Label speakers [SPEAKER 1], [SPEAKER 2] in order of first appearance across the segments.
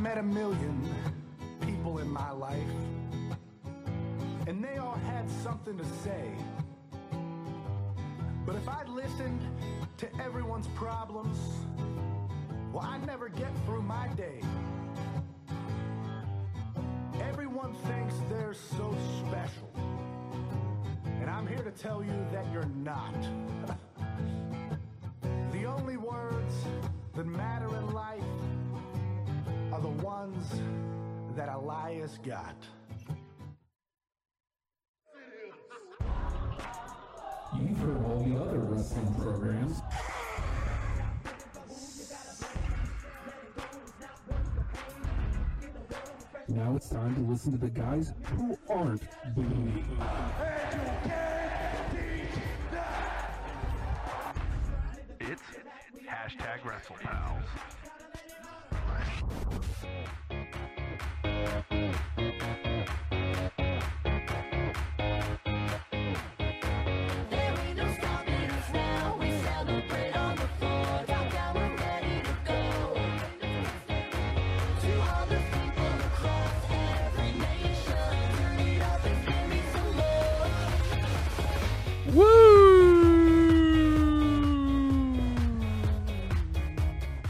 [SPEAKER 1] met a million people in my life, and they all had something to say. But if I'd listened to everyone's problems, well, I'd never get through my day. Everyone thinks they're so special, and I'm here to tell you that you're not. the only words that matter in life are the ones that Elias got.
[SPEAKER 2] You've heard all the other wrestling programs. Now it's time to listen to the guys who aren't booty.
[SPEAKER 3] It's hashtag WrestlePals.
[SPEAKER 4] There ain't no stopping us now. We celebrate on the floor. Drop down, we're ready to go. To all the people across every nation, turn it up and give me some more.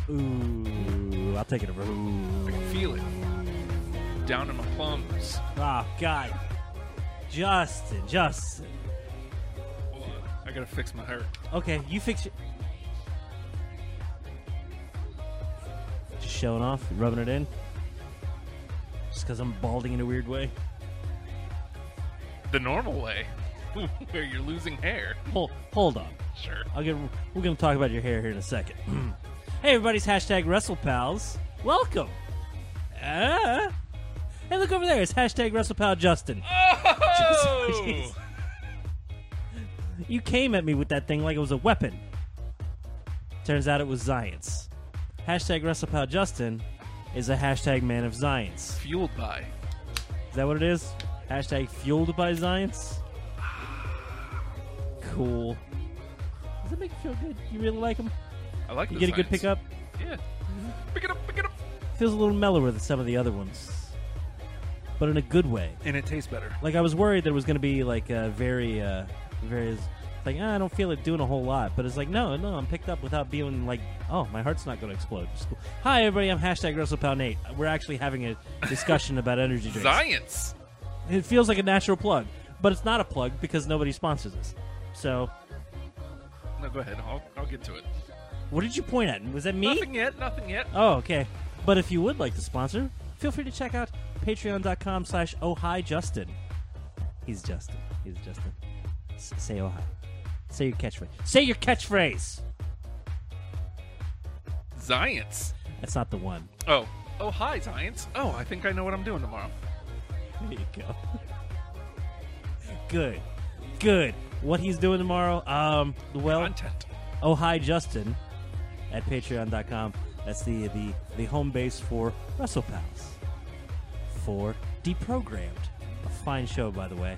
[SPEAKER 5] Ooh, I'll take it over.
[SPEAKER 6] I can feel it. Down in my plums.
[SPEAKER 5] Oh, God. Justin, Justin.
[SPEAKER 6] Hold on. I gotta fix my hair.
[SPEAKER 5] Okay, you fix it. Just showing off, rubbing it in. Just because I'm balding in a weird way.
[SPEAKER 6] The normal way. Where you're losing hair.
[SPEAKER 5] Hold, hold on.
[SPEAKER 6] Sure.
[SPEAKER 5] I'll get, we're going to talk about your hair here in a second. hey, everybody's hashtag WrestlePals. Welcome. Uh, hey, look over there. It's hashtag WrestlePal Justin.
[SPEAKER 6] Oh!
[SPEAKER 5] Jeez. You came at me with that thing like it was a weapon. Turns out it was science. Hashtag WrestlePal Justin is a hashtag man of science.
[SPEAKER 6] Fueled by.
[SPEAKER 5] Is that what it is? Hashtag fueled by science? Cool. Does that make you feel good? You really like him?
[SPEAKER 6] I like
[SPEAKER 5] You
[SPEAKER 6] the
[SPEAKER 5] get a good
[SPEAKER 6] signs.
[SPEAKER 5] pickup?
[SPEAKER 6] Yeah. Pick it up, pick it up.
[SPEAKER 5] Feels a little mellower than some of the other ones. But in a good way.
[SPEAKER 6] And it tastes better.
[SPEAKER 5] Like I was worried there was going to be like a very, uh, very like ah, I don't feel like doing a whole lot, but it's like no, no, I'm picked up without being like oh my heart's not going to explode. It's cool. Hi everybody, I'm hashtag WrestlePound Nate. We're actually having a discussion about energy drinks.
[SPEAKER 6] Science.
[SPEAKER 5] It feels like a natural plug, but it's not a plug because nobody sponsors us. So
[SPEAKER 6] No, go ahead. I'll, I'll get to it.
[SPEAKER 5] what did you point at? Was that me?
[SPEAKER 6] Nothing yet. Nothing yet.
[SPEAKER 5] Oh, okay. But if you would like to sponsor, feel free to check out patreon.com slash oh hi Justin. He's Justin. He's Justin. S- say oh hi. Say your catchphrase. Say your catchphrase!
[SPEAKER 6] Science.
[SPEAKER 5] That's not the one.
[SPEAKER 6] Oh. Oh, hi, science. Oh, I think I know what I'm doing tomorrow.
[SPEAKER 5] There you go. Good. Good. What he's doing tomorrow, um, well,
[SPEAKER 6] Content.
[SPEAKER 5] oh hi Justin at patreon.com. That's the, the, the home base for WrestlePals. For Deprogrammed. A fine show, by the way.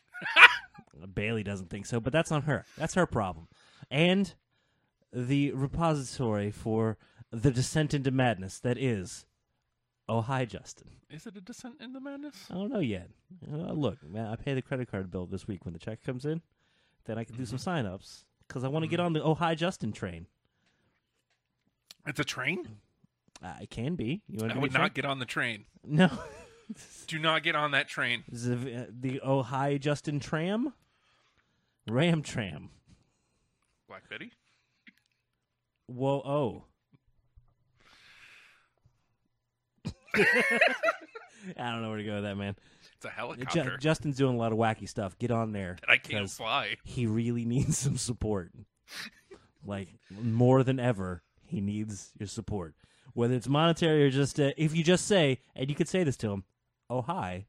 [SPEAKER 5] Bailey doesn't think so, but that's on her. That's her problem. And the repository for the descent into madness that is Oh Hi Justin.
[SPEAKER 6] Is it a descent into madness?
[SPEAKER 5] I don't know yet. Uh, look, man, I pay the credit card bill this week when the check comes in. Then I can do
[SPEAKER 6] Mm-hmm.
[SPEAKER 5] some sign ups because I want to get on the Oh Hi Justin train.
[SPEAKER 6] It's a train?
[SPEAKER 5] I can be. You want
[SPEAKER 6] I
[SPEAKER 5] to
[SPEAKER 6] would not get on the train.
[SPEAKER 5] No,
[SPEAKER 6] Do not get on that train.
[SPEAKER 5] This is a- the Oh Hi Justin tram, Ram tram.
[SPEAKER 6] Black Betty?
[SPEAKER 5] Whoa oh. I don't know where to go with that man.
[SPEAKER 6] It's a
[SPEAKER 5] Ju-
[SPEAKER 6] helicopter.
[SPEAKER 5] Justin's doing a lot of wacky stuff. Get on there.
[SPEAKER 6] I can't
[SPEAKER 5] 'cause-
[SPEAKER 6] fly.
[SPEAKER 5] he really needs some support. like more than ever, he needs your support. Whether it's monetary or just uh, if you just say, and you could say this to him, "Oh hi,"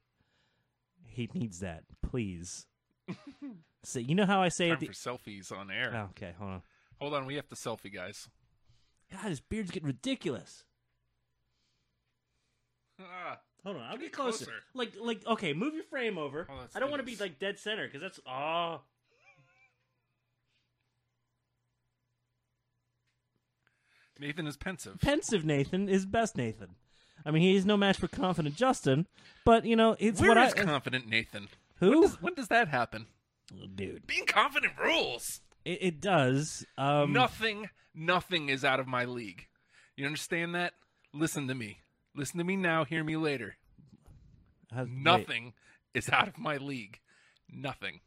[SPEAKER 5] he needs that. Please. so you know how I say
[SPEAKER 6] Time
[SPEAKER 5] it. The-
[SPEAKER 6] for selfies on air.
[SPEAKER 5] oh, okay, hold on.
[SPEAKER 6] Hold on, we have to selfie, guys.
[SPEAKER 5] God, his beard's getting ridiculous.
[SPEAKER 6] Ah,
[SPEAKER 5] Hold on, I'll
[SPEAKER 6] Get
[SPEAKER 5] get closer.
[SPEAKER 6] closer.
[SPEAKER 5] Like, like, okay, move your frame over.
[SPEAKER 6] Oh, that's
[SPEAKER 5] I don't want to be
[SPEAKER 6] nice.
[SPEAKER 5] like dead center because that's oh.
[SPEAKER 6] Nathan is pensive.
[SPEAKER 5] Pensive Nathan is best Nathan. I mean, he's no match for confident Justin, but you know it's
[SPEAKER 6] Where
[SPEAKER 5] what
[SPEAKER 6] is
[SPEAKER 5] I
[SPEAKER 6] confident Nathan?
[SPEAKER 5] who Oh,
[SPEAKER 6] When does that happen?
[SPEAKER 5] dude.
[SPEAKER 6] Being confident rules.
[SPEAKER 5] It, it does. Um,
[SPEAKER 6] nothing, nothing is out of my league. You understand that? Listen to me. Listen to me now. Hear me later.
[SPEAKER 5] has- wait,
[SPEAKER 6] Nothing is out of my league. Nothing.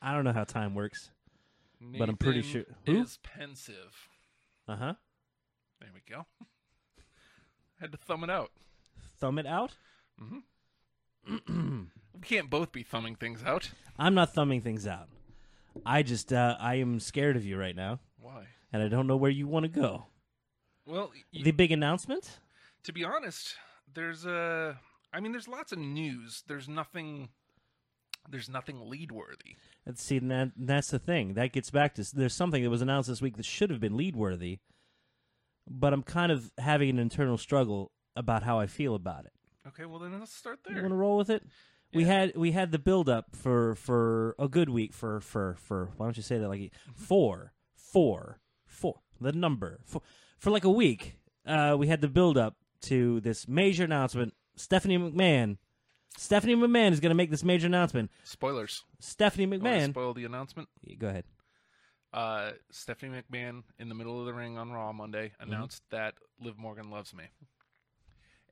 [SPEAKER 5] I don't know how time works. But I'm pretty
[SPEAKER 6] Nathan
[SPEAKER 5] sure- who?
[SPEAKER 6] is pensive.
[SPEAKER 5] Uh huh.
[SPEAKER 6] There we go. Had to thumb it out.
[SPEAKER 5] Thumb it out.
[SPEAKER 6] We can't both be thumbing things out.
[SPEAKER 5] I'm not thumbing things out. I just uh, I am scared of you right now,
[SPEAKER 6] Why?
[SPEAKER 5] and I don't know where you want to go.
[SPEAKER 6] Well, y-
[SPEAKER 5] The big announcement.
[SPEAKER 6] to be honest, there's a. I mean, there's lots of news. There's nothing. There's nothing lead worthy.
[SPEAKER 5] Let's see. and That that's the thing. That gets back to there's something that was announced this week that should have been lead worthy, but I'm kind of having an internal struggle about how I feel about it.
[SPEAKER 6] Okay, well then let's start
[SPEAKER 5] You
[SPEAKER 6] there.
[SPEAKER 5] want to roll with it? We had we had the build up for for a good week for for for why don't you say that like four four four the number four, for like a week uh, we had the build up to this major announcement Stephanie McMahon Stephanie McMahon is going to make this major announcement
[SPEAKER 6] Spoilers.
[SPEAKER 5] Stephanie
[SPEAKER 6] You wanna
[SPEAKER 5] McMahon
[SPEAKER 6] spoil the announcement.
[SPEAKER 5] go ahead
[SPEAKER 6] Uh, Stephanie McMahon in the middle of the ring on Raw Monday
[SPEAKER 5] Mm-hmm.
[SPEAKER 6] announced that Liv Morgan loves me,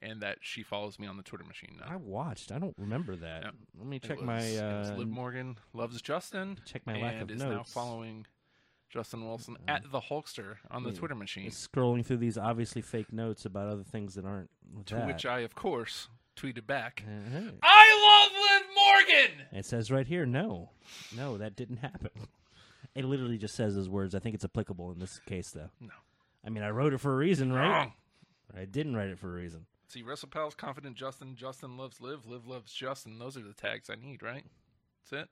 [SPEAKER 6] and that she follows me on the Twitter machine now.
[SPEAKER 5] I watched I don't remember that
[SPEAKER 6] Yeah.
[SPEAKER 5] let me
[SPEAKER 6] It
[SPEAKER 5] check
[SPEAKER 6] was-
[SPEAKER 5] my
[SPEAKER 6] it was
[SPEAKER 5] uh,
[SPEAKER 6] Liv Morgan loves Justin.
[SPEAKER 5] check my lack
[SPEAKER 6] and
[SPEAKER 5] of
[SPEAKER 6] is now
[SPEAKER 5] notes. Uh,
[SPEAKER 6] following Justin Wilson at the Hulkster on the Twitter machine.
[SPEAKER 5] scrolling through these obviously fake notes about other things that aren't
[SPEAKER 6] To
[SPEAKER 5] that.
[SPEAKER 6] which I, of course, tweeted back.
[SPEAKER 5] Uh-huh.
[SPEAKER 6] I love Liv Morgan.
[SPEAKER 5] It says right here, no, no, that didn't happen. It literally just says those words. I think it's applicable in this case, though.
[SPEAKER 6] No.
[SPEAKER 5] I mean, I wrote it for a reason, right?
[SPEAKER 6] Wrong.
[SPEAKER 5] I didn't write it for a reason.
[SPEAKER 6] See, WrestlePals, confident Justin, Justin loves Liv, Liv loves Justin. Those are the tags I need, right? That's it.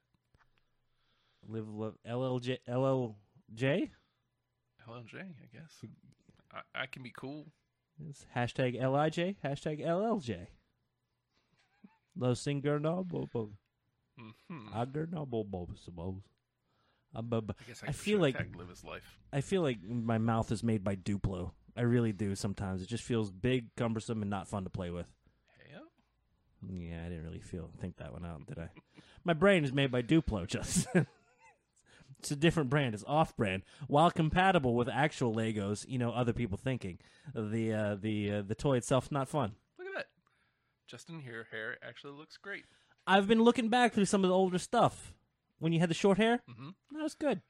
[SPEAKER 5] Live, love, LLJ, LLJ?
[SPEAKER 6] LLJ, I guess. I, I can be cool.
[SPEAKER 5] It's hashtag LIJ, hashtag LLJ. Los Ingernobobos.
[SPEAKER 6] Mm-hmm.
[SPEAKER 5] Ingernobobos. Abub-
[SPEAKER 6] I guess I,
[SPEAKER 5] I feel like
[SPEAKER 6] tag Liv is life.
[SPEAKER 5] I feel like my mouth is made by Duplo. I really do sometimes. It just feels big, cumbersome, and not fun to play with.
[SPEAKER 6] Hey,
[SPEAKER 5] Yeah, I didn't really feel think that one out, did I? My brain is made by Duplo, Justin. it's a different brand. It's off-brand, while compatible with actual Legos. You know, other people thinking the uh, the uh, the toy itself not fun.
[SPEAKER 6] look at that. Justin here, hair actually looks great.
[SPEAKER 5] I've been looking back through some of the older stuff. When you had the short hair,
[SPEAKER 6] Mhm.
[SPEAKER 5] that was good.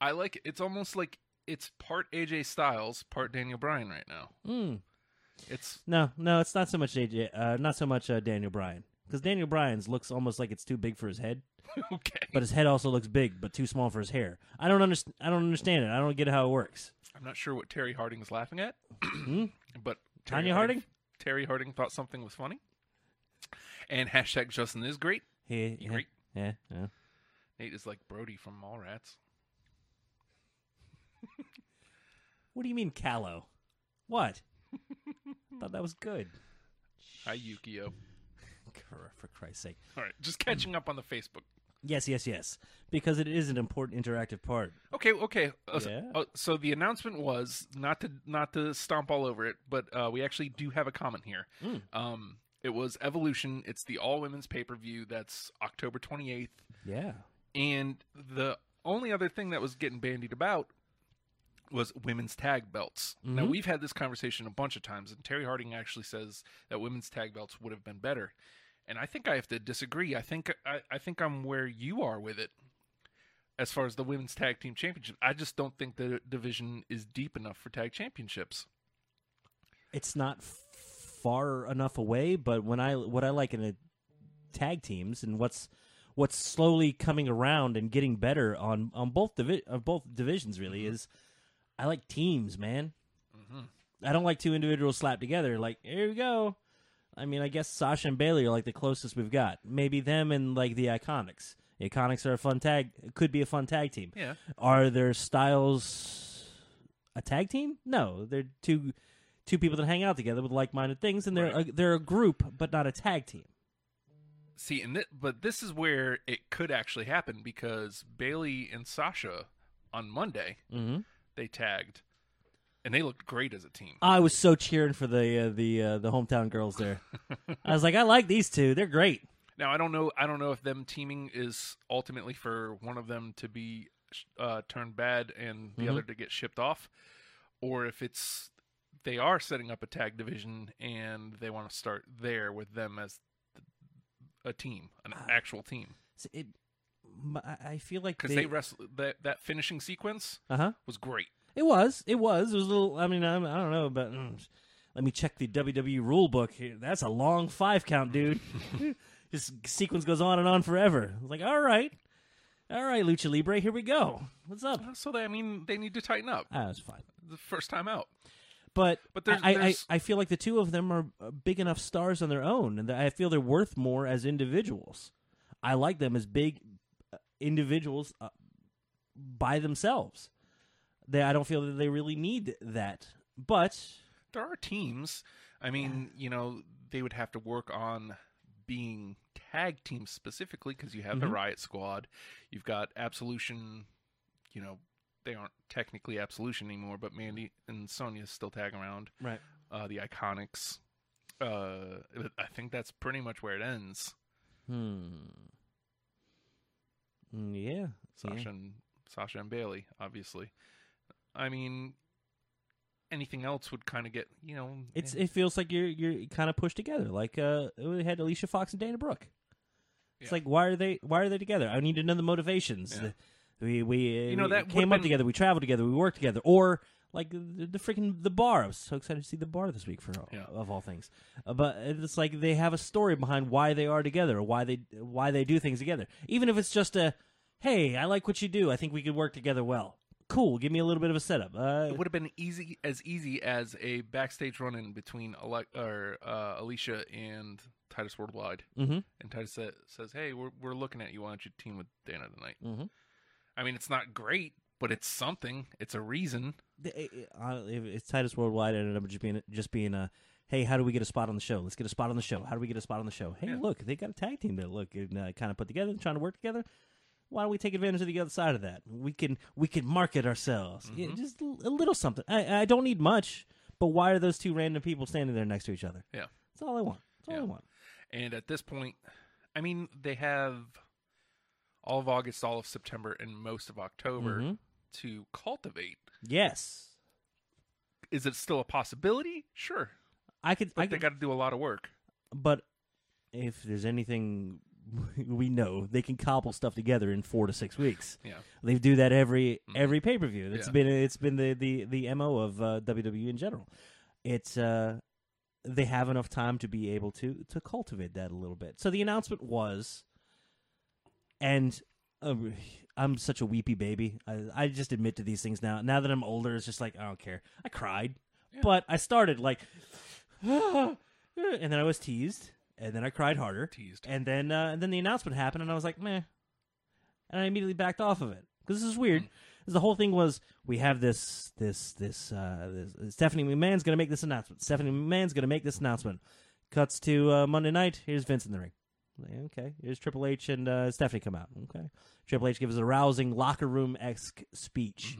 [SPEAKER 6] I like it. It's almost like it's part AJ Styles, part Daniel Bryan right now.
[SPEAKER 5] Mm.
[SPEAKER 6] It's
[SPEAKER 5] No, no, it's not so much AJ, uh, not so much uh, Daniel Bryan, because Daniel Bryan's looks almost like it's too big for his head.
[SPEAKER 6] okay.
[SPEAKER 5] but his head also looks big but too small for his hair. I don't understand. I don't understand it. I don't get how it works.
[SPEAKER 6] I'm not sure what Terry Harding is laughing at, but Terry
[SPEAKER 5] Hmm? Tanya Harding?
[SPEAKER 6] Terry Harding thought something was funny. And hashtag Justin is great.
[SPEAKER 5] Yeah,
[SPEAKER 6] You
[SPEAKER 5] yeah,
[SPEAKER 6] agree?
[SPEAKER 5] yeah, yeah.
[SPEAKER 6] Nate is like Brody from Mallrats.
[SPEAKER 5] What do you mean callow? What? I thought that was good.
[SPEAKER 6] Hi Yukio.
[SPEAKER 5] Cr- For Christ's sake.
[SPEAKER 6] All right, just catching up on the Facebook.
[SPEAKER 5] Yes, yes, yes. Because it is an important interactive part.
[SPEAKER 6] Okay, okay. Uh, so-
[SPEAKER 5] Yeah.
[SPEAKER 6] uh, so the announcement was not to not to stomp all over it, but uh, we actually do have a comment here.
[SPEAKER 5] Hmm.
[SPEAKER 6] Um, it was Evolution. It's the all women's pay per view. That's October 28th.
[SPEAKER 5] Yeah.
[SPEAKER 6] And the only other thing that was getting bandied about was women's tag belts. Now we've had this conversation a bunch of times, and Terry Harding actually says that women's tag belts would have been better. And I think I have to disagree. I think I, I think I'm where you are with it as far as the women's tag team championship. I just don't think the division is deep enough for tag championships.
[SPEAKER 5] It's not f- far enough away, but when I what I like in a tag teams and what's what's slowly coming around and getting better on on both divi- of both divisions really is I like teams, man. I don't like two individuals slapped together. Like here we go. I mean, I guess Sasha and Bailey are like the closest we've got. Maybe them and like the Iconics. The Iconics are a fun tag. Could be a fun tag team.
[SPEAKER 6] Yeah.
[SPEAKER 5] Are their styles a tag team? No, they're two two people that hang out together with like-minded things, and they're a, they're a group, but not a tag team.
[SPEAKER 6] See, and th- but this is where it could actually happen because Bailey and Sasha on Monday
[SPEAKER 5] Mm-hmm.
[SPEAKER 6] they tagged and they looked great as a team.
[SPEAKER 5] I was so cheering for the uh, the uh, the hometown girls there. I was like, I like these two; they're great.
[SPEAKER 6] Now I don't know. I don't know if them teaming is ultimately for one of them to be uh, turned bad and
[SPEAKER 5] Mm-hmm.
[SPEAKER 6] the other to get shipped off, or if it's they are setting up a tag division and they want to start there with them as a team, an
[SPEAKER 5] Ah.
[SPEAKER 6] actual team.
[SPEAKER 5] So it, m- I- I feel like
[SPEAKER 6] Because they, wrestle that that finishing sequence
[SPEAKER 5] Uh huh.
[SPEAKER 6] was great.
[SPEAKER 5] It was. It was. It was a little. I mean, I'm, I don't know, but mm, let me check the WWE rule book. here. That's a long five count, dude. this sequence goes on and on forever. I was like, all right, all right, Lucha Libre, here we go. What's up?
[SPEAKER 6] So they, I mean, they need to tighten up.
[SPEAKER 5] Ah, it's fine.
[SPEAKER 6] The first time out.
[SPEAKER 5] But,
[SPEAKER 6] But there's-
[SPEAKER 5] I,
[SPEAKER 6] there's-
[SPEAKER 5] I, I feel like the two of them are uh, big enough stars on their own, and that I feel they're worth more as individuals. I like them as big uh, individuals uh, by themselves. They, I don't feel that they really need that. But
[SPEAKER 6] there are teams. I mean, you know, they would have to work on being tag teams specifically because you have the
[SPEAKER 5] Mm-hmm.
[SPEAKER 6] Riot Squad, you've got Absolution. You know, they aren't technically Absolution anymore, but Mandy and Sonya still tag around.
[SPEAKER 5] right,
[SPEAKER 6] Uh, the Iconics. Uh, I think that's pretty much where it ends.
[SPEAKER 5] hmm, Mm, yeah,
[SPEAKER 6] Sasha
[SPEAKER 5] yeah.
[SPEAKER 6] and Sasha and Bailey, obviously. I mean, anything else would kind of get you know.
[SPEAKER 5] It's
[SPEAKER 6] eh.
[SPEAKER 5] it feels like you're you're kind of pushed together. Like uh, we had Alicia Fox and Dana Brooke. It's
[SPEAKER 6] Yeah.
[SPEAKER 5] like why are they why are they together? I need to know the motivations.
[SPEAKER 6] Yeah.
[SPEAKER 5] We we uh,
[SPEAKER 6] You know,
[SPEAKER 5] we
[SPEAKER 6] that
[SPEAKER 5] came
[SPEAKER 6] would've
[SPEAKER 5] up
[SPEAKER 6] been-
[SPEAKER 5] together. We traveled together. We worked together. Or like the, the freaking the bar. I was so excited to see the bar this week for
[SPEAKER 6] Yeah.
[SPEAKER 5] of all things. Uh, but it's like they have a story behind why they are together or why they why they do things together. Even if it's just a hey, I like what you do. I think we could work together well. Cool. Give me a little bit of a setup. Uh,
[SPEAKER 6] It would have been easy as easy as a backstage run in between Ale- or, uh, Alicia and Titus Worldwide.
[SPEAKER 5] mhm.
[SPEAKER 6] And Titus sa- says, "Hey, we're we're looking at you. Why don't you team with Dana tonight?"
[SPEAKER 5] Mhm.
[SPEAKER 6] I mean, it's not great, but it's something. It's a reason.
[SPEAKER 5] the- it- it- uh, if it's Titus Worldwide ended up just being just being a hey, how do we get a spot on the show? Let's get a spot on the show. How do we get a spot on the show? Hey,
[SPEAKER 6] Yeah.
[SPEAKER 5] look, they got a tag team that look and, uh, kind of put together, trying to work together. Why don't we take advantage of the other side of that? We can we can market ourselves. Yeah,
[SPEAKER 6] Mm-hmm.
[SPEAKER 5] just l- a little something. I, I don't need much, but why are those two random people standing there next to each other?
[SPEAKER 6] Yeah.
[SPEAKER 5] That's all I want. That's all I
[SPEAKER 6] Yeah.
[SPEAKER 5] want.
[SPEAKER 6] And at this point, I mean, they have all of August, all of September, and most of October
[SPEAKER 5] Mhm.
[SPEAKER 6] to cultivate.
[SPEAKER 5] Yes,
[SPEAKER 6] Is it still a possibility? Sure,
[SPEAKER 5] I could.
[SPEAKER 6] but
[SPEAKER 5] I
[SPEAKER 6] they
[SPEAKER 5] could,
[SPEAKER 6] got to do a lot of work.
[SPEAKER 5] but if there's anything we know, they can cobble stuff together in four to six weeks.
[SPEAKER 6] Yeah. Mm-hmm.
[SPEAKER 5] They do that every every pay per view. It's
[SPEAKER 6] Yeah.
[SPEAKER 5] been it's been the the the mo of uh, WWE in general. It's uh, they have enough time to be able to to cultivate that a little bit. So the announcement was, and um, I'm such a weepy baby. I, I just admit to these things now. Now that I'm older, it's just like I don't care. I cried, but I started like, and then I was teased, and then I cried harder.
[SPEAKER 6] Teased.
[SPEAKER 5] And then uh, and then the announcement happened, and I was like, meh. And I immediately backed off of it because this is weird. 'Cause The whole thing was we have this this this, uh, this Stephanie McMahon's going to make this announcement. Stephanie McMahon's going to make this announcement. Cuts to uh, Monday night. Here's Vince in the ring. Like, okay, here's Triple H and uh, Stephanie come out. Okay, Triple H gives a rousing locker room esque speech.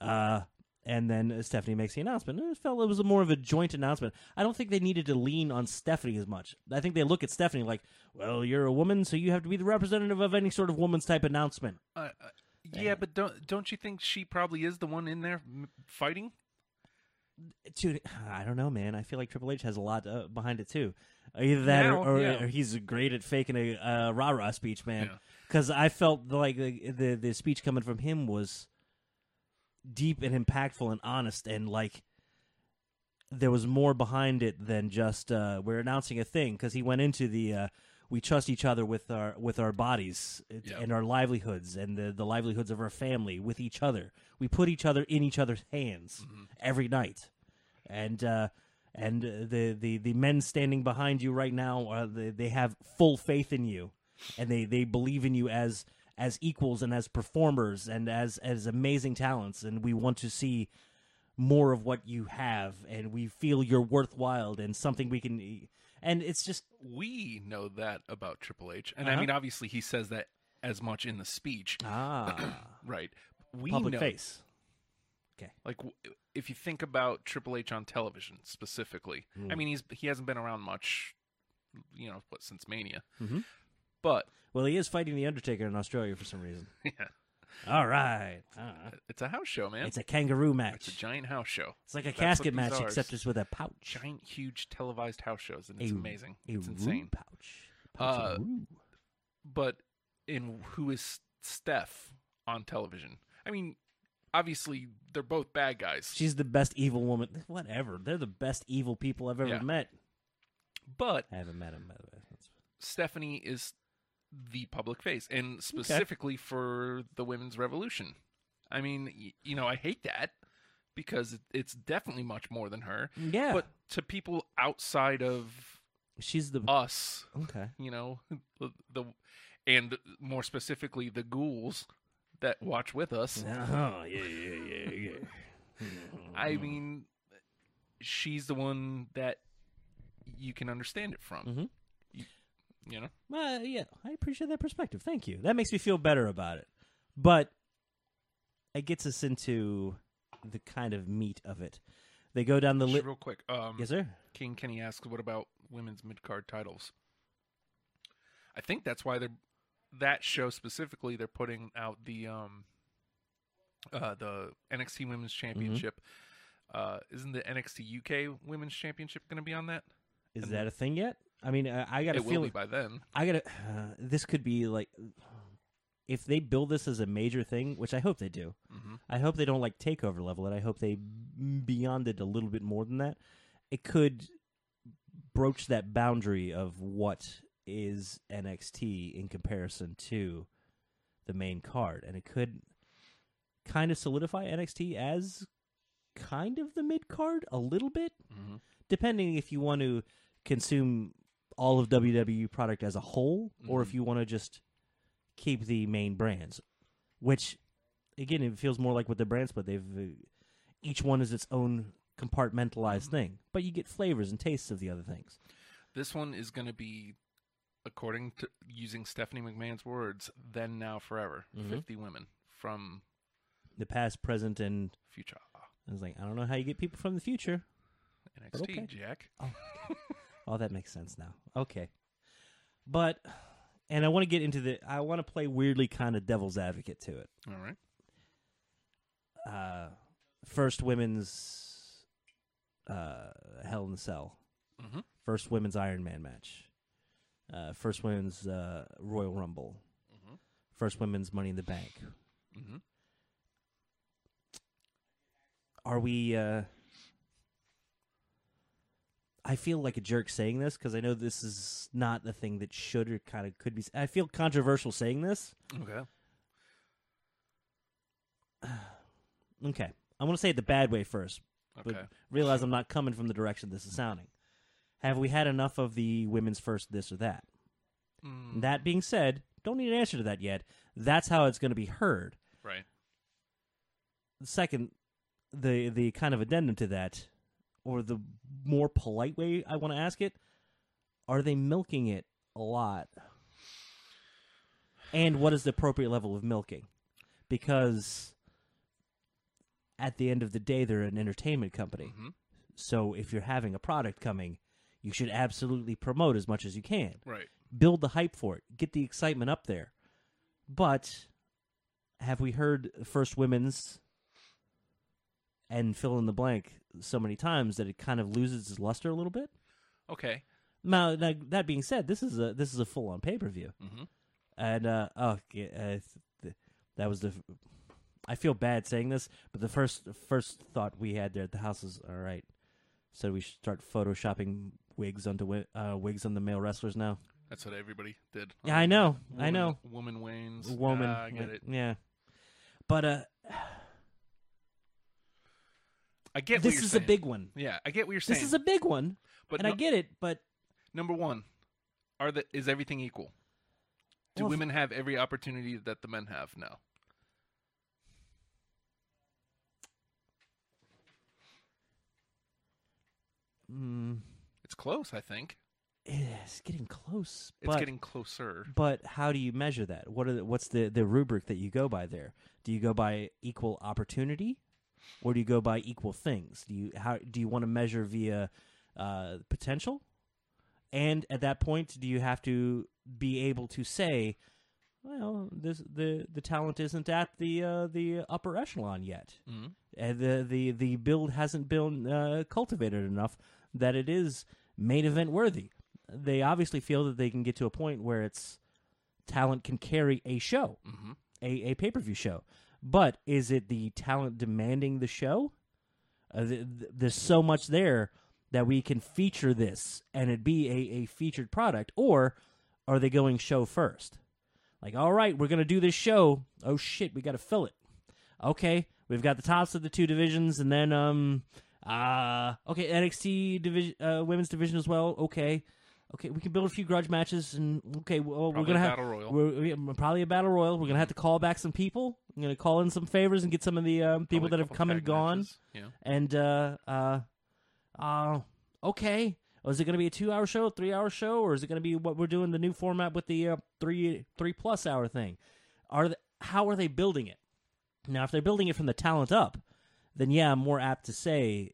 [SPEAKER 5] Uh, and then Stephanie makes the announcement. It felt it was more of a joint announcement. I don't think they needed to lean on Stephanie as much. I think they look at Stephanie like, well, you're a woman, so you have to be the representative of any sort of woman's type announcement.
[SPEAKER 6] Uh, uh, yeah, but don't don't you think she probably is the one in there m- fighting?
[SPEAKER 5] Dude, I don't know, man. I feel like Triple H has a lot uh, behind it too. Either that,
[SPEAKER 6] Now,
[SPEAKER 5] or, or,
[SPEAKER 6] yeah.
[SPEAKER 5] or he's great at faking a uh, rah rah speech, man. Because I felt like the, the the speech coming from him was deep and impactful and honest, and like there was more behind it than just uh, we're announcing a thing. Because he went into the uh, we trust each other with our with our bodies it-
[SPEAKER 6] Yeah.
[SPEAKER 5] and our livelihoods and the the livelihoods of our family with each other. We put each other in each other's hands
[SPEAKER 6] Mm-hmm.
[SPEAKER 5] every night and uh, and uh, the, the the men standing behind you right now uh, they, they have full faith in you and they, they believe in you as as equals and as performers and as as amazing talents and we want to see more of what you have and we feel you're worthwhile and something we can e, and it's just
[SPEAKER 6] We know that about Triple H, and I
[SPEAKER 5] Uh-huh.
[SPEAKER 6] mean, obviously, he says that as much in the speech,
[SPEAKER 5] ah
[SPEAKER 6] right? We
[SPEAKER 5] public
[SPEAKER 6] know,
[SPEAKER 5] face Okay.
[SPEAKER 6] Like w- if you think about Triple H on television specifically,
[SPEAKER 5] Mm.
[SPEAKER 6] I mean he's he hasn't been around much, you know, what since Mania.
[SPEAKER 5] Mhm.
[SPEAKER 6] But
[SPEAKER 5] Well, he is fighting the Undertaker in Australia for some reason.
[SPEAKER 6] yeah,
[SPEAKER 5] All right. Uh,
[SPEAKER 6] it's a house show, man.
[SPEAKER 5] it's a kangaroo match.
[SPEAKER 6] It's
[SPEAKER 5] It's,
[SPEAKER 6] a giant house show.
[SPEAKER 5] like
[SPEAKER 6] That's
[SPEAKER 5] a
[SPEAKER 6] what
[SPEAKER 5] casket
[SPEAKER 6] these
[SPEAKER 5] match,
[SPEAKER 6] are.
[SPEAKER 5] except it's with a pouch.
[SPEAKER 6] giant, huge televised house shows, and it's
[SPEAKER 5] A-
[SPEAKER 6] amazing.
[SPEAKER 5] A
[SPEAKER 6] It's
[SPEAKER 5] roo
[SPEAKER 6] insane.
[SPEAKER 5] pouch. Pouch of
[SPEAKER 6] Uh,
[SPEAKER 5] roo.
[SPEAKER 6] But in who is Steph on television? I mean, obviously they're both bad guys,
[SPEAKER 5] She's the best evil woman. Whatever. They're the best evil people I've ever
[SPEAKER 6] Yeah.
[SPEAKER 5] met.
[SPEAKER 6] but
[SPEAKER 5] I haven't met him, by the way. That's-
[SPEAKER 6] Stephanie is the public face, and specifically for the women's revolution. I mean, y- you know, I hate that because it- it's definitely much more than her.
[SPEAKER 5] Yeah.
[SPEAKER 6] But to people outside of
[SPEAKER 5] She's the.
[SPEAKER 6] us,
[SPEAKER 5] okay.
[SPEAKER 6] you know, the, the and more specifically the ghouls that watch with us.
[SPEAKER 5] Oh, yeah, yeah, yeah, yeah. Mm-hmm.
[SPEAKER 6] I mean, she's the one that you can understand it from.
[SPEAKER 5] Mhm.
[SPEAKER 6] You, you know,
[SPEAKER 5] Well, yeah, I appreciate that perspective. Thank you. That makes me feel better about it. But it gets us into the kind of meat of it. They go down the
[SPEAKER 6] Just
[SPEAKER 5] list.
[SPEAKER 6] real quick. Um,
[SPEAKER 5] Yes, sir.
[SPEAKER 6] King Kenny asks, "What about women's mid card titles?" I think that's why they're that show specifically. They're putting out the um, uh, the NXT Women's
[SPEAKER 5] Mm-hmm.
[SPEAKER 6] Championship. Uh, isn't the NXT UK Women's Championship going to be on that?
[SPEAKER 5] Is that a thing yet? I mean, I, I got a
[SPEAKER 6] It will be
[SPEAKER 5] feeling.
[SPEAKER 6] by then.
[SPEAKER 5] I got. Uh, this could be like, if they build this as a major thing, which I hope they do. I hope they don't like takeover level it. I hope they beyond it a little bit more than that. It could broach that boundary of what is NXT in comparison to the main card, and it could kind of solidify NXT as kind of the mid card a little bit, depending if you want to consume all of WWE product as a whole, or if you want to just keep the main brands, which again it feels more like with the brand split they've uh, each one is its own compartmentalized thing but you get flavors and tastes of the other things
[SPEAKER 6] This one is going to be, according to using Stephanie McMahon's words, then now forever.
[SPEAKER 5] Mm-hmm.
[SPEAKER 6] Fifty women from
[SPEAKER 5] the past present and
[SPEAKER 6] future uh,
[SPEAKER 5] i was like i don't know how you get people from the future
[SPEAKER 6] NXT.
[SPEAKER 5] okay.
[SPEAKER 6] Jack,
[SPEAKER 5] Oh, that makes sense now. Okay. But and I want to get into the I want to play weirdly kind of devil's advocate to it.
[SPEAKER 6] all right.
[SPEAKER 5] Uh first women's uh Hell in the Cell.
[SPEAKER 6] Mhm.
[SPEAKER 5] First women's Iron Man match. Uh first women's uh Royal Rumble. First women's Money in the Bank.
[SPEAKER 6] Mhm.
[SPEAKER 5] Are we uh I feel like a jerk saying this because I know this is not the thing that should or kind of could be. I feel controversial saying this.
[SPEAKER 6] Okay.
[SPEAKER 5] Okay. I'm going to say it the bad way first, but
[SPEAKER 6] Okay.
[SPEAKER 5] realize I'm not coming from the direction this is sounding. Have we had enough of the women's first this or that?
[SPEAKER 6] Mm.
[SPEAKER 5] That being said, don't need an answer to that yet. That's how it's going to be heard.
[SPEAKER 6] Right.
[SPEAKER 5] second the the kind of addendum to that or the more polite way I want to ask it are they milking it a lot and what is the appropriate level of milking because at the end of the day they're an entertainment company so if you're having a product coming you should absolutely promote as much as you can
[SPEAKER 6] Right.
[SPEAKER 5] build the hype for it, get the excitement up there. But have we heard first women's and fill in the blank so many times that it kind of loses its luster a little bit?
[SPEAKER 6] Okay.
[SPEAKER 5] Now, now that being said, this is a this is a full on pay per view,
[SPEAKER 6] Mhm.
[SPEAKER 5] and uh, oh, g- uh, th- th- that was the. f- I feel bad saying this, but the first first thought we had there at the house is all right. So we should start photoshopping wigs onto wi- uh, wigs on the male wrestlers now.
[SPEAKER 6] That's what everybody did.
[SPEAKER 5] Yeah, I know. I
[SPEAKER 6] Woman-
[SPEAKER 5] know.
[SPEAKER 6] Woman wanes.
[SPEAKER 5] woman.
[SPEAKER 6] Ah, I get it.
[SPEAKER 5] Yeah. But uh,
[SPEAKER 6] I get what
[SPEAKER 5] this
[SPEAKER 6] you're
[SPEAKER 5] is
[SPEAKER 6] saying.
[SPEAKER 5] a big one.
[SPEAKER 6] Yeah, I get what you're saying.
[SPEAKER 5] This is a big one,
[SPEAKER 6] But
[SPEAKER 5] and
[SPEAKER 6] no-
[SPEAKER 5] I get it. But
[SPEAKER 6] number one, are the is everything equal? Do
[SPEAKER 5] Well, if-
[SPEAKER 6] women have every opportunity that the men have now?
[SPEAKER 5] mm,
[SPEAKER 6] It's close, I think.
[SPEAKER 5] it's getting close.
[SPEAKER 6] It's
[SPEAKER 5] but,
[SPEAKER 6] getting closer.
[SPEAKER 5] But how do you measure that? What are the, what's the the rubric that you go by there? Do you go by equal opportunity? or do you go by equal things? Do you how do you want to measure via uh, potential? And at that point, do you have to be able to say, well, this the the talent isn't at the uh, the upper echelon yet, mm and the the the build hasn't been uh, cultivated enough that it is main event worthy. They obviously feel that they can get to a point where it's talent can carry a show, a, a pay per view show. But is it the talent demanding the show? Uh, th- th- there's so much there that we can feature this and it be a, a featured product. Or are they going show first? Like, all right, we're going to do this show. Oh, shit, we got to fill it okay, we've got the tops of the two divisions, and then um, uh, okay, NXT division, uh, women's division as well. Okay, okay, we can build a few grudge matches, and okay, well, we're
[SPEAKER 6] Probably
[SPEAKER 5] gonna
[SPEAKER 6] a
[SPEAKER 5] have
[SPEAKER 6] battle royal.
[SPEAKER 5] We're, we- mm, probably a battle royal. We're gonna have to call back some people. I'm gonna call in some favors and get some of the um, people
[SPEAKER 6] Probably a
[SPEAKER 5] that have
[SPEAKER 6] couple
[SPEAKER 5] come and
[SPEAKER 6] tag
[SPEAKER 5] gone
[SPEAKER 6] matches, Yeah.
[SPEAKER 5] and uh uh uh okay was it going to be a two hour show a three hour show or is it going to be what we're doing the new format with the uh, three three plus hour thing are th how are they building it now if they're building it from the talent up then yeah i'm more apt to say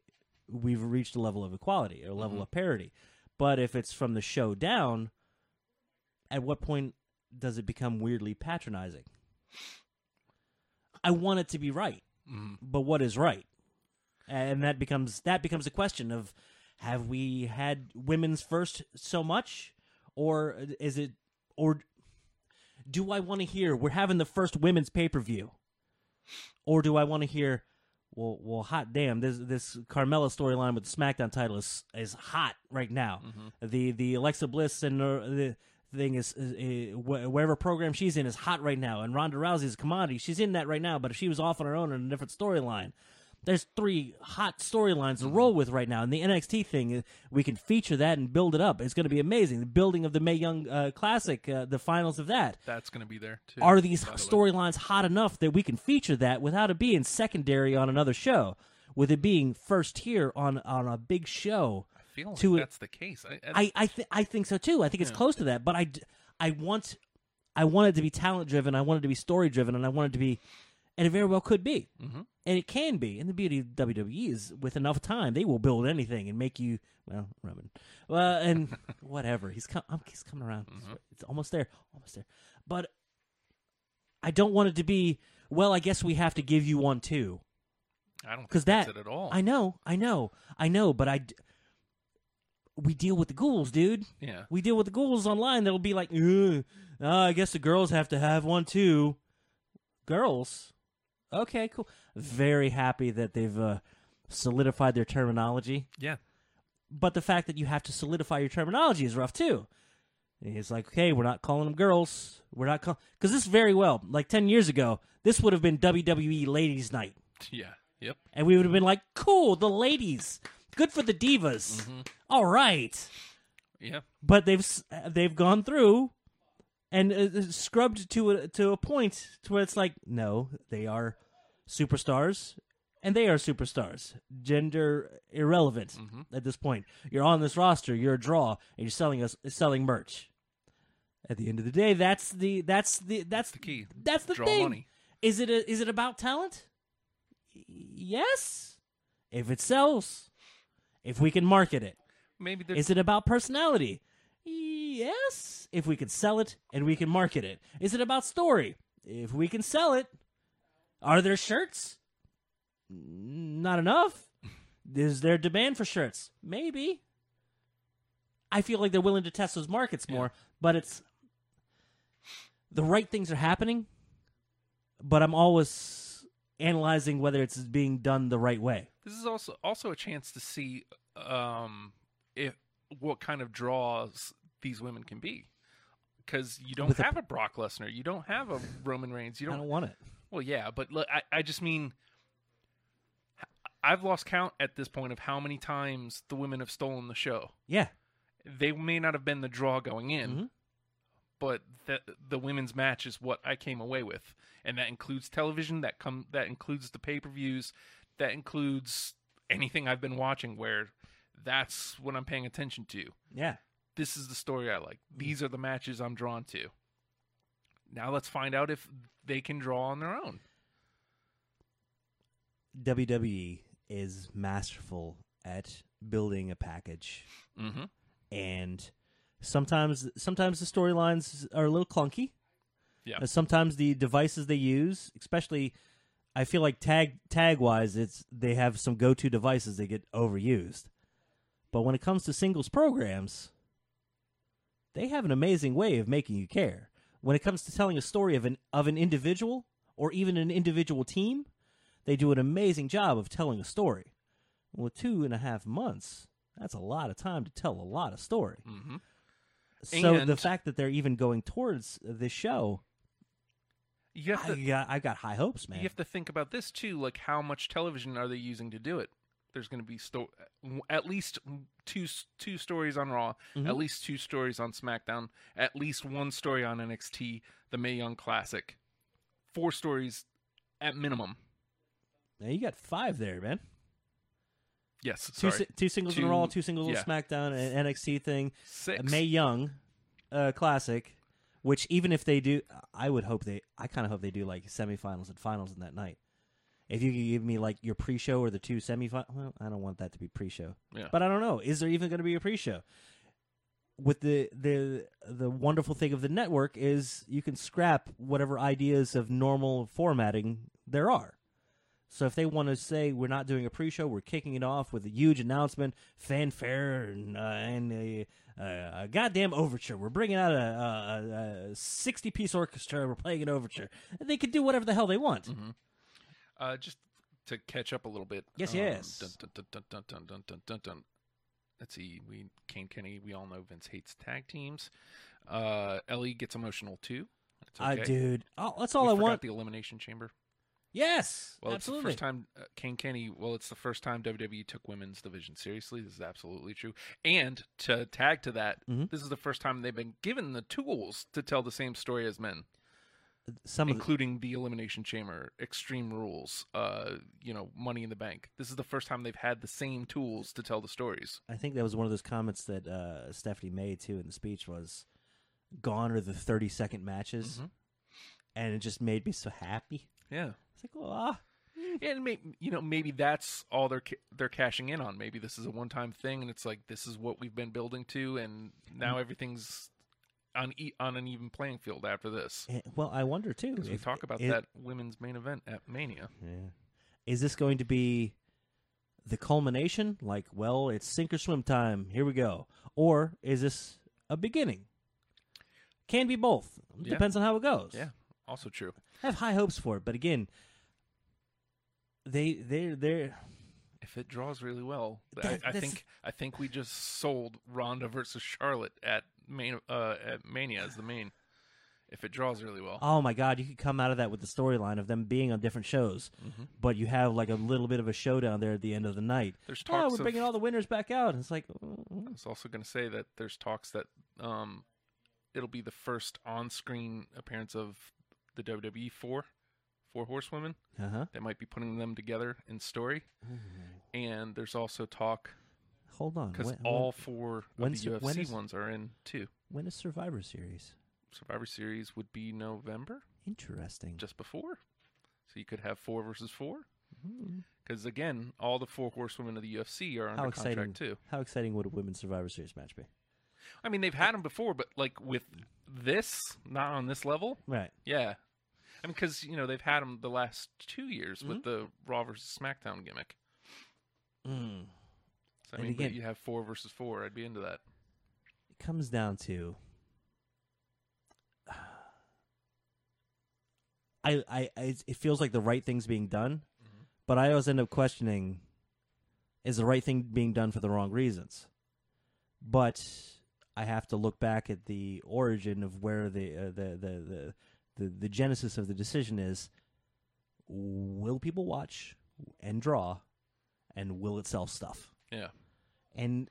[SPEAKER 5] we've reached a level of equality or a level of parity but if it's from the show down at what point does it become weirdly patronizing i want it to be right but what is right and that becomes that becomes a question of have we had women's first so much or is it or do i want to hear we're having the first women's pay-per-view or do i want to hear well well hot damn this this carmella storyline with the smackdown title is is hot right now the the alexa bliss and uh, the thing is, is, is wh- whatever program she's in is hot right now and ronda rousey's a commodity she's in that right now but if she was off on her own in a different storyline there's three hot storylines to roll with right now, and the NXT thing uh, we can feature that and build it up. It's going to be amazing. The building of the May Young uh, Classic, uh, the finals of that.
[SPEAKER 6] That's going to be there too.
[SPEAKER 5] Are these
[SPEAKER 6] by the way.
[SPEAKER 5] storylines hot enough that we can feature that without it being secondary on another show? With it being first here on on a big show,
[SPEAKER 6] I feel like
[SPEAKER 5] to-
[SPEAKER 6] that's the case. I, I,
[SPEAKER 5] I I, th- I think so too. I think it's close to that, but I, d- I want I want it to be talent driven. I want it to be story driven, and I want it to be, and it very well could be, mm-hmm. and it can be. And the beauty of WWE is, with enough time, they will build anything and make you well, Roman, well, and whatever. He's com- I'm, he's coming around. It's almost there, almost there. But I don't want it to be. Well, I guess we have to give you one too
[SPEAKER 6] I don't
[SPEAKER 5] because
[SPEAKER 6] think
[SPEAKER 5] that
[SPEAKER 6] that's it at all.
[SPEAKER 5] I know, I know, I know, but I. D- we deal with the ghouls, dude.
[SPEAKER 6] Yeah.
[SPEAKER 5] We deal with the ghouls online. They'll be like, "Ugh, uh, I guess the girls have to have one too. Girls, okay, cool. Very happy that they've uh, solidified their terminology,
[SPEAKER 6] Yeah.
[SPEAKER 5] but the fact that you have to solidify your terminology is rough too. And It's like, okay, we're not calling them girls. We're not calling because this very well, like ten years ago, this would have been WWE Ladies' Night
[SPEAKER 6] Yeah. Yep.
[SPEAKER 5] and we would have been like, "Cool, the ladies, good for the divas, All right."
[SPEAKER 6] Yeah.
[SPEAKER 5] But they've s- uh, they've gone through and uh, uh, scrubbed to a, to a point to where it's like, no, they are superstars, and they are superstars, gender irrelevant
[SPEAKER 6] Mm-hmm.
[SPEAKER 5] at this point. You're on this roster, you're a draw, and you're selling us selling merch. At the end of the day, that's the that's the that's
[SPEAKER 6] The key.
[SPEAKER 5] that's the
[SPEAKER 6] Draw
[SPEAKER 5] thing.
[SPEAKER 6] money.
[SPEAKER 5] Is it a, is it about talent? Y- Yes. If it sells, if we can market it.
[SPEAKER 6] Maybe there's
[SPEAKER 5] Is it about personality? Yes. If we can sell it and we can market it. Is it about story? If we can sell it. Are there shirts? N- Not enough. Is there demand for shirts? Maybe. I feel like they're willing to test those markets more, but it's the right things are happening, but I'm always analyzing whether it's being done the right way.
[SPEAKER 6] this is also also a chance to see um if what kind of draws these women can be because you don't
[SPEAKER 5] With a-
[SPEAKER 6] have a, Brock Lesnar, you don't have a Roman Reigns, you
[SPEAKER 5] I
[SPEAKER 6] don't.
[SPEAKER 5] don't want it.
[SPEAKER 6] well, yeah, but look, I, I just mean. h- I've lost count at this point of how many times the women have stolen the show.
[SPEAKER 5] Yeah.
[SPEAKER 6] They may not have been the draw going in,
[SPEAKER 5] Mhm.
[SPEAKER 6] but the the women's match is what I came away with, and that includes television. That come that includes the pay per views. That includes anything I've been watching where that's what I'm paying attention to.
[SPEAKER 5] Yeah.
[SPEAKER 6] This is the story I like. These are the matches I'm drawn to. Now let's find out if they can draw on their own.
[SPEAKER 5] WWE E is masterful at building a package,
[SPEAKER 6] Mm-hmm.
[SPEAKER 5] and sometimes sometimes the storylines are a little clunky.
[SPEAKER 6] Yeah.
[SPEAKER 5] Uh, Sometimes the devices they use, especially, I feel like tag tag wise, it's they have some go to devices they get overused. But when it comes to singles programs, they have an amazing way of making you care. When it comes to telling a story of an of an individual or even an individual team, they do an amazing job of telling a story. Well, two and a half months, that's a lot of time to tell a lot of story.
[SPEAKER 6] Mm-hmm.
[SPEAKER 5] So the
[SPEAKER 6] And-
[SPEAKER 5] fact that they're even going towards this show,
[SPEAKER 6] You have
[SPEAKER 5] I
[SPEAKER 6] to
[SPEAKER 5] got, I got high hopes, man.
[SPEAKER 6] you have to think about this too. Like how much television are they using to do it? There's going to be sto- at least two two stories on Raw,
[SPEAKER 5] Mm-hmm.
[SPEAKER 6] at least two stories on SmackDown, at least one story on NXT, the Mae Young Classic, four stories at minimum.
[SPEAKER 5] Now you got five there, man.
[SPEAKER 6] Yes,
[SPEAKER 5] Two,
[SPEAKER 6] sorry,
[SPEAKER 5] si- two singles in Raw,
[SPEAKER 6] Two-
[SPEAKER 5] two singles
[SPEAKER 6] yeah.
[SPEAKER 5] on SmackDown, an NXT thing.
[SPEAKER 6] six.
[SPEAKER 5] A May Young uh, classic, which even if they do, I would hope they. I kind of hope they do like semifinals and finals in that night. If you could give me like your pre-show or the two semifinals, well, I don't want that to be pre-show.
[SPEAKER 6] Yeah.
[SPEAKER 5] But I don't know. Is there even going to be a pre-show? With the the the wonderful thing of the network is you can scrap whatever ideas of normal formatting there are. So if they want to say we're not doing a pre-show, we're kicking it off with a huge announcement, fanfare, and, uh, and a, uh, a goddamn overture. We're bringing out a- a sixty-piece orchestra. We're playing an overture. They could do whatever the hell they want.
[SPEAKER 6] Mm-hmm. Uh, just to catch up a little bit.
[SPEAKER 5] Yes,
[SPEAKER 6] um,
[SPEAKER 5] yes.
[SPEAKER 6] Dun, dun, dun, dun, dun, dun, dun, dun, dun, dun. Let's see. We Kane Kenny. We all know Vince hates tag teams. Uh, Ellie gets emotional too. That's
[SPEAKER 5] I,
[SPEAKER 6] okay.
[SPEAKER 5] dude, oh, that's
[SPEAKER 6] We
[SPEAKER 5] all I
[SPEAKER 6] forgot
[SPEAKER 5] want.
[SPEAKER 6] The elimination chamber.
[SPEAKER 5] yes,
[SPEAKER 6] Well,
[SPEAKER 5] absolutely.
[SPEAKER 6] it's the first time uh, Kane Kenny. Well, it's the first time WWE took women's division seriously. This is absolutely true. And to tag to that,
[SPEAKER 5] Mhm.
[SPEAKER 6] this is the first time they've been given the tools to tell the same story as men,
[SPEAKER 5] Some of the-
[SPEAKER 6] including the Elimination Chamber, Extreme Rules, uh, you know, Money in the Bank. This is the first time they've had the same tools to tell the stories.
[SPEAKER 5] I think that was one of those comments that uh, Stephanie made too in the speech was, "Gone are the thirty-second matches,"
[SPEAKER 6] Mm-hmm.
[SPEAKER 5] and it just made me so happy.
[SPEAKER 6] Yeah.
[SPEAKER 5] It's like, well, ah,
[SPEAKER 6] And maybe you know maybe that's all they're ca- they're cashing in on. Maybe this is a one time thing, and it's like this is what we've been building to, and now everything's on e- on an even playing field after this.
[SPEAKER 5] eh, well, I wonder too.
[SPEAKER 6] Because we
[SPEAKER 5] if-
[SPEAKER 6] talk about
[SPEAKER 5] if-
[SPEAKER 6] that women's main event at Mania.
[SPEAKER 5] Yeah. Is this going to be the culmination? Like, well, it's sink or swim time. Here we go. Or is this a beginning? Can be both.
[SPEAKER 6] Yeah.
[SPEAKER 5] Depends on how it goes.
[SPEAKER 6] Yeah, also true.
[SPEAKER 5] I have high hopes for it, but again, they they they're
[SPEAKER 6] If it draws really well, I,
[SPEAKER 5] That-
[SPEAKER 6] I
[SPEAKER 5] that's-
[SPEAKER 6] think I think we just sold Ronda versus Charlotte at main uh, at Mania as the main. If it draws really well,
[SPEAKER 5] oh my god, you could come out of that with the storyline of them being on different shows,
[SPEAKER 6] Mm-hmm.
[SPEAKER 5] but you have like a little bit of a showdown there at the end of the night.
[SPEAKER 6] There's
[SPEAKER 5] oh,
[SPEAKER 6] talks
[SPEAKER 5] we're
[SPEAKER 6] of-
[SPEAKER 5] bringing all the winners back out. And it's like, mm,
[SPEAKER 6] I was also going to say that there's talks that um, it'll be the first on-screen appearance of the WWE four four horsewomen.
[SPEAKER 5] uh huh.
[SPEAKER 6] They might be putting them together in story, and there's also talk
[SPEAKER 5] Hold on.
[SPEAKER 6] because
[SPEAKER 5] Mm-hmm. When-
[SPEAKER 6] all four of the
[SPEAKER 5] when's-
[SPEAKER 6] UFC
[SPEAKER 5] when is-
[SPEAKER 6] ones are in too.
[SPEAKER 5] when is Survivor Series?
[SPEAKER 6] Survivor Series would be November,
[SPEAKER 5] Interesting.
[SPEAKER 6] just before. So you could have four versus four. Because again, all the four horsewomen of the UFC are under
[SPEAKER 5] Mm-hmm. how
[SPEAKER 6] contract
[SPEAKER 5] exciting!
[SPEAKER 6] too.
[SPEAKER 5] How exciting would a women's Survivor Series match be?
[SPEAKER 6] I mean, they've had them before, but like with this, not on this level.
[SPEAKER 5] Right.
[SPEAKER 6] Yeah, I mean, because you know they've had them the last two years with
[SPEAKER 5] Mm-hmm.
[SPEAKER 6] the Raw versus SmackDown gimmick.
[SPEAKER 5] Mm.
[SPEAKER 6] So, I
[SPEAKER 5] And
[SPEAKER 6] mean, but
[SPEAKER 5] again-
[SPEAKER 6] you have four versus four. I'd be into that.
[SPEAKER 5] It comes down to. I, I, I, it feels like the right thing's being done, but I always end up questioning: is the right thing being done for the wrong reasons? But I have to look back at the origin of where the uh, the, the, the the the genesis of the decision is. Will people watch and draw, and will it sell stuff?
[SPEAKER 6] Yeah,
[SPEAKER 5] and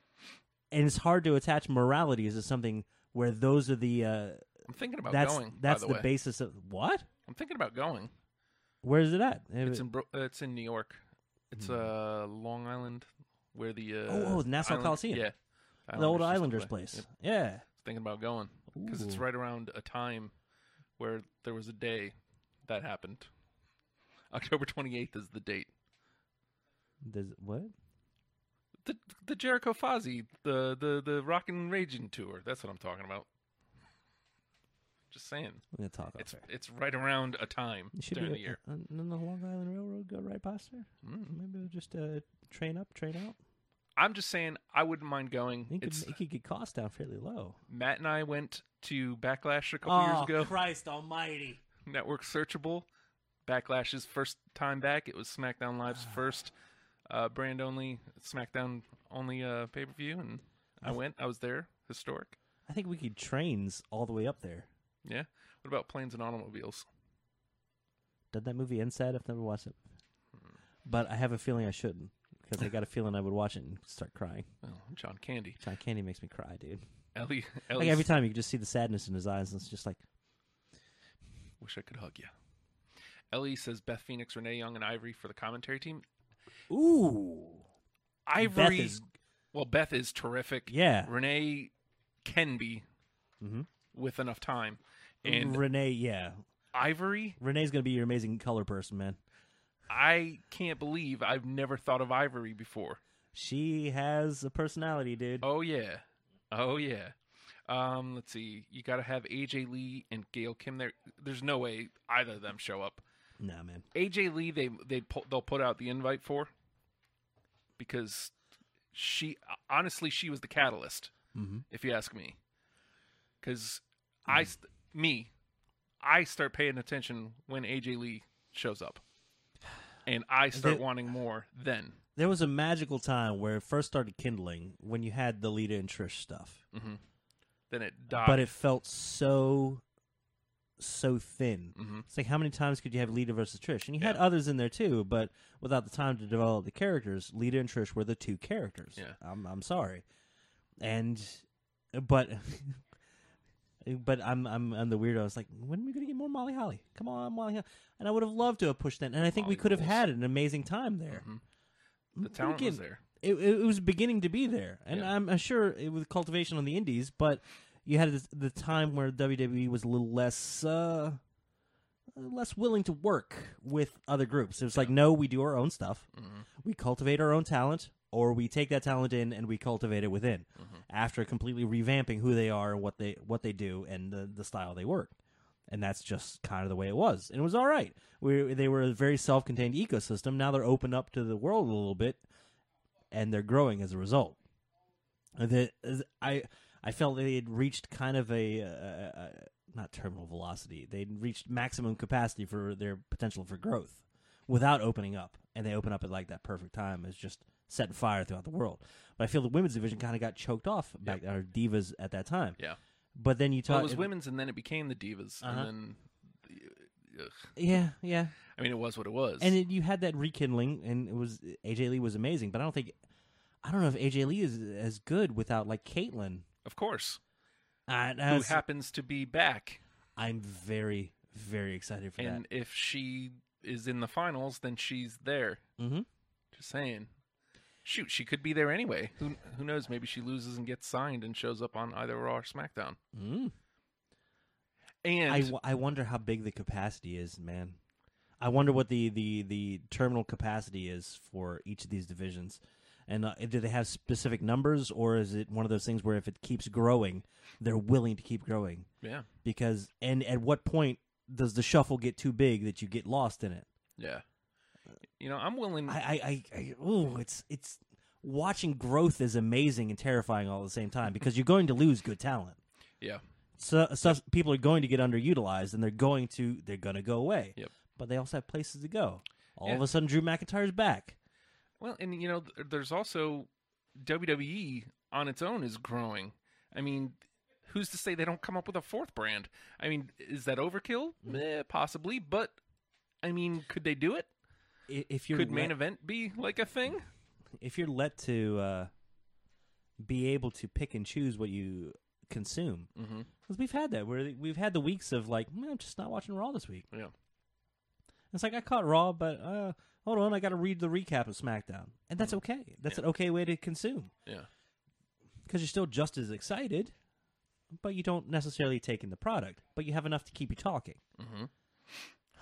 [SPEAKER 5] and it's hard to attach morality as to something where those are the uh,
[SPEAKER 6] I'm thinking about
[SPEAKER 5] that's
[SPEAKER 6] going.
[SPEAKER 5] that's
[SPEAKER 6] by the,
[SPEAKER 5] the,
[SPEAKER 6] way,
[SPEAKER 5] basis of what?
[SPEAKER 6] I'm thinking about going.
[SPEAKER 5] Where is it at?
[SPEAKER 6] It's in Bro- uh, it's in New York. It's uh Long Island, where the uh,
[SPEAKER 5] Hmm. Oh, oh, the Nassau
[SPEAKER 6] Island-
[SPEAKER 5] Coliseum.
[SPEAKER 6] Yeah,
[SPEAKER 5] the old
[SPEAKER 6] used to
[SPEAKER 5] Islanders
[SPEAKER 6] play.
[SPEAKER 5] place.
[SPEAKER 6] Yep.
[SPEAKER 5] Yeah,
[SPEAKER 6] Thinking about going because it's
[SPEAKER 5] Ooh.
[SPEAKER 6] right around a time where there was a day that happened. October 28th is the date
[SPEAKER 5] Does what?
[SPEAKER 6] The the Jericho Fozzy, the the the Rockin' Raging tour. That's what I'm talking about. Just saying,
[SPEAKER 5] I'm gonna talk.
[SPEAKER 6] it's
[SPEAKER 5] off air.
[SPEAKER 6] it's right around a time
[SPEAKER 5] It should
[SPEAKER 6] during
[SPEAKER 5] be
[SPEAKER 6] the year. Mm.
[SPEAKER 5] uh, uh, on the Long Island Railroad go right past there. Maybe we'll just uh, train up, train out.
[SPEAKER 6] I'm just saying, I wouldn't mind going.
[SPEAKER 5] You could,
[SPEAKER 6] It's
[SPEAKER 5] it could get cost down fairly low.
[SPEAKER 6] Matt and I went to Backlash a couple years
[SPEAKER 5] Oh,
[SPEAKER 6] ago.
[SPEAKER 5] Christ Almighty!
[SPEAKER 6] Network searchable. Backlash's first time back. It was SmackDown Live's
[SPEAKER 5] Ah.
[SPEAKER 6] first uh, brand only SmackDown only uh, pay per view, and I went. I was there. Historic.
[SPEAKER 5] I think we could trains all the way up there.
[SPEAKER 6] Yeah. What about planes and automobiles?
[SPEAKER 5] Did that movie Inside? I've never watched it,
[SPEAKER 6] Hmm.
[SPEAKER 5] but I have a feeling I shouldn't because I got a feeling I would watch it and start crying.
[SPEAKER 6] Well, John Candy.
[SPEAKER 5] John Candy makes me cry, dude.
[SPEAKER 6] Ellie. Ellie's,
[SPEAKER 5] Like every time, you can just see the sadness in his eyes, and it's just like,
[SPEAKER 6] Wish I could hug you. Ellie says Beth Phoenix, Renee Young, and Ivory for the commentary team.
[SPEAKER 5] ooh,
[SPEAKER 6] Ivory.
[SPEAKER 5] is-
[SPEAKER 6] well, Beth is terrific.
[SPEAKER 5] Yeah. Mm-hmm.
[SPEAKER 6] Renee can be with enough time, and
[SPEAKER 5] Renee, yeah,
[SPEAKER 6] Ivory.
[SPEAKER 5] Renee's gonna be your amazing color person, man.
[SPEAKER 6] I can't believe I've never thought of Ivory before.
[SPEAKER 5] She has a personality, dude.
[SPEAKER 6] Oh yeah, oh yeah. Um, let's see. You got to have AJ Lee and Gail Kim there. There's no way either of them show up.
[SPEAKER 5] Nah, man.
[SPEAKER 6] AJ Lee, they they pu- they'll put out the invite for because she honestly she was the catalyst,
[SPEAKER 5] Mm-hmm.
[SPEAKER 6] if you ask me. Because I st- me, I start paying attention when AJ Lee shows up, and I start
[SPEAKER 5] The-
[SPEAKER 6] wanting more then.
[SPEAKER 5] there was a magical time where it first started kindling when you had the Lita and Trish stuff,
[SPEAKER 6] Then it died.
[SPEAKER 5] but it felt so so thin. It's like how many times could you have Lita versus Trish? And you had
[SPEAKER 6] Mm-hmm. Yeah.
[SPEAKER 5] others in there too, but without the time to develop the characters, Lita and Trish were the two characters.
[SPEAKER 6] Yeah.
[SPEAKER 5] I'm I'm sorry, and but. But I'm I'm I'm the weirdo. It's like, when are we gonna get more Molly Holly? Come on, Molly Holly! And I would have loved to have pushed that. And I think we
[SPEAKER 6] Molly Mm-hmm.
[SPEAKER 5] could have
[SPEAKER 6] rules.
[SPEAKER 5] had an amazing time there.
[SPEAKER 6] the
[SPEAKER 5] But
[SPEAKER 6] talent was
[SPEAKER 5] again,
[SPEAKER 6] there.
[SPEAKER 5] it, it was beginning to be there, and
[SPEAKER 6] Yeah.
[SPEAKER 5] I'm sure it was cultivation on the indies, but you had this, the time where WWE was a little less uh, less willing to work with other groups. It was like, no, we do our own stuff, we cultivate our own talent, or we take that talent in and we cultivate it within. After completely revamping who they are and what they what they do and the, the style they work. And that's just kind of the way it was, and it was all right. We, they were a very self-contained ecosystem. Now they're open up to the world a little bit, and they're growing as a result. That I I felt they had reached kind of a, uh uh not terminal velocity. They'd reached maximum capacity for their potential for growth without opening up, and they open up at like that perfect time is just setting fire throughout the world. But I feel the women's division kind of got choked off back our divas at that time.
[SPEAKER 6] Yeah.
[SPEAKER 5] But then you
[SPEAKER 6] Well,
[SPEAKER 5] talk
[SPEAKER 6] it was women's, and then it became the divas,
[SPEAKER 5] Uh-huh.
[SPEAKER 6] and then. Ugh.
[SPEAKER 5] Yeah, yeah.
[SPEAKER 6] I mean, it was what it was.
[SPEAKER 5] And then you had that rekindling, and it was AJ Lee was amazing, but I don't think I don't know if AJ Lee is as good without like Caitlyn.
[SPEAKER 6] of course,
[SPEAKER 5] Uh,
[SPEAKER 6] who
[SPEAKER 5] that's-
[SPEAKER 6] happens to be back,
[SPEAKER 5] I'm very, very excited for
[SPEAKER 6] and if she is in the finals, then she's there.
[SPEAKER 5] that. Mm-hmm.
[SPEAKER 6] Just saying. Shoot, she could be there anyway. Who who knows? Maybe she loses and gets signed and shows up on either Raw or SmackDown.
[SPEAKER 5] Mm.
[SPEAKER 6] And
[SPEAKER 5] I, w- I wonder how big the capacity is, man. I wonder what the, the, the terminal capacity is for each of these divisions. And uh, do they have specific numbers, or is it one of those things where if it keeps growing, they're willing to keep growing?
[SPEAKER 6] yeah,
[SPEAKER 5] Because, and at what point does the shuffle get too big that you get lost in it?
[SPEAKER 6] yeah. You know, I'm willing.
[SPEAKER 5] I, I, I, I ooh, it's, it's, watching growth is amazing and terrifying all at the same time because you're going to lose good talent.
[SPEAKER 6] yeah,
[SPEAKER 5] so, so people are going to get underutilized and they're going to they're going to go away.
[SPEAKER 6] Yep.
[SPEAKER 5] But they also have places to go. All of
[SPEAKER 6] Yeah.
[SPEAKER 5] a sudden, Drew McIntyre's back.
[SPEAKER 6] Well, and you know, th- there's also WWE on its own is growing. I mean, who's to say they don't come up with a fourth brand? I mean, is that overkill?
[SPEAKER 5] Mm.
[SPEAKER 6] Meh, possibly, but I mean, could they do it?
[SPEAKER 5] I- If you're
[SPEAKER 6] could
[SPEAKER 5] let,
[SPEAKER 6] main event be like a thing?
[SPEAKER 5] if you're let to uh, be able to pick and choose what you consume, because
[SPEAKER 6] Mm-hmm.
[SPEAKER 5] we've had that where we've had the weeks of like, "Mm, I'm just not watching Raw this week.
[SPEAKER 6] Yeah.
[SPEAKER 5] It's like I caught Raw, but uh, hold on, I got to read the recap of SmackDown, and that's okay. That's an okay way to consume.
[SPEAKER 6] Yeah.
[SPEAKER 5] because you're still just as excited, but you don't necessarily take in the product, but you have enough to keep you talking. Mm-hmm.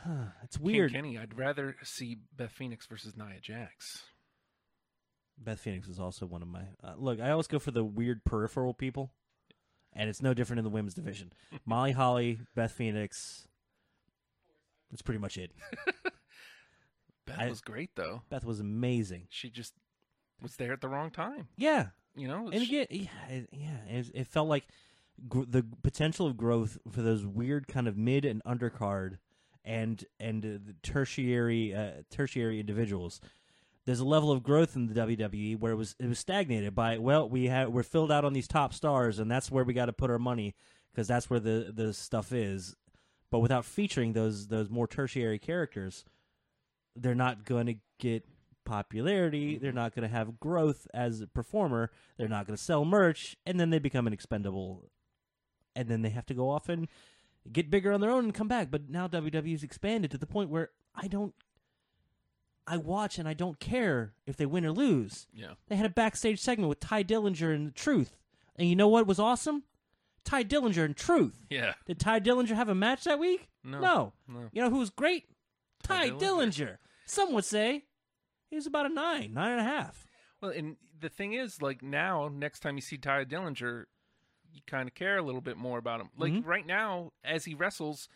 [SPEAKER 5] it's
[SPEAKER 6] King
[SPEAKER 5] weird.
[SPEAKER 6] Kenny, I'd rather see Beth Phoenix versus Nia Jax.
[SPEAKER 5] Beth Phoenix is also one of my uh, look. I always go for the weird peripheral people, and it's no different in the women's division. Molly Holly, Beth Phoenix. That's pretty much it.
[SPEAKER 6] Beth
[SPEAKER 5] I-
[SPEAKER 6] was great though.
[SPEAKER 5] Beth was amazing.
[SPEAKER 6] She just was there at the wrong time.
[SPEAKER 5] Yeah,
[SPEAKER 6] You know,
[SPEAKER 5] and
[SPEAKER 6] She-
[SPEAKER 5] again, yeah, it, yeah, it, it felt like gr- the potential of growth for those weird kind of mid and undercard and and uh, the tertiary uh, tertiary individuals. There's a level of growth in the WWE where it was it was stagnated by well we have we're filled out on these top stars and that's where we got to put our money because that's where the the stuff is, but without featuring those those more tertiary characters, they're not going to get popularity. They're not going to have growth as a performer. They're not going to sell merch, and then they become an expendable, and then they have to go off and get bigger on their own and come back. But now WWE's expanded to the point where I don't, I watch and I don't care if they win or lose.
[SPEAKER 6] yeah,
[SPEAKER 5] They had a backstage segment with Ty Dillinger and Truth, and you know what was awesome? Ty Dillinger and Truth.
[SPEAKER 6] yeah.
[SPEAKER 5] Did Ty Dillinger have a match that week?
[SPEAKER 6] No.
[SPEAKER 5] No.
[SPEAKER 6] No.
[SPEAKER 5] You know who was great? Ty,
[SPEAKER 6] Ty
[SPEAKER 5] Dillinger.
[SPEAKER 6] Dillinger.
[SPEAKER 5] Some would say he was about a nine, nine and a half.
[SPEAKER 6] Well, and the thing is, like now, next time you see Ty Dillinger, you kind of care a little bit more about him. Like
[SPEAKER 5] Mhm.
[SPEAKER 6] right now, as he wrestles,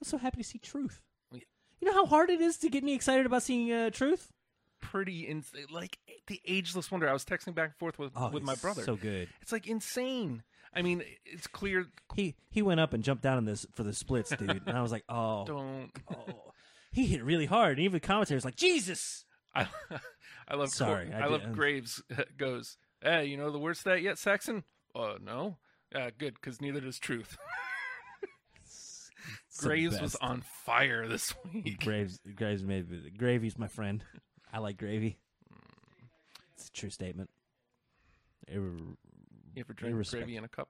[SPEAKER 5] I'm so happy to see Truth.
[SPEAKER 6] Yeah.
[SPEAKER 5] You know how hard it is to get me excited about seeing uh, Truth?
[SPEAKER 6] pretty ins- like the ageless wonder. I was texting back and forth with with my
[SPEAKER 5] he's
[SPEAKER 6] brother.
[SPEAKER 5] Oh, So good.
[SPEAKER 6] It's like insane. I mean, it's clear.
[SPEAKER 5] He he went up and jumped down in this for the splits, dude. And I was like, oh,
[SPEAKER 6] Don't
[SPEAKER 5] oh. he hit really hard. And even the commentator was like, Jesus.
[SPEAKER 6] I? I love.
[SPEAKER 5] Sorry, I
[SPEAKER 6] I, love
[SPEAKER 5] did-
[SPEAKER 6] Graves goes. Hey, you know the worst of that yet, Saxon? Uh, no. Uh, good, because neither does Truth.
[SPEAKER 5] It's the
[SPEAKER 6] Graves was
[SPEAKER 5] best.
[SPEAKER 6] on fire this week.
[SPEAKER 5] Graves. Graves made gravy's my friend. I like gravy. It's a true statement. It-
[SPEAKER 6] You ever drink
[SPEAKER 5] respect.
[SPEAKER 6] gravy in a cup?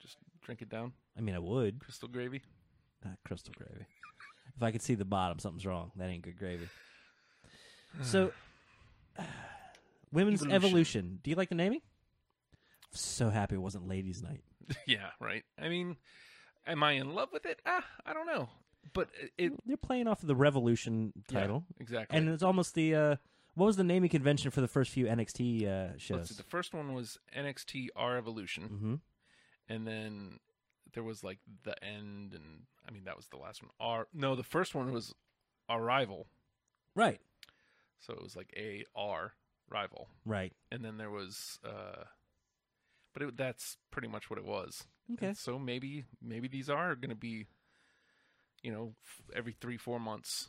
[SPEAKER 6] Just drink it down,
[SPEAKER 5] I mean, I would.
[SPEAKER 6] crystal gravy.
[SPEAKER 5] Not crystal gravy. If I could see the bottom, something's wrong. That ain't good gravy. So, women's evolution.
[SPEAKER 6] Evolution.
[SPEAKER 5] Do you like the naming? So happy it wasn't ladies' night.
[SPEAKER 6] yeah, right. I mean, am I in love with it? Ah, I don't know. But it
[SPEAKER 5] They're playing off of the Revolution
[SPEAKER 6] yeah,
[SPEAKER 5] title,
[SPEAKER 6] exactly.
[SPEAKER 5] and it's almost the uh, what was the naming convention for the first few NXT uh,
[SPEAKER 6] Let's see,
[SPEAKER 5] shows?
[SPEAKER 6] the first one was NXT R Evolution,
[SPEAKER 5] hmm
[SPEAKER 6] and then there was like the end, and I mean that was the last one. R no, the first one was Arrival,
[SPEAKER 5] Right,
[SPEAKER 6] so it was like A R Rival,
[SPEAKER 5] right.
[SPEAKER 6] and then there was. uh but it, that's pretty much what it was.
[SPEAKER 5] Okay.
[SPEAKER 6] And so maybe maybe these are going to be, you know, f- every three four months.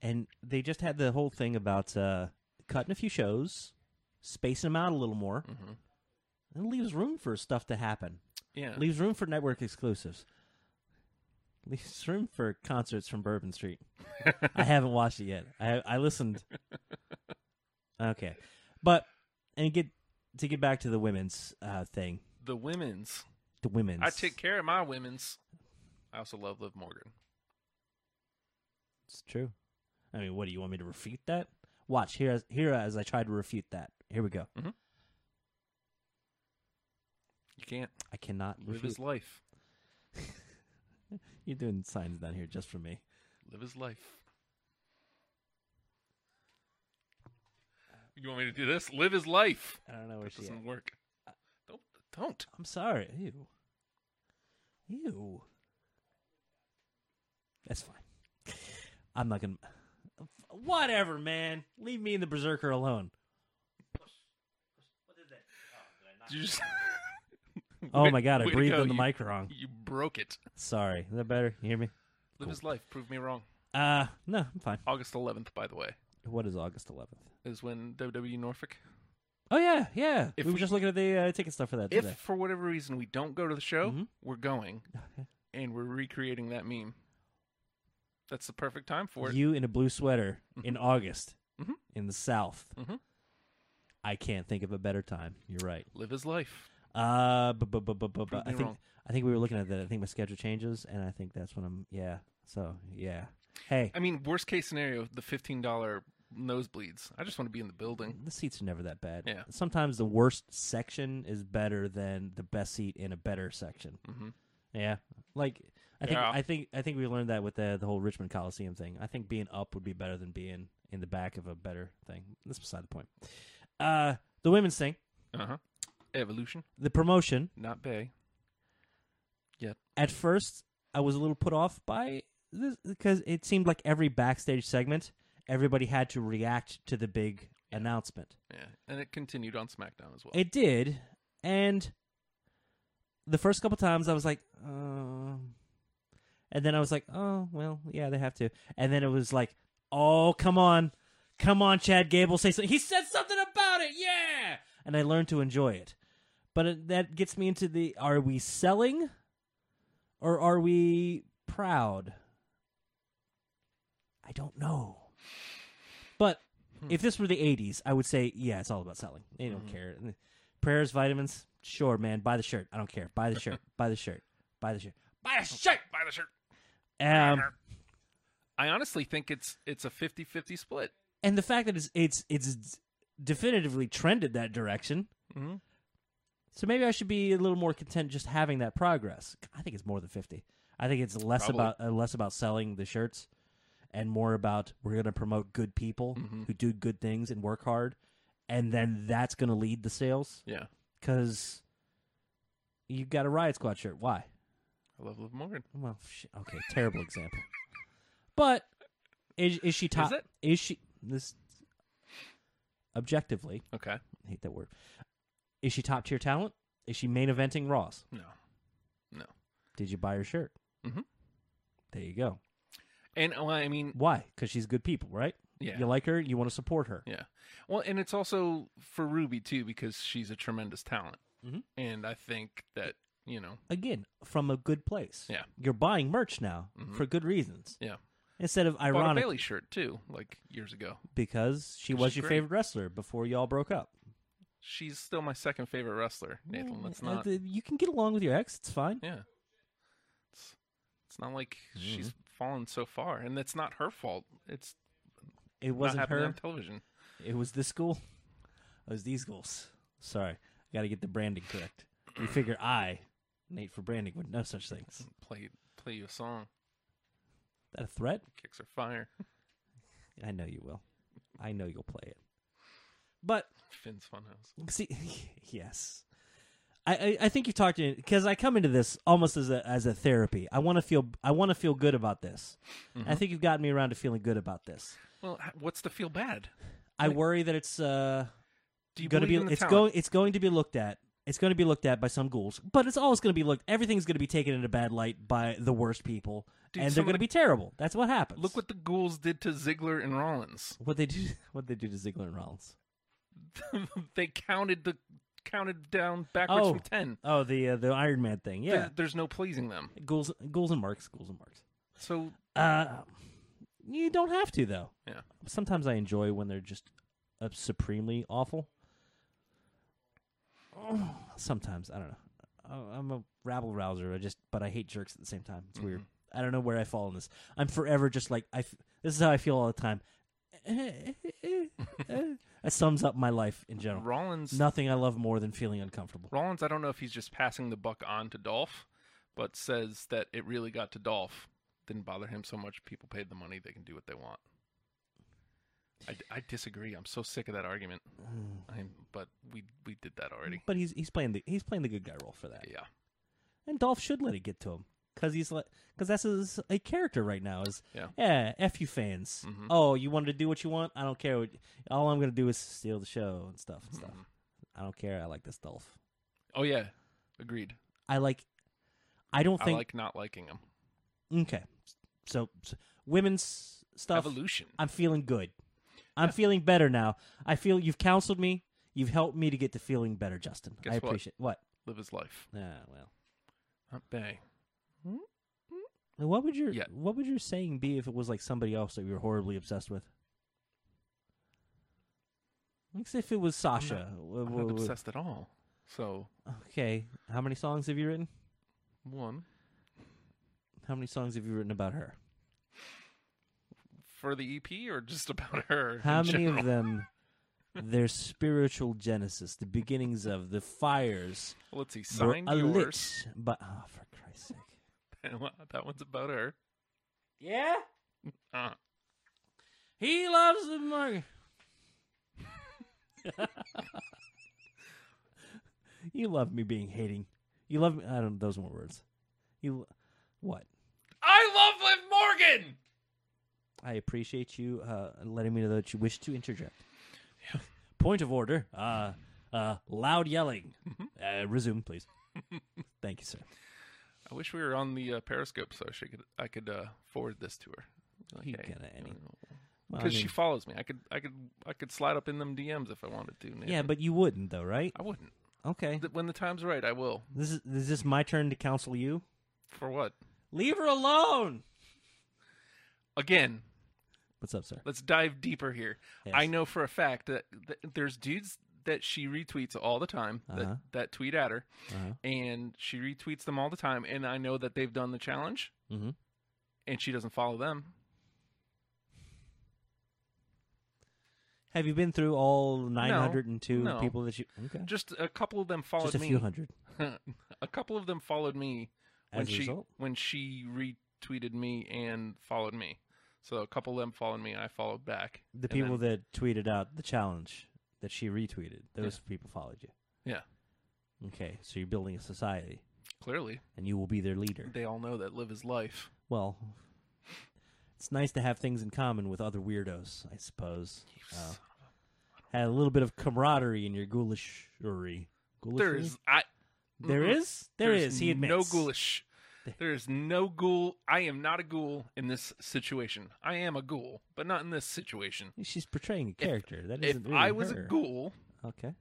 [SPEAKER 5] and they just had the whole thing about uh, cutting a few shows, spacing them out a little more,
[SPEAKER 6] Mhm.
[SPEAKER 5] and leaves room for stuff to happen.
[SPEAKER 6] Yeah.
[SPEAKER 5] Leaves room for network exclusives. Leaves room for concerts from Bourbon Street. I haven't watched it yet. I I listened. Okay, but and get to get back to the women's uh, thing.
[SPEAKER 6] the women's.
[SPEAKER 5] The women's.
[SPEAKER 6] I take care of my women's. I also love Liv Morgan.
[SPEAKER 5] It's true. I mean, what do you want me to refute that? Watch here as here as I try to refute that. Here we go.
[SPEAKER 6] You can't
[SPEAKER 5] I cannot
[SPEAKER 6] live
[SPEAKER 5] refute
[SPEAKER 6] his life.
[SPEAKER 5] You're doing signs down here just for me.
[SPEAKER 6] Live his life. You want me to do this? Live his life.
[SPEAKER 5] I don't know where
[SPEAKER 6] That
[SPEAKER 5] she is.
[SPEAKER 6] doesn't work. Don't don't.
[SPEAKER 5] I'm sorry. Ew. Ew. That's fine. I'm not gonna. Whatever, man. Leave me and the berserker alone.
[SPEAKER 6] Did you just-
[SPEAKER 5] Oh
[SPEAKER 6] Way-
[SPEAKER 5] my god, I
[SPEAKER 6] way to
[SPEAKER 5] breathed
[SPEAKER 6] go.
[SPEAKER 5] in the
[SPEAKER 6] You-
[SPEAKER 5] mic wrong.
[SPEAKER 6] You broke it.
[SPEAKER 5] Sorry. Is that better? You hear me?
[SPEAKER 6] Live his life. Prove me wrong.
[SPEAKER 5] Uh, no, I'm fine.
[SPEAKER 6] August 11th, by the way,
[SPEAKER 5] What is August 11th?
[SPEAKER 6] is when WWE Norfolk.
[SPEAKER 5] Oh yeah, yeah.
[SPEAKER 6] If
[SPEAKER 5] we were
[SPEAKER 6] we-
[SPEAKER 5] just looking at the uh, ticket stuff for that
[SPEAKER 6] If
[SPEAKER 5] today.
[SPEAKER 6] for whatever reason we don't go to the show,
[SPEAKER 5] Mhm.
[SPEAKER 6] we're going, and we're recreating that meme. That's the perfect time for Mm-hmm. it.
[SPEAKER 5] You in a blue sweater in August
[SPEAKER 6] Mhm.
[SPEAKER 5] in the South.
[SPEAKER 6] Mhm.
[SPEAKER 5] I can't think of a better time. You're right.
[SPEAKER 6] Live his life.
[SPEAKER 5] Uh, but, but, but, but, but, but
[SPEAKER 6] Prove
[SPEAKER 5] I
[SPEAKER 6] me
[SPEAKER 5] think
[SPEAKER 6] wrong.
[SPEAKER 5] I think we were looking at that. I think my schedule changes, and I think that's when I'm. Yeah. So yeah. Hey,
[SPEAKER 6] I mean, worst case scenario, the fifteen dollar nosebleeds. I just want to be in the building.
[SPEAKER 5] the seats are never that bad.
[SPEAKER 6] Yeah.
[SPEAKER 5] Sometimes the worst section is better than the best seat in a better section.
[SPEAKER 6] Mhm.
[SPEAKER 5] Yeah. Like I think
[SPEAKER 6] Yeah.
[SPEAKER 5] I think I think we learned that with the the whole Richmond Coliseum thing. I think being up would be better than being in the back of a better thing. That's beside the point. Uh, the women's thing,
[SPEAKER 6] Uh huh. Evolution,
[SPEAKER 5] the promotion.
[SPEAKER 6] not Bay.
[SPEAKER 5] At first, I was a little put off by this because it seemed like every backstage segment, everybody had to react to the big announcement.
[SPEAKER 6] Yeah, and it continued on SmackDown as well.
[SPEAKER 5] It did, and the first couple times I was like, um, and then I was like, oh well, yeah, they have to. And then it was like, oh come on, come on, Chad Gable, say something. He said something about it, yeah. And I learned to enjoy it, but it, that gets me into the: Are we selling, or are we proud? I don't know. But if this were the 80s, I would say, yeah, it's all about selling. They don't care. Prayers, vitamins, sure, man. Buy the shirt. I don't care. Buy the shirt. buy the shirt. Buy the shirt.
[SPEAKER 6] buy the shirt. Buy the shirt.
[SPEAKER 5] Um,
[SPEAKER 6] I honestly think it's it's a 50-50 split.
[SPEAKER 5] and the fact that it's it's it's definitively trended that direction.
[SPEAKER 6] Mhm.
[SPEAKER 5] So maybe I should be a little more content just having that progress. I think it's more than fifty. I think it's less
[SPEAKER 6] Probably.
[SPEAKER 5] about uh, less about selling the shirts, and more about we're going to promote good people who do good things and work hard, and then that's going to lead the sales.
[SPEAKER 6] Yeah,
[SPEAKER 5] Because you got a Riot Squad shirt. Why?
[SPEAKER 6] I love Liv Morgan.
[SPEAKER 5] Well, shit, okay, terrible example. But is is she top?
[SPEAKER 6] it?
[SPEAKER 5] Is she this objectively?
[SPEAKER 6] Okay,
[SPEAKER 5] I hate that word. Is she top tier talent? Is she main eventing Ross?
[SPEAKER 6] no, no,
[SPEAKER 5] Did you buy her shirt?
[SPEAKER 6] Mhm.
[SPEAKER 5] There you go.
[SPEAKER 6] and well, I mean,
[SPEAKER 5] Why? Because she's good people, right?
[SPEAKER 6] Yeah.
[SPEAKER 5] You like her. You want to support her.
[SPEAKER 6] Yeah. Well, and it's also for Ruby too because she's a tremendous talent,
[SPEAKER 5] Mhm.
[SPEAKER 6] and I think that you know,
[SPEAKER 5] Again, from a good place.
[SPEAKER 6] Yeah. Mm-hmm.
[SPEAKER 5] You're buying merch now for good reasons
[SPEAKER 6] yeah,
[SPEAKER 5] instead of
[SPEAKER 6] bought a
[SPEAKER 5] ironic
[SPEAKER 6] Bailey shirt too, like years ago.
[SPEAKER 5] because she
[SPEAKER 6] 'Cause
[SPEAKER 5] was
[SPEAKER 6] she's
[SPEAKER 5] your
[SPEAKER 6] great.
[SPEAKER 5] favorite wrestler before y'all broke up.
[SPEAKER 6] She's still my second favorite wrestler, Nathan. Let's
[SPEAKER 5] Uh,
[SPEAKER 6] not.
[SPEAKER 5] th- You can get along with your ex. It's fine.
[SPEAKER 6] Yeah. It's it's not like
[SPEAKER 5] Mm-hmm.
[SPEAKER 6] she's fallen so far, and it's not her fault. It's
[SPEAKER 5] It
[SPEAKER 6] not
[SPEAKER 5] wasn't
[SPEAKER 6] happening
[SPEAKER 5] her.
[SPEAKER 6] on television.
[SPEAKER 5] It was this school. It was these schools. Sorry, I got to get the branding correct. You figure I, Nate for branding, would know such things. Is
[SPEAKER 6] Play play you a song,
[SPEAKER 5] that a threat?
[SPEAKER 6] kicks are fire,
[SPEAKER 5] I know you will. I know you'll play it. But
[SPEAKER 6] Finn's Funhouse.
[SPEAKER 5] see, yes, I I, I think you've talked to because I come into this almost as a as a therapy. I want to feel I want to feel good about this.
[SPEAKER 6] Mm-hmm.
[SPEAKER 5] I think you've gotten me around to feeling good about this.
[SPEAKER 6] Well, h- what's to feel bad?
[SPEAKER 5] I worry that it's uh
[SPEAKER 6] Do you
[SPEAKER 5] going to be
[SPEAKER 6] believe in the
[SPEAKER 5] it's
[SPEAKER 6] talent?
[SPEAKER 5] going it's going to be looked at it's going to be looked at by some ghouls but it's always going to be looked everything's going to be taken in a bad light by the worst people
[SPEAKER 6] Dude,
[SPEAKER 5] and
[SPEAKER 6] some
[SPEAKER 5] they're
[SPEAKER 6] of
[SPEAKER 5] going
[SPEAKER 6] the-
[SPEAKER 5] to be terrible that's what happens
[SPEAKER 6] Look what the ghouls did to Ziggler and Rollins.
[SPEAKER 5] what they do what they do to Ziggler and Rollins
[SPEAKER 6] they counted the counted down backwards
[SPEAKER 5] Oh.
[SPEAKER 6] from ten.
[SPEAKER 5] oh the uh, the Iron Man thing yeah
[SPEAKER 6] There- there's no pleasing them.
[SPEAKER 5] ghouls ghouls and marks ghouls and marks
[SPEAKER 6] So
[SPEAKER 5] uh you don't have to though
[SPEAKER 6] yeah,
[SPEAKER 5] sometimes I enjoy when they're just uh, supremely awful sometimes I don't know I- I'm a rabble rouser I just but I hate jerks at the same time it's weird I don't know where I fall in this. I'm forever just like I. F- this is how I feel all the time. that sums up my life in general.
[SPEAKER 6] Rollins.
[SPEAKER 5] Nothing I love more than feeling uncomfortable.
[SPEAKER 6] Rollins. I don't know if he's just passing the buck on to Dolph, but says that it really got to Dolph. Didn't bother him so much. People paid the money; they can do what they want. I, d- I disagree. I'm so sick of that argument.
[SPEAKER 5] Mm.
[SPEAKER 6] I'm, but we we did that already.
[SPEAKER 5] But he's he's playing the he's playing the good guy role for that.
[SPEAKER 6] Yeah,
[SPEAKER 5] And Dolph should let it get to him because he's like because that's his a character right now is
[SPEAKER 6] Yeah. Mm-hmm.
[SPEAKER 5] f you fans. Oh, you wanted to do what you want. I don't care. What, all I'm gonna do is steal the show and stuff and stuff.
[SPEAKER 6] Mm-hmm.
[SPEAKER 5] I don't care. I like this Dolph.
[SPEAKER 6] Oh yeah, agreed.
[SPEAKER 5] I like. I don't
[SPEAKER 6] I
[SPEAKER 5] think
[SPEAKER 6] like not liking him.
[SPEAKER 5] Okay. So, so women's stuff.
[SPEAKER 6] Evolution.
[SPEAKER 5] I'm feeling good. I'm feeling better now. I feel you've counseled me. You've helped me to get to feeling better, Justin.
[SPEAKER 6] Guess
[SPEAKER 5] I
[SPEAKER 6] what?
[SPEAKER 5] appreciate what.
[SPEAKER 6] Live his life.
[SPEAKER 5] Ah, well.
[SPEAKER 6] Not Bay.
[SPEAKER 5] What would your
[SPEAKER 6] Yeah.
[SPEAKER 5] what would your saying be if it was like somebody else that you were horribly obsessed with? Like if it was Sasha. Wha-
[SPEAKER 6] I'm
[SPEAKER 5] wha-
[SPEAKER 6] not
[SPEAKER 5] wha-
[SPEAKER 6] obsessed at all. So
[SPEAKER 5] Okay. How many songs have you written?
[SPEAKER 6] one
[SPEAKER 5] How many songs have you written about her?
[SPEAKER 6] for the EP or just about her?
[SPEAKER 5] How
[SPEAKER 6] in
[SPEAKER 5] many
[SPEAKER 6] general?
[SPEAKER 5] of them their spiritual genesis, the beginnings of the fires
[SPEAKER 6] Let's see.
[SPEAKER 5] were
[SPEAKER 6] Signed yours.
[SPEAKER 5] lit by oh for Christ's sake.
[SPEAKER 6] wow, uh, that one's about her.
[SPEAKER 5] Yeah?
[SPEAKER 6] Uh,
[SPEAKER 5] He loves the money. you love me being hating. You love me. I don't. Those weren't words. You. What?
[SPEAKER 6] I love Liv Morgan.
[SPEAKER 5] I appreciate you uh, letting me know that you wish to interject. Point of order. Uh, uh, loud yelling. Uh, resume, please. Thank you, sir.
[SPEAKER 6] I wish we were on the uh, Periscope so she could I could uh, forward this to her. Like,
[SPEAKER 5] You
[SPEAKER 6] hey,
[SPEAKER 5] gonna any- Well, I
[SPEAKER 6] because she
[SPEAKER 5] mean-
[SPEAKER 6] follows me. I could I could I could slide up in them DMs if I wanted to. Nathan.
[SPEAKER 5] yeah, but you wouldn't though, right?
[SPEAKER 6] I wouldn't.
[SPEAKER 5] Okay.
[SPEAKER 6] Th- When the time's right, I will.
[SPEAKER 5] This is is this my turn to counsel you?
[SPEAKER 6] For what?
[SPEAKER 5] Leave her alone.
[SPEAKER 6] Again,
[SPEAKER 5] What's up, sir?
[SPEAKER 6] let's dive deeper here.
[SPEAKER 5] Yes.
[SPEAKER 6] I know for a fact that, that there's dudes that she retweets all the time
[SPEAKER 5] Uh-huh.
[SPEAKER 6] that, that tweet at her,
[SPEAKER 5] Uh-huh.
[SPEAKER 6] and she retweets them all the time. And I know that they've done the challenge,
[SPEAKER 5] Mhm.
[SPEAKER 6] and she doesn't follow them.
[SPEAKER 5] Have you been through all 902
[SPEAKER 6] no.
[SPEAKER 5] people that you? Okay.
[SPEAKER 6] Just a couple of them followed
[SPEAKER 5] Just a
[SPEAKER 6] me.
[SPEAKER 5] few hundred.
[SPEAKER 6] a couple of them followed me when
[SPEAKER 5] As a
[SPEAKER 6] she
[SPEAKER 5] result?
[SPEAKER 6] when she retweeted me and followed me. So a couple of them followed me and I followed back.
[SPEAKER 5] The
[SPEAKER 6] And
[SPEAKER 5] people
[SPEAKER 6] then-
[SPEAKER 5] that tweeted out the challenge that she retweeted, those people followed you.
[SPEAKER 6] yeah,
[SPEAKER 5] Okay, so you're building a society,
[SPEAKER 6] clearly
[SPEAKER 5] and you will be their leader.
[SPEAKER 6] they all know that live is life.
[SPEAKER 5] Well, it's nice to have things in common with other weirdos, I suppose. Uh, had a little bit of camaraderie in your ghoulishery. Ghoulishery?
[SPEAKER 6] There is I
[SPEAKER 5] There
[SPEAKER 6] Mm-mm.
[SPEAKER 5] is? There
[SPEAKER 6] There's
[SPEAKER 5] is, he admits.
[SPEAKER 6] no ghoulish. There is no ghoul. I am not a ghoul in this situation. I am a ghoul, but not in this situation.
[SPEAKER 5] She's portraying a character. that
[SPEAKER 6] If
[SPEAKER 5] isn't really
[SPEAKER 6] I was
[SPEAKER 5] her.
[SPEAKER 6] a ghoul,
[SPEAKER 5] Okay.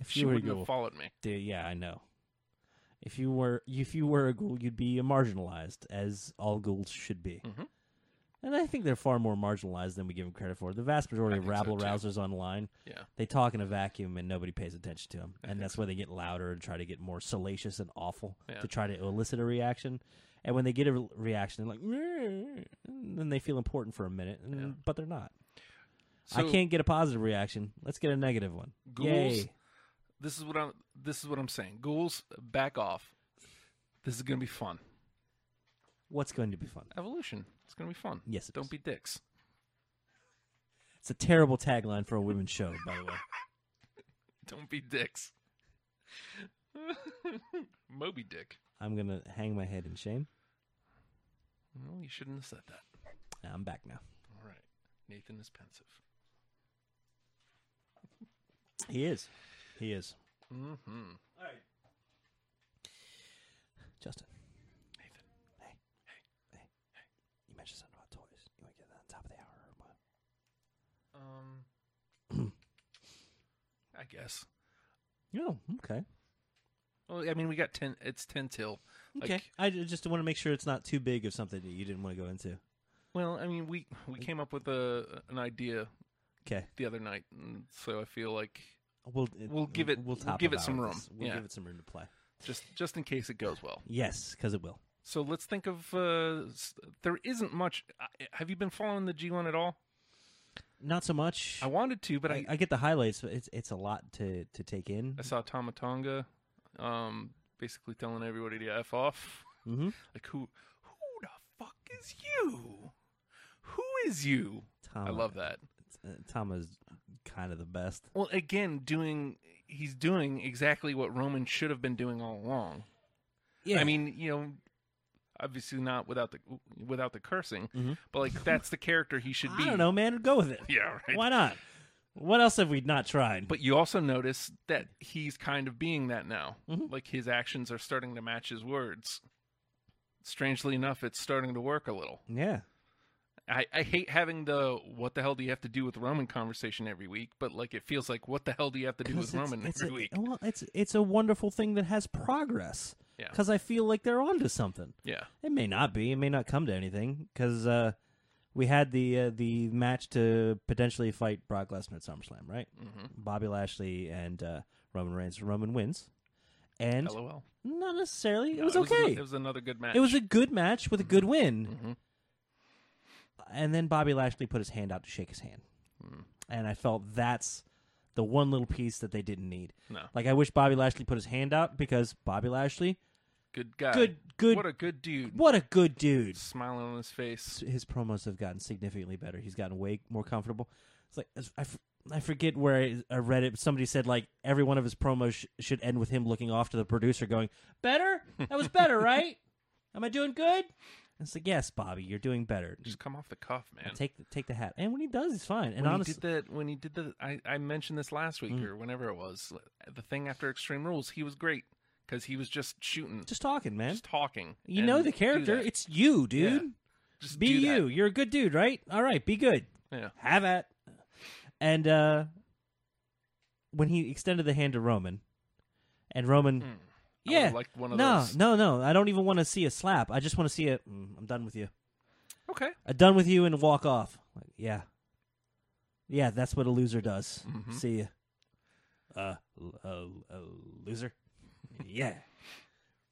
[SPEAKER 5] If
[SPEAKER 6] she
[SPEAKER 5] you were a
[SPEAKER 6] wouldn't
[SPEAKER 5] ghoul.
[SPEAKER 6] have followed me.
[SPEAKER 5] Dude, yeah, I know. If you were if you were a ghoul, you'd be marginalized, as all ghouls should be.
[SPEAKER 6] Mm-hmm.
[SPEAKER 5] And I think they're far more marginalized than we give them credit for. The vast majority of
[SPEAKER 6] think so,
[SPEAKER 5] rabble
[SPEAKER 6] too.
[SPEAKER 5] rousers online,
[SPEAKER 6] Yeah.
[SPEAKER 5] they talk in a vacuum and nobody pays attention to them, and that's why they get louder and try to get more salacious and awful
[SPEAKER 6] Yeah.
[SPEAKER 5] to try to elicit a reaction. And when they get a re- reaction, they're like, "Meh," and then they feel important for a minute, and, but they're not. I
[SPEAKER 6] So-
[SPEAKER 5] can't get a positive reaction. Let's get a negative one.
[SPEAKER 6] Ghouls
[SPEAKER 5] Yay.
[SPEAKER 6] This is what I'm. This is what I'm saying. Ghouls, back off. This is gonna be fun.
[SPEAKER 5] What's going to be fun?
[SPEAKER 6] Evolution. It's gonna be fun.
[SPEAKER 5] Yes, it
[SPEAKER 6] Don't
[SPEAKER 5] is.
[SPEAKER 6] be dicks.
[SPEAKER 5] It's a terrible tagline for a women's show, by the way.
[SPEAKER 6] Don't be dicks. Moby Dick.
[SPEAKER 5] I'm gonna hang my head in shame.
[SPEAKER 6] Well, you shouldn't have said that.
[SPEAKER 5] I'm back now.
[SPEAKER 6] All right. Nathan is pensive.
[SPEAKER 5] He is. He is.
[SPEAKER 6] Mm-hmm.
[SPEAKER 5] Justin.
[SPEAKER 6] Nathan.
[SPEAKER 5] Hey. Hey. Hey. You mentioned something about toys. You wanna get that on top of the hour or what?
[SPEAKER 6] Um. I guess. Oh,
[SPEAKER 5] No, okay.
[SPEAKER 6] Well, I mean, we got ten. It's ten till.
[SPEAKER 5] Okay.
[SPEAKER 6] Like,
[SPEAKER 5] I ju- just want to make sure it's not too big of something that you didn't want to go into.
[SPEAKER 6] well, I mean, we we came up with a an idea
[SPEAKER 5] Okay.
[SPEAKER 6] the other night, and so I feel like
[SPEAKER 5] We'll it-
[SPEAKER 6] We'll give it- we'll
[SPEAKER 5] top
[SPEAKER 6] give
[SPEAKER 5] of
[SPEAKER 6] it some
[SPEAKER 5] hour
[SPEAKER 6] room.
[SPEAKER 5] this. We'll
[SPEAKER 6] Yeah.
[SPEAKER 5] give it some room to play.
[SPEAKER 6] just just in case it goes well.
[SPEAKER 5] Yes, because it will.
[SPEAKER 6] So let's think of. Uh, s- there isn't much. I- Have you been following the G1 at all?
[SPEAKER 5] Not so much.
[SPEAKER 6] I wanted to, but
[SPEAKER 5] I,
[SPEAKER 6] I,
[SPEAKER 5] I get the highlights, but it's it's a lot to to take in.
[SPEAKER 6] I saw Tomatonga, um, basically telling everybody to f off.
[SPEAKER 5] Mm-hmm.
[SPEAKER 6] Like who? Who the fuck is you? Who is you?
[SPEAKER 5] Tom,
[SPEAKER 6] I love that.
[SPEAKER 5] Uh, Tom is kind of the best.
[SPEAKER 6] Well, again, doing he's doing exactly what Roman should have been doing all along.
[SPEAKER 5] Yeah,
[SPEAKER 6] I mean, you know, obviously not without the without the cursing, but like that's the character he should be.
[SPEAKER 5] Mm-hmm. I don't know, man. Go with it.
[SPEAKER 6] Yeah, right.
[SPEAKER 5] Why not? What else have we not tried?
[SPEAKER 6] But you also notice that he's kind of being that now.
[SPEAKER 5] Mm-hmm.
[SPEAKER 6] Like his actions are starting to match his words. Strangely enough, it's starting to work a little.
[SPEAKER 5] yeah,
[SPEAKER 6] I, I hate having the what the hell do you have to do with Roman conversation every week, but like it feels like what the hell do you have to do
[SPEAKER 5] 'Cause
[SPEAKER 6] with Roman
[SPEAKER 5] it's
[SPEAKER 6] every
[SPEAKER 5] a, oh
[SPEAKER 6] week?
[SPEAKER 5] Well, it's it's a wonderful thing that has progress.
[SPEAKER 6] Yeah.
[SPEAKER 5] Because I feel like they're onto something.
[SPEAKER 6] Yeah.
[SPEAKER 5] It may not be. It may not come to anything. Because uh, we had the uh, the match to potentially fight Brock Lesnar at SummerSlam, right? Mm-hmm. Bobby Lashley and uh, Roman Reigns. Roman wins, and
[SPEAKER 6] LOL.
[SPEAKER 5] not necessarily. it was
[SPEAKER 6] No,
[SPEAKER 5] okay.
[SPEAKER 6] Uh, It was, another good match. Mm-hmm.
[SPEAKER 5] It was a good match with a good win. And then Bobby Lashley put his hand out to shake his hand.
[SPEAKER 6] Hmm.
[SPEAKER 5] And I felt that's the one little piece that they didn't need.
[SPEAKER 6] No.
[SPEAKER 5] Like, I wish Bobby Lashley put his hand out because Bobby Lashley
[SPEAKER 6] Good guy.
[SPEAKER 5] Good, good.
[SPEAKER 6] What a good dude.
[SPEAKER 5] what a good dude.
[SPEAKER 6] Smiling on his face.
[SPEAKER 5] his promos have gotten significantly better. He's gotten way more comfortable. It's like I, f- I forget where I, I read it. but Somebody said like every one of his promos sh- should end with him looking off to the producer, going, "Better? That was better, right? Am I doing good?" And it's like, "Yes, Bobby, you're doing better.
[SPEAKER 6] Just come off the cuff, man.
[SPEAKER 5] Take the, take the hat." And when he does, he's fine. And Mm.
[SPEAKER 6] when
[SPEAKER 5] honestly,
[SPEAKER 6] he did that, when he did the, I, I mentioned this last week or whenever it was, the thing after Extreme Rules, he was great because he was just shooting, just,
[SPEAKER 5] just talking, man.
[SPEAKER 6] talking.
[SPEAKER 5] you
[SPEAKER 6] and
[SPEAKER 5] know the
[SPEAKER 6] do
[SPEAKER 5] character.
[SPEAKER 6] that.
[SPEAKER 5] It's you, dude.
[SPEAKER 6] Yeah. just
[SPEAKER 5] be
[SPEAKER 6] do that.
[SPEAKER 5] you. You're a good dude, right? All right, be good.
[SPEAKER 6] Yeah.
[SPEAKER 5] Have at. And uh when he extended the hand to Roman, and Roman,
[SPEAKER 6] Hmm. I would've
[SPEAKER 5] yeah,
[SPEAKER 6] liked one of
[SPEAKER 5] no,
[SPEAKER 6] those.
[SPEAKER 5] no, no. I don't even want to see a slap. I just want to see a. Mm, I'm done with you.
[SPEAKER 6] Okay.
[SPEAKER 5] I'm done with you, and walk off. Like, yeah, yeah. That's what a loser does.
[SPEAKER 6] Mm-hmm.
[SPEAKER 5] See you, uh, l- a, a loser. yeah,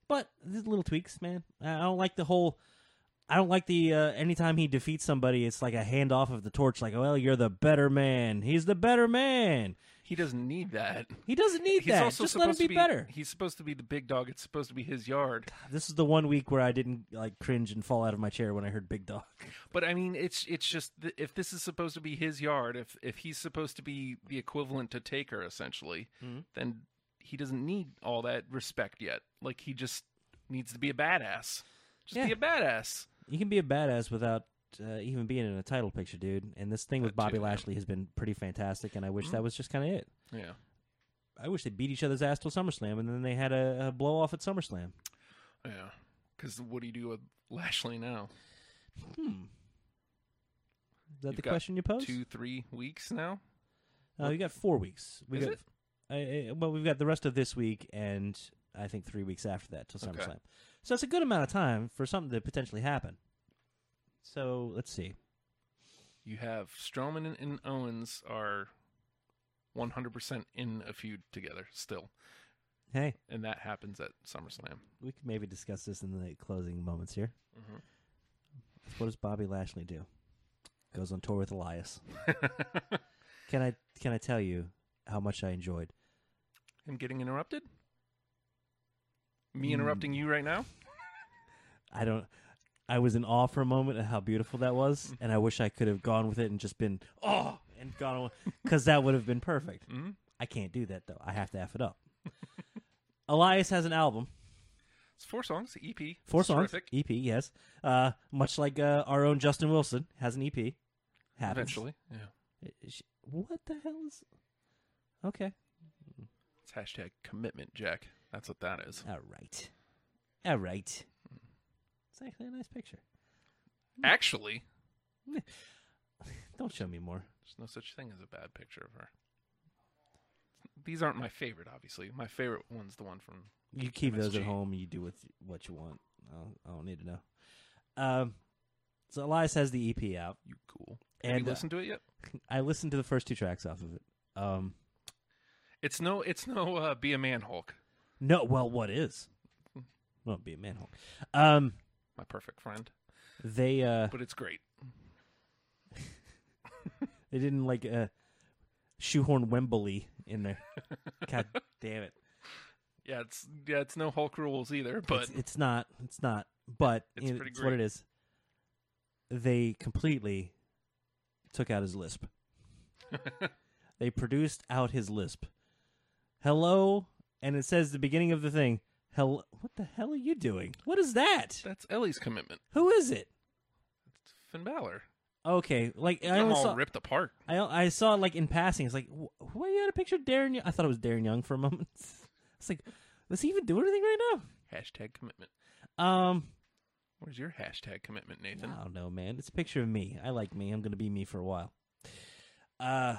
[SPEAKER 5] but there's little tweaks, man. I I don't like the whole. I don't like the uh, anytime he defeats somebody, it's like a handoff of the torch. Like, well, you're the better man. He's the better man.
[SPEAKER 6] He doesn't need that.
[SPEAKER 5] He doesn't need
[SPEAKER 6] He's
[SPEAKER 5] that.
[SPEAKER 6] also
[SPEAKER 5] Just let him
[SPEAKER 6] supposed
[SPEAKER 5] be,
[SPEAKER 6] to be
[SPEAKER 5] better.
[SPEAKER 6] He's supposed to be the big dog. It's supposed to be his yard.
[SPEAKER 5] This is the one week where I didn't like cringe and fall out of my chair when I heard Big Dog.
[SPEAKER 6] But I mean, it's it's just th- if this is supposed to be his yard, if if he's supposed to be the equivalent to Taker essentially, then he doesn't need all that respect yet. Like he just needs to be a badass. Just
[SPEAKER 5] Yeah.
[SPEAKER 6] be a badass.
[SPEAKER 5] You can be a badass without uh, even being in a title picture, dude. And this thing with
[SPEAKER 6] That too,
[SPEAKER 5] Bobby
[SPEAKER 6] yeah. Mm-hmm.
[SPEAKER 5] Lashley has been pretty fantastic, and I wish that was just kind of it.
[SPEAKER 6] Yeah.
[SPEAKER 5] I wish they beat each other's ass till SummerSlam, and then they had a, a blow off at SummerSlam.
[SPEAKER 6] Yeah. Cuz what do you do with Lashley now?
[SPEAKER 5] Is that
[SPEAKER 6] You've
[SPEAKER 5] the
[SPEAKER 6] got
[SPEAKER 5] question you posed?
[SPEAKER 6] 2 3 weeks now?
[SPEAKER 5] Uh, we got four weeks. We
[SPEAKER 6] Is
[SPEAKER 5] got,
[SPEAKER 6] it?
[SPEAKER 5] I, I- well, we've got the rest of this week, and I think three weeks after that till SummerSlam. So that's a good amount of time for something to potentially happen. So let's see.
[SPEAKER 6] You have Strowman and- and Owens are 100% in a feud together still,
[SPEAKER 5] Hey,
[SPEAKER 6] and that happens at SummerSlam.
[SPEAKER 5] we could maybe discuss this in the closing moments here.
[SPEAKER 6] Mhm.
[SPEAKER 5] What does Bobby Lashley do? Goes on tour with Elias. can I can I tell you how much I enjoyed?
[SPEAKER 6] Him getting interrupted?
[SPEAKER 5] Hmm.
[SPEAKER 6] Me interrupting you right now?
[SPEAKER 5] I don't. I was in awe for a moment at how beautiful that was,
[SPEAKER 6] Mm-hmm.
[SPEAKER 5] and I wish I could have gone with it and just been oh and gone on because that would have been perfect.
[SPEAKER 6] Mhm.
[SPEAKER 5] I can't do that though. I have to f it up. Elias has an album.
[SPEAKER 6] It's four songs, EP.
[SPEAKER 5] Four
[SPEAKER 6] It's
[SPEAKER 5] songs, E
[SPEAKER 6] terrific.
[SPEAKER 5] EP, yes. Uh, much like uh, our own Justin Wilson has an EP. Happens.
[SPEAKER 6] Eventually, yeah.
[SPEAKER 5] Sh- What the hell is? Okay.
[SPEAKER 6] It's hashtag commitment, Jack. That's what that is.
[SPEAKER 5] All right. All right. It's actually a nice picture.
[SPEAKER 6] Actually,
[SPEAKER 5] Don't show me more.
[SPEAKER 6] there's no such thing as a bad picture of her. These aren't my favorite, obviously. My favorite one's the one from.
[SPEAKER 5] You keep those at
[SPEAKER 6] MSG.
[SPEAKER 5] home. You do with what you want. I don't, I don't need to know. Um, so Elias has the EP out.
[SPEAKER 6] You cool? Have
[SPEAKER 5] And
[SPEAKER 6] you
[SPEAKER 5] uh,
[SPEAKER 6] listened to it yet?
[SPEAKER 5] I listened to the first two tracks off of it. Um,
[SPEAKER 6] It's no, it's no. Uh, Be a man, Hulk.
[SPEAKER 5] no, well, what is? Won't be a manhole. Um,
[SPEAKER 6] My perfect friend,
[SPEAKER 5] they uh,
[SPEAKER 6] but it's great.
[SPEAKER 5] They didn't like uh, shoehorn Wembley in there. God damn it!
[SPEAKER 6] Yeah, it's yeah, it's no Hulk rules either. But
[SPEAKER 5] it's, it's not. It's not. But
[SPEAKER 6] It's
[SPEAKER 5] it-
[SPEAKER 6] pretty
[SPEAKER 5] it's what it
[SPEAKER 6] great.
[SPEAKER 5] is. They completely took out his lisp. they produced out his lisp. Hello, and it says the beginning of the thing. Hello, what the hell are you doing? What is that?
[SPEAKER 6] that's Ellie's commitment.
[SPEAKER 5] Who is it?
[SPEAKER 6] Finn Balor.
[SPEAKER 5] Okay, like I
[SPEAKER 6] I'm
[SPEAKER 5] only
[SPEAKER 6] all
[SPEAKER 5] saw.
[SPEAKER 6] ripped apart.
[SPEAKER 5] I I saw it like in passing. It's like, wh- why you had a picture of Darren? Young? I thought it was Darren Young for a moment. It's like, does he even do anything right
[SPEAKER 6] Hashtag commitment.
[SPEAKER 5] now? Um,
[SPEAKER 6] Where's your hashtag commitment,
[SPEAKER 5] I
[SPEAKER 6] Nathan?
[SPEAKER 5] don't know, man. It's a picture of me. I like me. I'm gonna be me for a while. Uh,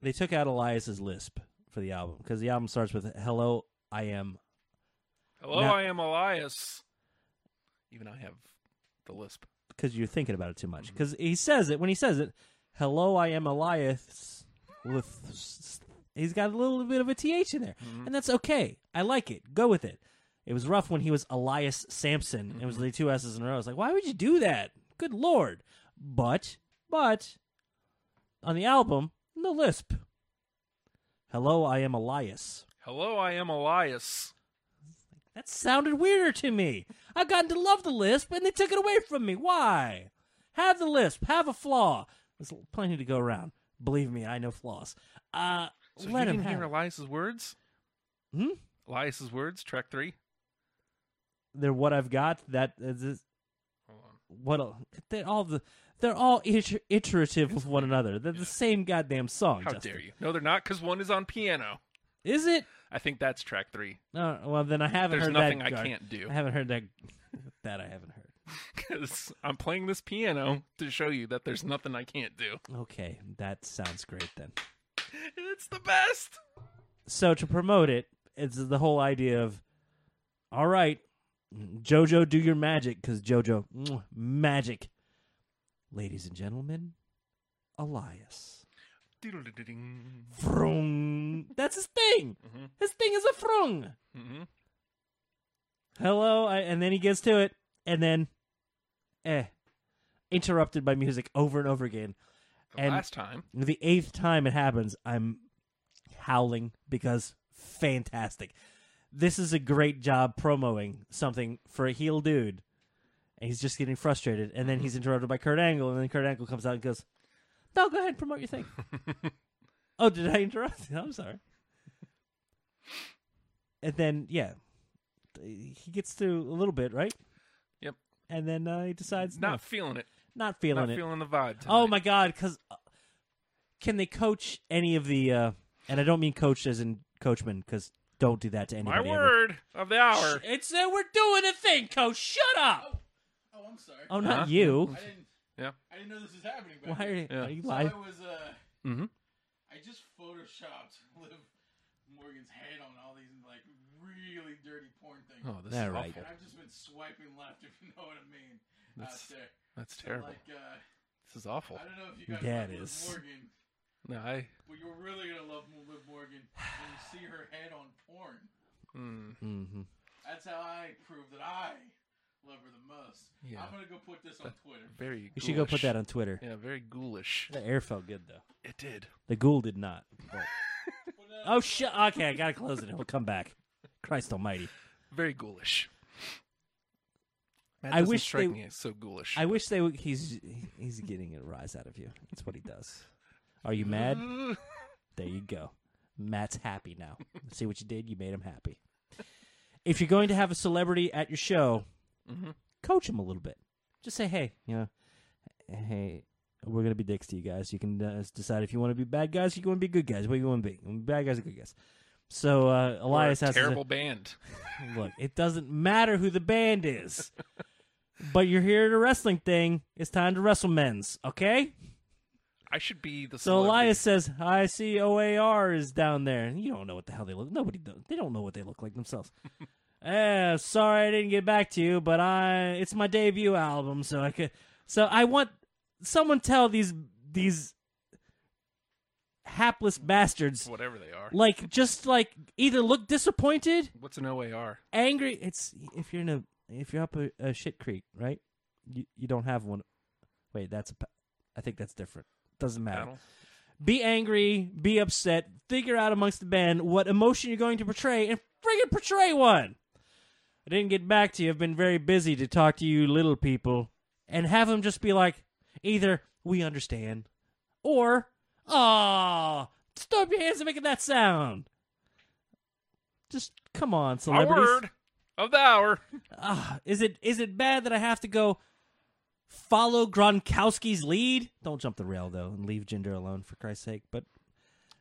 [SPEAKER 5] they took out Elias's lisp for the album because the album starts with "Hello, I am."
[SPEAKER 6] Hello,
[SPEAKER 5] Now-
[SPEAKER 6] I am Elias. Even I have the lisp.
[SPEAKER 5] Because you're thinking about it too much. Because he says it when he says it. Hello, I am Elias. With he's got a little bit of a th in there, and that's okay. I like it. Go with it. It was rough when he was Elias Sampson. It was the two S's in a row. I was like, why would you do that? Good lord. But, but, on the album, no lisp. Hello, I am Elias.
[SPEAKER 6] Hello, I am Elias.
[SPEAKER 5] That sounded weirder to me. I got to love the lisp and they took it away from me. Why? Have the lisp, have a flaw. There's plenty to go around. Believe me, I know flaws. Uh,
[SPEAKER 6] So
[SPEAKER 5] let
[SPEAKER 6] you
[SPEAKER 5] him
[SPEAKER 6] didn't
[SPEAKER 5] have
[SPEAKER 6] hear
[SPEAKER 5] it.
[SPEAKER 6] Elias's words?
[SPEAKER 5] Hmm?
[SPEAKER 6] Elias's words, track three.
[SPEAKER 5] They're what I've got. That is is- what el- they're all the they're all iter- iterative with one another. They're the same goddamn song.
[SPEAKER 6] How
[SPEAKER 5] Justin.
[SPEAKER 6] dare you? No, they're not, because one is on piano.
[SPEAKER 5] Is it?
[SPEAKER 6] I think that's track three.
[SPEAKER 5] Uh, well, then I haven't
[SPEAKER 6] There's
[SPEAKER 5] heard
[SPEAKER 6] nothing
[SPEAKER 5] that.
[SPEAKER 6] I
[SPEAKER 5] gar-
[SPEAKER 6] can't do.
[SPEAKER 5] I haven't heard that. that I haven't heard.
[SPEAKER 6] Because I'm playing this piano to show you that there's nothing I can't do.
[SPEAKER 5] Okay, that sounds great then.
[SPEAKER 6] It's the best.
[SPEAKER 5] So to promote it, it's the whole idea of, all right, JoJo, do your magic because JoJo mwah, magic, ladies and gentlemen, Elias.
[SPEAKER 6] Mm-hmm.
[SPEAKER 5] Frung. That's his thing. His thing is a frung. Hello, I, and then he gets to it, and then, eh, interrupted by music over and over again.
[SPEAKER 6] The
[SPEAKER 5] And-
[SPEAKER 6] last time,
[SPEAKER 5] The eighth time it happens, I'm howling because fantastic. This is a great job promoting something for a heel dude. And he's just getting frustrated. And then
[SPEAKER 6] Mm-hmm.
[SPEAKER 5] he's interrupted by Kurt Angle. And then Kurt Angle comes out and goes, No, go ahead, promote your thing. oh, did I interrupt? I'm sorry. And then, yeah, he gets through a little bit, right?
[SPEAKER 6] Yep.
[SPEAKER 5] And then uh, he decides,
[SPEAKER 6] not
[SPEAKER 5] no,
[SPEAKER 6] feeling it.
[SPEAKER 5] not feeling
[SPEAKER 6] not
[SPEAKER 5] it.
[SPEAKER 6] feeling the vibe.
[SPEAKER 5] Oh
[SPEAKER 6] tonight.
[SPEAKER 5] my god! Because can they coach any of the? Uh, and I don't mean coach as in coachman, because don't do that to
[SPEAKER 6] My
[SPEAKER 5] anybody. ever.
[SPEAKER 6] word of the hour.
[SPEAKER 5] Sh- It's that we're doing a thing, coach. Shut up!
[SPEAKER 7] Oh, I'm sorry.
[SPEAKER 5] Oh, not
[SPEAKER 6] Huh?
[SPEAKER 5] you.
[SPEAKER 7] I didn't.
[SPEAKER 6] Yeah.
[SPEAKER 7] I didn't know this was happening. back
[SPEAKER 5] Why are you,
[SPEAKER 7] then.
[SPEAKER 6] Yeah.
[SPEAKER 5] are you
[SPEAKER 7] So
[SPEAKER 5] live?
[SPEAKER 7] I was. Uh,
[SPEAKER 6] Mhm.
[SPEAKER 7] I just photoshopped Liv Morgan's head on all these like really dirty porn things,
[SPEAKER 6] Oh, this is
[SPEAKER 5] All right.
[SPEAKER 6] awful.
[SPEAKER 7] and I've just been swiping left, if you know what I mean.
[SPEAKER 6] That's
[SPEAKER 7] out there.
[SPEAKER 6] That's
[SPEAKER 7] So,
[SPEAKER 6] terrible.
[SPEAKER 7] Like, uh,
[SPEAKER 6] This is awful.
[SPEAKER 7] I don't know if you guys
[SPEAKER 5] That
[SPEAKER 7] love Liv
[SPEAKER 5] is-
[SPEAKER 7] Morgan,
[SPEAKER 6] No, I.
[SPEAKER 7] but you're really gonna love Liv Morgan when you see her head on porn.
[SPEAKER 6] Mm,
[SPEAKER 5] Mhm.
[SPEAKER 7] That's how I prove that I love her the most.
[SPEAKER 6] Yeah.
[SPEAKER 7] I'm gonna go put this on Twitter.
[SPEAKER 6] very.
[SPEAKER 5] You should go put
[SPEAKER 6] ghoulish.
[SPEAKER 5] that on Twitter.
[SPEAKER 6] Yeah, very ghoulish.
[SPEAKER 5] The air felt good though.
[SPEAKER 6] It did.
[SPEAKER 5] The ghoul did not. but- oh shit! Okay, I gotta close it. It'll come back. Christ Almighty!
[SPEAKER 6] Very ghoulish. Matt
[SPEAKER 5] I
[SPEAKER 6] doesn't
[SPEAKER 5] wish
[SPEAKER 6] strike
[SPEAKER 5] they-
[SPEAKER 6] me as so ghoulish.
[SPEAKER 5] I wish they. Would, he's he's getting a rise out of you. That's what he does. Are you mad? There you go. Matt's happy now. See what you did? You made him happy. If you're going to have a celebrity at your show,
[SPEAKER 6] Mm-hmm.
[SPEAKER 5] coach him a little bit. Just say, hey, you know, hey, we're going to be dicks to you guys. You can uh, decide if you want to be bad guys or you want to be good guys. What you want to be? You wanna be Bad guys or good guys? So uh,
[SPEAKER 6] Or a
[SPEAKER 5] Elias has
[SPEAKER 6] terrible
[SPEAKER 5] to
[SPEAKER 6] band.
[SPEAKER 5] look. It doesn't matter who the band is, but you're here at a wrestling thing. It's time to wrestle men's, okay?
[SPEAKER 6] I should be the.
[SPEAKER 5] So
[SPEAKER 6] celebrity.
[SPEAKER 5] Elias says, "I see OAR is down there." And you don't know what the hell they look. Nobody does. They don't know what they look like themselves. Eh, sorry I didn't get back to you, but I it's my debut album, so I could. So I want someone tell these these hapless bastards
[SPEAKER 6] whatever they are.
[SPEAKER 5] like just like either look disappointed,
[SPEAKER 6] What's an OAR?
[SPEAKER 5] angry. It's if you're in a if you're up a, a shit creek, right? You you don't have one. Wait, that's a. pa- I think that's different. Doesn't matter
[SPEAKER 6] Battle.
[SPEAKER 5] be angry, be upset, figure out amongst the band what emotion you're going to portray, and friggin' portray one. I didn't get back to you. I've been very busy to talk to you little people. And have them just be like, either we understand, or, ah, stop your hands and making that sound. Just come on,
[SPEAKER 6] Our
[SPEAKER 5] celebrities.
[SPEAKER 6] word of the hour.
[SPEAKER 5] Ah, is it is it bad that I have to go follow Gronkowski's lead? Don't jump the rail though, and leave gender alone for Christ's sake. But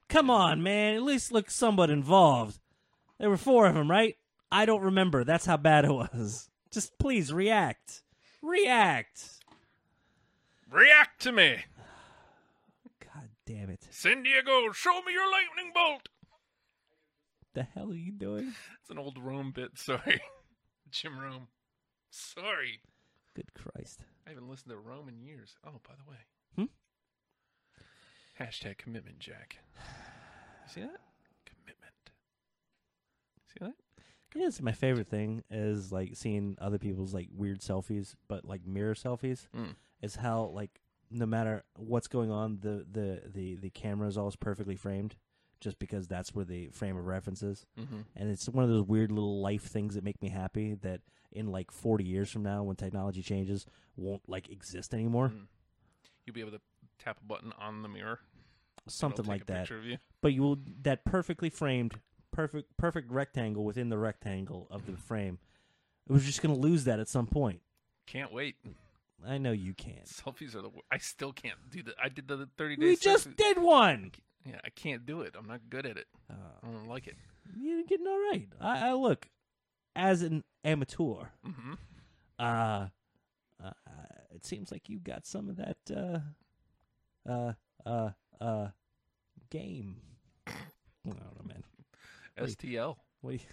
[SPEAKER 5] come on, man, at least look somewhat involved. There were four of them, right? I don't remember. That's how bad it was. Just please react, react.
[SPEAKER 6] React to me.
[SPEAKER 5] God damn it!
[SPEAKER 6] San Diego, show me your lightning bolt.
[SPEAKER 5] The hell are you doing?
[SPEAKER 6] It's an old Rome bit. Sorry, Jim Rome. Sorry,
[SPEAKER 5] Good Christ!
[SPEAKER 6] I haven't listened to Rome in years. Oh, by the way.
[SPEAKER 5] Hmm?
[SPEAKER 6] Hashtag commitment, Jack. You see that? Commitment. See that?
[SPEAKER 5] Yeah, it's my favorite thing is like seeing other people's like weird selfies, but like mirror selfies.
[SPEAKER 6] Mm.
[SPEAKER 5] Is how like no matter what's going on, the the the the camera is always perfectly framed just because that's where the frame of reference is.
[SPEAKER 6] Mhm.
[SPEAKER 5] And it's one of those weird little life things that make me happy that in like 40 years from now, when technology changes, won't like exist anymore.
[SPEAKER 6] Mm. You'll be able to tap a button on the mirror. It'll
[SPEAKER 5] Something
[SPEAKER 6] take
[SPEAKER 5] like
[SPEAKER 6] a
[SPEAKER 5] that.
[SPEAKER 6] Picture of you.
[SPEAKER 5] But you will that perfectly framed, perfect, perfect rectangle within the rectangle of the frame. We're just going to lose that at some point.
[SPEAKER 6] Can't wait.
[SPEAKER 5] I know you can't.
[SPEAKER 6] Selfies are the. wor- I still can't do that. I did the thirty days.
[SPEAKER 5] We just did Oh. one.
[SPEAKER 6] Yeah, I can't do it. I'm not good at it. I don't like it.
[SPEAKER 5] You're getting all right. I, I look as an amateur.
[SPEAKER 6] Mhm.
[SPEAKER 5] Uh, uh, it seems like you got some of that uh, uh, uh, uh, game. I don't know, man.
[SPEAKER 6] STL.
[SPEAKER 5] What do you?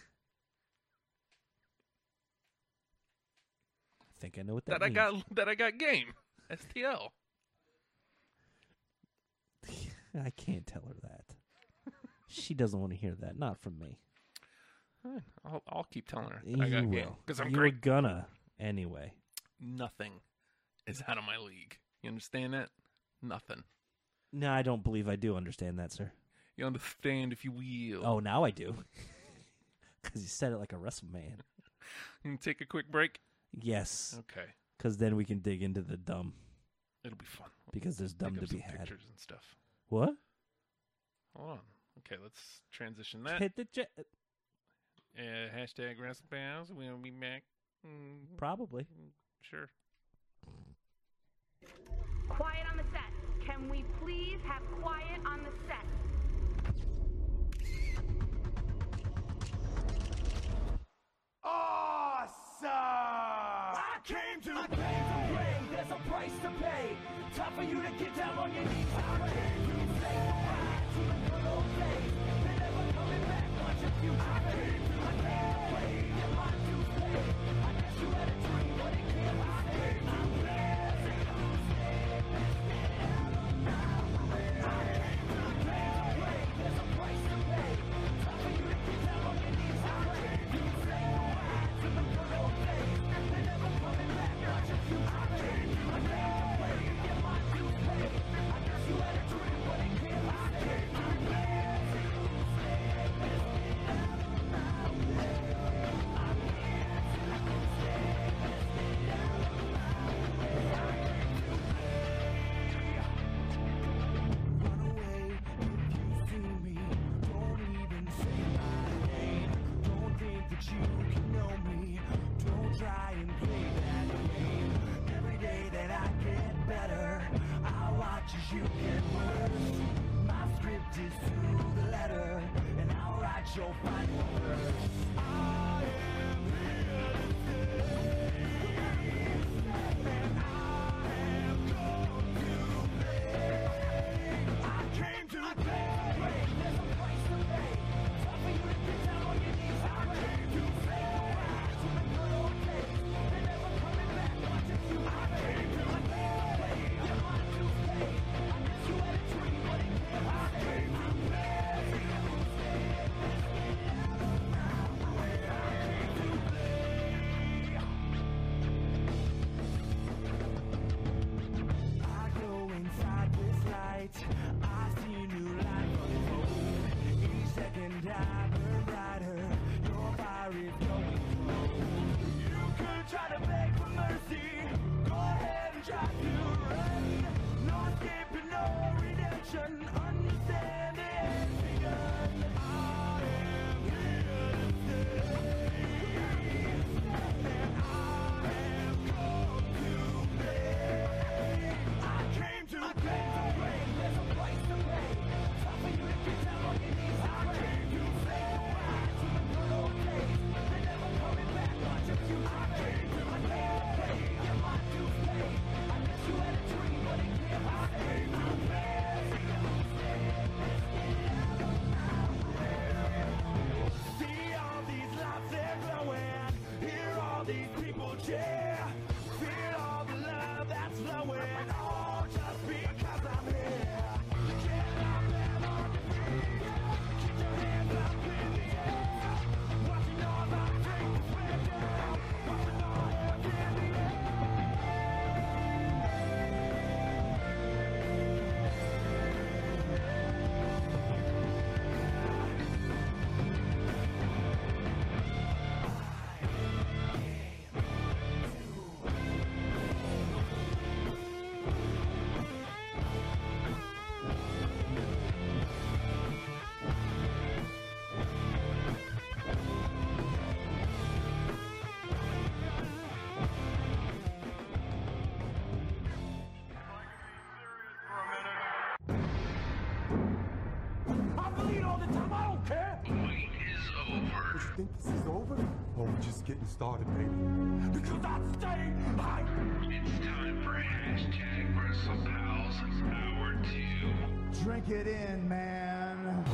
[SPEAKER 5] I think I know what that,
[SPEAKER 6] That I
[SPEAKER 5] means.
[SPEAKER 6] got. That I got game. STL.
[SPEAKER 5] I can't tell her that. she doesn't want to hear that. Not from me.
[SPEAKER 6] Fine. I'll, I'll keep telling her.
[SPEAKER 5] You
[SPEAKER 6] That I got game
[SPEAKER 5] will.
[SPEAKER 6] because I'm
[SPEAKER 5] you were
[SPEAKER 6] great.
[SPEAKER 5] gonna anyway.
[SPEAKER 6] Nothing is out of my league. You understand that? Nothing.
[SPEAKER 5] No, I don't believe I do understand that, sir.
[SPEAKER 6] You understand if you will.
[SPEAKER 5] Oh, now I do. Because you said it like a wrestle man.
[SPEAKER 6] You can take a quick break.
[SPEAKER 5] Yes,
[SPEAKER 6] Okay.
[SPEAKER 5] because then we can dig into the dumb.
[SPEAKER 6] It'll be fun.
[SPEAKER 5] Because there's
[SPEAKER 6] Pick
[SPEAKER 5] dumb
[SPEAKER 6] up
[SPEAKER 5] to
[SPEAKER 6] some
[SPEAKER 5] be had.
[SPEAKER 6] Pictures and stuff.
[SPEAKER 5] What?
[SPEAKER 6] Hold on. Okay, let's transition that.
[SPEAKER 5] Hit the j-
[SPEAKER 6] Uh, hashtag Wrestle Pals. We'll be back. Mm,
[SPEAKER 5] probably.
[SPEAKER 6] sure.
[SPEAKER 8] Quiet on the set. Can we please have quiet on the set?
[SPEAKER 1] Awesome! I came to play to play. There's a price to pay. Time for you to get down on your knees. I came to say goodbye to the good old days. They're never coming back. Watch your future fade. I came to play. Your mind to play. I guess you had a dream, but it can't be saved. I'm blessed. I'm scared. I came to play to play. There's a price to pay. Time for you to get down on your knees. I came to say goodbye to the good old days. They're never coming back. Watch your future fade. I came to play. Your mind to play. I guess you had a dream, but it can't be saved. I'm blessed. I'm scared. Run away if you feel me. Don't even say my name. Don't think that you can know me. Don't try and play that game. Every day that I get better, I watch as you get worse. My script is to the letter, and I'll write your final verse. I am here to stay. And I am going to play. I came to play. There's a price to pay. Time for you to get down on your knees. I came to say goodbye to the good old days. They're never coming back. Watch if you I came to play. Your mind to play. I guess you had a dream, but it can't be saved. I'm blessed. I'm scared. I came to play. think this is over? Or are we just getting started, baby? Because I'm staying by
[SPEAKER 3] It's time for hashtag WrestlePals Hour 2.
[SPEAKER 1] Drink it in, man.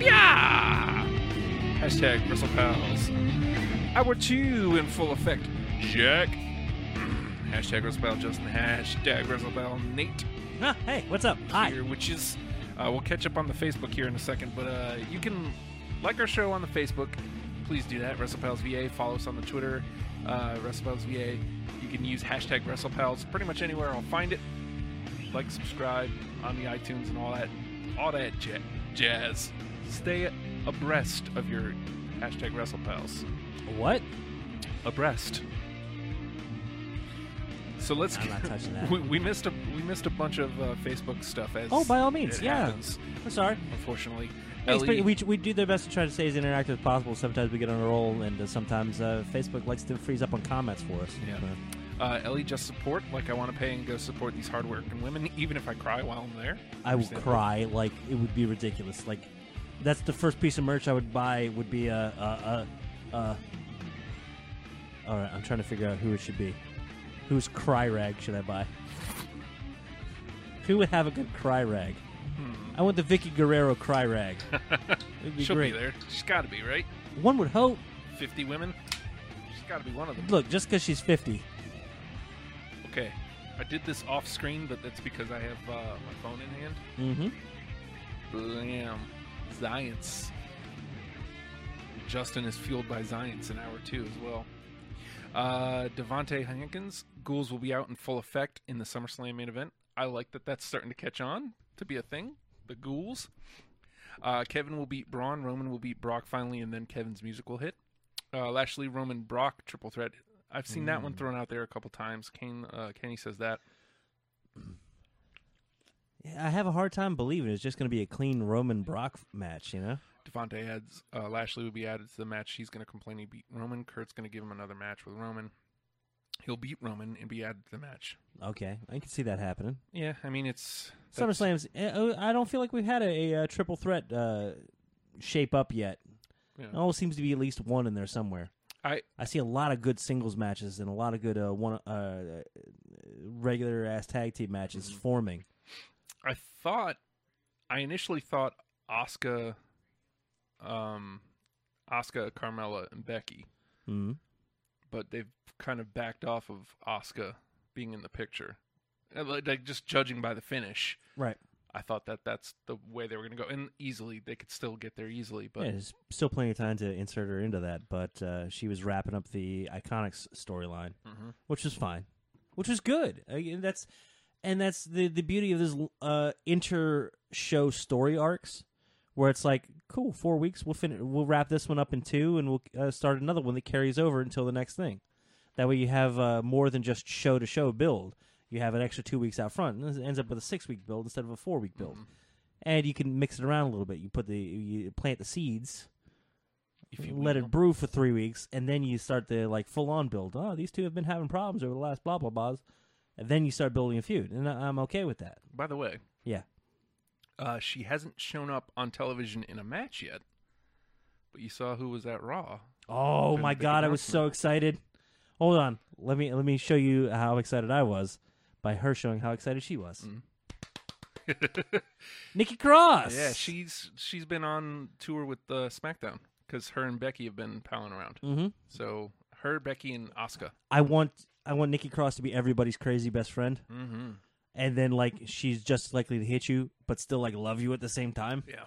[SPEAKER 6] Yeah! Hashtag WrestlePals. Hour 2 in full effect. Jack. Mm, Hashtag WrestlePal Justin. Hashtag WrestlePal Nate
[SPEAKER 5] Ah, hey, what's up? Hi.
[SPEAKER 6] here, which is, uh, we'll catch up on the Facebook here in a second, but uh, you can like our show on the Facebook. Please do that. WrestlePals VA. Follow us on the Twitter, uh, WrestlePals VA. You can use hashtag WrestlePals pretty much anywhere. I'll find it. Like, subscribe on the iTunes and all that, all that ja- jazz. Stay abreast of your hashtag WrestlePals.
[SPEAKER 5] What?
[SPEAKER 6] Abreast. So let's.
[SPEAKER 5] I'm not touching that.
[SPEAKER 6] We, we missed a we missed a bunch of uh, Facebook stuff as
[SPEAKER 5] Oh, by all means,
[SPEAKER 6] it
[SPEAKER 5] yeah.
[SPEAKER 6] happens,
[SPEAKER 5] I'm sorry.
[SPEAKER 6] unfortunately.
[SPEAKER 5] Hey, it's
[SPEAKER 6] Ellie-
[SPEAKER 5] pretty- we, we do their best to try to stay as interactive as possible. Sometimes we get on a roll, and uh, sometimes uh, Facebook likes to freeze up on comments for us.
[SPEAKER 6] Yeah.
[SPEAKER 5] But-
[SPEAKER 6] uh, Ellie just support. Like I want to pay and go support these hardworking women, even if I cry while I'm there.
[SPEAKER 5] I will
[SPEAKER 6] Understand.
[SPEAKER 5] cry. Like it would be ridiculous. Like that's the first piece of merch I would buy would be a a a. a all right, I'm trying to figure out who it should be. Whose cry rag should I buy? Who would have a good cry rag? I want the Vicky Guerrero cry rag. It'd be
[SPEAKER 6] Hmm. She'll
[SPEAKER 5] great.
[SPEAKER 6] be there. She's got to be right.
[SPEAKER 5] One would hope.
[SPEAKER 6] Fifty women. She's got to be one of them.
[SPEAKER 5] Look, just because she's 50.
[SPEAKER 6] Okay. I did this off screen, but that's because I have uh, my phone in hand.
[SPEAKER 5] Mm-hmm.
[SPEAKER 6] Blam. Science. Justin is fueled by science in hour two as well. Uh, Devonte Hankins, Ghouls will be out in full effect in the SummerSlam main event. I like that that's starting to catch on to be a thing. The Ghouls. Uh, Kevin will beat Braun. Roman will beat Brock finally, and then Kevin's music will hit. Uh, Lashley, Roman, Brock, triple threat. I've seen that one thrown out there a couple times. Kane, uh, Kenny says that.
[SPEAKER 5] I have a hard time believing it's just going to be a clean Roman Brock match, you know?
[SPEAKER 6] Devonte adds uh, Lashley will be added to the match. He's going to complain he beat Roman. Kurt's going to give him another match with Roman. He'll beat Roman and be added to the match.
[SPEAKER 5] Okay, I can see that happening.
[SPEAKER 6] Yeah, I mean it's that's-
[SPEAKER 5] SummerSlam's. eh, oh, I don't feel like we've had a, a, uh triple threat uh, shape up yet.
[SPEAKER 6] Yeah.
[SPEAKER 5] It always seems to be at least one in there somewhere.
[SPEAKER 6] I
[SPEAKER 5] I see a lot of good singles matches and a lot of good uh, one uh, uh, regular ass tag team matches
[SPEAKER 6] Mm-hmm.
[SPEAKER 5] forming.
[SPEAKER 6] I thought I initially thought Oscar, um, Oscar, Carmella, and Becky,
[SPEAKER 5] Mhm.
[SPEAKER 6] but they've kind of backed off of Oscar being in the picture. And, Like like, just judging by the finish,
[SPEAKER 5] Right.
[SPEAKER 6] I thought that that's the way they were going to go, and easily they could still get there easily. But
[SPEAKER 5] Yeah, there's still plenty of time to insert her into that, but uh, she was wrapping up the Iconics storyline, which was fine, which was good. I mean, that's and that's the the beauty of this uh, inter show story arcs, where it's like, cool, four weeks, we'll finish, we'll wrap this one up in two, and we'll uh, start another one that carries over until the next thing. That way, you have uh, more than just show to show build. You have an extra two weeks out front, and it ends up with a six week build instead of a four week build. And you can mix it around a little bit. You put the you plant the seeds,
[SPEAKER 6] if you
[SPEAKER 5] let
[SPEAKER 6] will.
[SPEAKER 5] it brew for three weeks, and then you start the like full on build. Oh, these two have been having problems over the last blah blah blahs, and then you start building a feud, and I- I'm okay with that.
[SPEAKER 6] By the way,
[SPEAKER 5] Yeah,
[SPEAKER 6] uh, she hasn't shown up on television in a match yet. But you saw who was at Raw.
[SPEAKER 5] Oh
[SPEAKER 6] Been
[SPEAKER 5] my
[SPEAKER 6] a big
[SPEAKER 5] god, I was so
[SPEAKER 6] announcement.
[SPEAKER 5] excited. Hold on. Let me let me show you how excited I was by her showing how excited she was. Mm. Nikki Cross.
[SPEAKER 6] Yeah, she's she's been on tour with uh, SmackDown because her and Becky have been palling around. Mm-hmm. So her, Becky, and Asuka.
[SPEAKER 5] I want I want Nikki Cross to be everybody's crazy best friend. Mm-hmm. And then like she's just likely to hit you, but still like love you at the same time.
[SPEAKER 6] Yeah.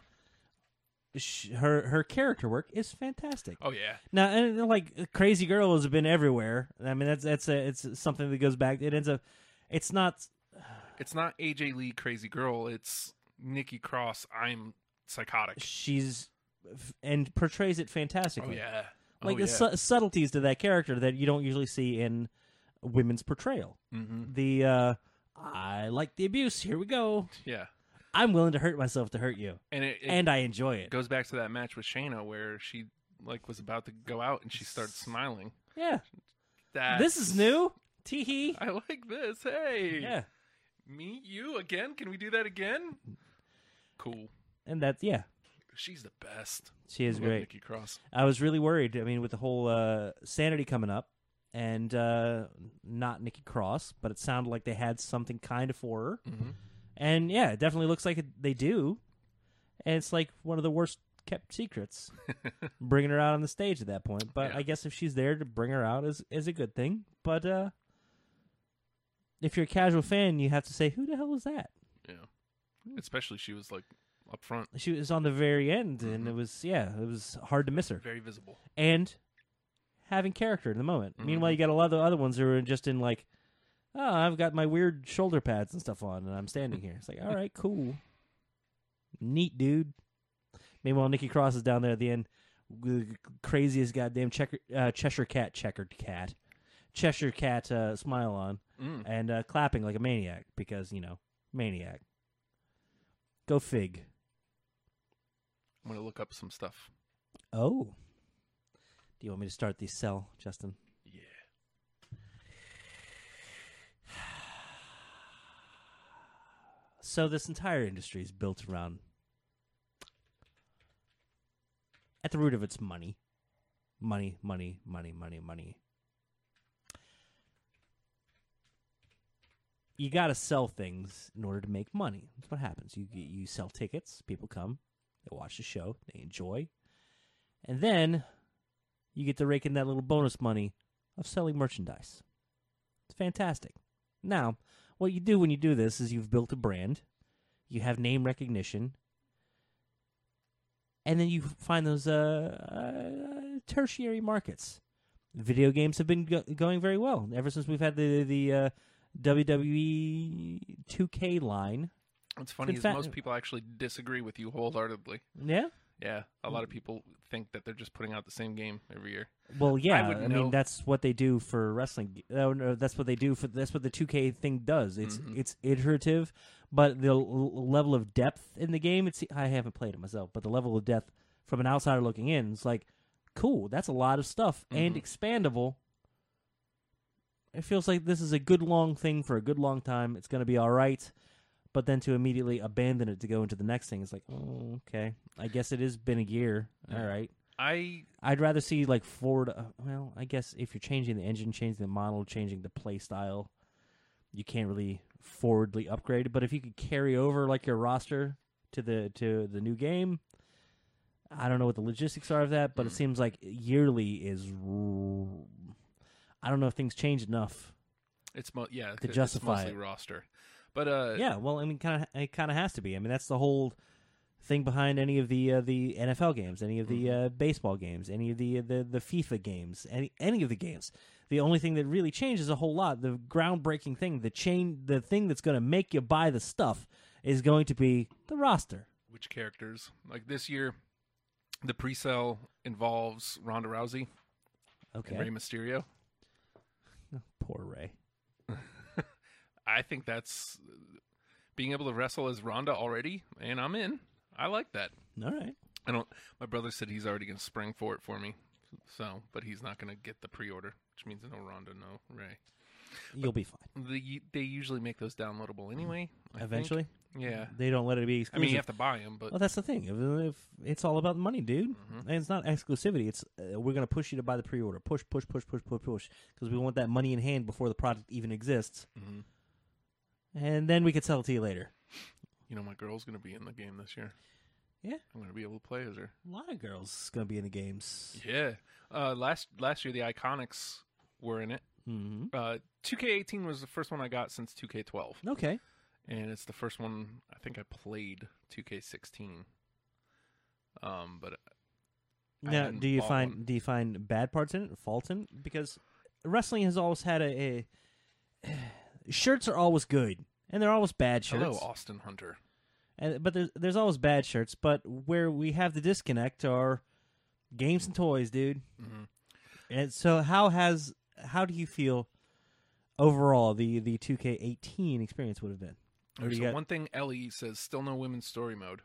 [SPEAKER 5] Sh her her character work is fantastic.
[SPEAKER 6] Oh yeah.
[SPEAKER 5] Now, and uh, like Crazy Girl has been everywhere. I mean, that's that's a, it's something that goes back. It ends up, it's not
[SPEAKER 6] It's not AJ Lee, Crazy Girl. It's Nikki Cross. I'm psychotic.
[SPEAKER 5] she's and portrays it
[SPEAKER 6] Oh
[SPEAKER 5] fantastically.
[SPEAKER 6] yeah. Oh,
[SPEAKER 5] Like the
[SPEAKER 6] yeah.
[SPEAKER 5] su- subtleties to that character that you don't usually see in women's portrayal.
[SPEAKER 6] Mm-hmm.
[SPEAKER 5] The uh, I like the abuse. Here we go.
[SPEAKER 6] yeah.
[SPEAKER 5] I'm willing to hurt myself to hurt you,
[SPEAKER 6] And it, it
[SPEAKER 5] and I enjoy it.
[SPEAKER 6] goes back to that match with Shayna where she like was about to go out and she started smiling.
[SPEAKER 5] Yeah.
[SPEAKER 6] That
[SPEAKER 5] This is new. Tee hee.
[SPEAKER 6] I like this. Hey.
[SPEAKER 5] Yeah.
[SPEAKER 6] Me, you again? Can we do that again? Cool.
[SPEAKER 5] And that's, yeah,
[SPEAKER 6] She's the best.
[SPEAKER 5] she is
[SPEAKER 6] I love
[SPEAKER 5] great.
[SPEAKER 6] Nikki Cross.
[SPEAKER 5] I was really worried. I mean, with the whole uh, sanity coming up and uh, not Nikki Cross, but it sounded like they had something kind of for her. And yeah, it definitely looks like it, they do. And it's like one of the worst kept secrets, bringing her out on the stage at that point. But
[SPEAKER 6] Yeah.
[SPEAKER 5] I guess if she's there to bring her out is is a good thing. But uh, if you're a casual fan, you have to say, "Who the hell was that?"
[SPEAKER 6] Yeah. Especially she was like up front,
[SPEAKER 5] She was on the very end, and it was yeah, it was hard to miss her.
[SPEAKER 6] very visible.
[SPEAKER 5] and having character in the moment. Meanwhile, you got a lot of the other ones who are just in like, oh, I've got my weird shoulder pads and stuff on, and I'm standing here. It's like, all right, cool, neat, dude. Meanwhile, Nikki Cross is down there at the end, with the craziest goddamn checker, uh, Cheshire cat, checkered cat, Cheshire cat uh, smile on, and uh, clapping like a maniac because you know, maniac. Go fig.
[SPEAKER 6] I'm gonna look up some stuff.
[SPEAKER 5] Oh. Do you want me to start the cell, Justin?
[SPEAKER 6] Yeah.
[SPEAKER 5] So this entire industry is built around at the root of its money. Money, money, money, money, money. You got to sell things in order to make money. That's what happens. You you sell tickets, people come, they watch the show, they enjoy. And then you get to rake in that little bonus money of selling merchandise. It's fantastic. Now, what you do when you do this is you've built a brand, you have name recognition, and then you find those uh, uh, tertiary markets. Video games have been go- going very well ever since we've had the the uh, WWE 2K line.
[SPEAKER 6] What's funny
[SPEAKER 5] In
[SPEAKER 6] is
[SPEAKER 5] fact-
[SPEAKER 6] most people actually disagree with you wholeheartedly.
[SPEAKER 5] Yeah.
[SPEAKER 6] Yeah, a
[SPEAKER 5] Hmm.
[SPEAKER 6] lot of people think that they're just putting out the same game every year.
[SPEAKER 5] Well, yeah. I,
[SPEAKER 6] would
[SPEAKER 5] mean,
[SPEAKER 6] know.
[SPEAKER 5] that's what they do for wrestling. Oh, no, that's what they do for. That's what the 2K thing does. It's it's iterative, but the l- level of depth in the game. It's I haven't played it myself, but the level of depth from an outsider looking in is like, cool. That's a lot of stuff and expandable. It feels like this is a good long thing for a good long time. It's going to be all right. But then to immediately abandon it to go into the next thing is like, oh, okay. I guess it has been a year. All right.
[SPEAKER 6] I
[SPEAKER 5] I'd rather see like Ford. Uh, well, I guess if you're changing the engine, changing the model, changing the play style, you can't really forwardly upgrade. it. But if you could carry over like your roster to the to the new game, I don't know what the logistics are of that, but it seems like yearly is. r- I don't know if things change enough.
[SPEAKER 6] it's mo- yeah
[SPEAKER 5] To
[SPEAKER 6] it's
[SPEAKER 5] justify
[SPEAKER 6] mostly
[SPEAKER 5] it.
[SPEAKER 6] roster, but uh
[SPEAKER 5] Yeah, well, I mean, kind of it kind of has to be. I mean, that's the whole thing behind any of the uh, the NFL games, any of the
[SPEAKER 6] Mm-hmm.
[SPEAKER 5] uh, baseball games, any of the, the the FIFA games, any any of the games. The only thing that really changes a whole lot, the groundbreaking thing, the chain, the thing that's going to make you buy the stuff, is going to be the roster.
[SPEAKER 6] which characters like this year, the pre-sale involves Ronda Rousey
[SPEAKER 5] Okay,
[SPEAKER 6] and Rey Mysterio.
[SPEAKER 5] poor Ray.
[SPEAKER 6] I think that's being able to wrestle as Ronda already, and I'm in. I like that.
[SPEAKER 5] All right,
[SPEAKER 6] I don't. My brother said he's already going to spring for it for me, so but he's not going to get the pre-order, which means no Ronda, no Ray.
[SPEAKER 5] you'll be fine.
[SPEAKER 6] The, they usually make those downloadable anyway. I think.
[SPEAKER 5] Eventually,
[SPEAKER 6] yeah.
[SPEAKER 5] they don't let it be
[SPEAKER 6] I
[SPEAKER 5] exclusive.
[SPEAKER 6] mean, you have to buy them, but
[SPEAKER 5] Well, that's the thing. If, if it's all about the money, dude,
[SPEAKER 6] Mm-hmm.
[SPEAKER 5] and it's not exclusivity. It's uh, we're going to push you to buy the pre-order. Push, push, push, push, push, push, because we want that money in hand before the product even exists,
[SPEAKER 6] Mm-hmm.
[SPEAKER 5] and then we could sell it to you later.
[SPEAKER 6] you know, my girl's going to be in the game this year.
[SPEAKER 5] Yeah.
[SPEAKER 6] I'm going to be able to play as her.
[SPEAKER 5] A lot of girls going to be in the games.
[SPEAKER 6] Yeah. Uh, last last year, the Iconics were in it.
[SPEAKER 5] Mm-hmm.
[SPEAKER 6] Uh, 2K18 was the first one I got since 2K12,
[SPEAKER 5] Okay,
[SPEAKER 6] and it's the first one I think I played 2K16. Um, but I
[SPEAKER 5] now
[SPEAKER 6] hadn't
[SPEAKER 5] do you
[SPEAKER 6] bought
[SPEAKER 5] find
[SPEAKER 6] one.
[SPEAKER 5] do you find bad parts in it, faults in it? Because wrestling has always had a, a shirts are always good and they're always bad shirts.
[SPEAKER 6] hello, Austin Hunter.
[SPEAKER 5] And, but there's there's always bad shirts. But where we have the disconnect are games and toys, dude.
[SPEAKER 6] Mm-hmm.
[SPEAKER 5] And so how has how do you feel overall the the 2K18 experience would have been? Or do
[SPEAKER 6] So
[SPEAKER 5] you got-
[SPEAKER 6] one thing Ellie says: still no women's story mode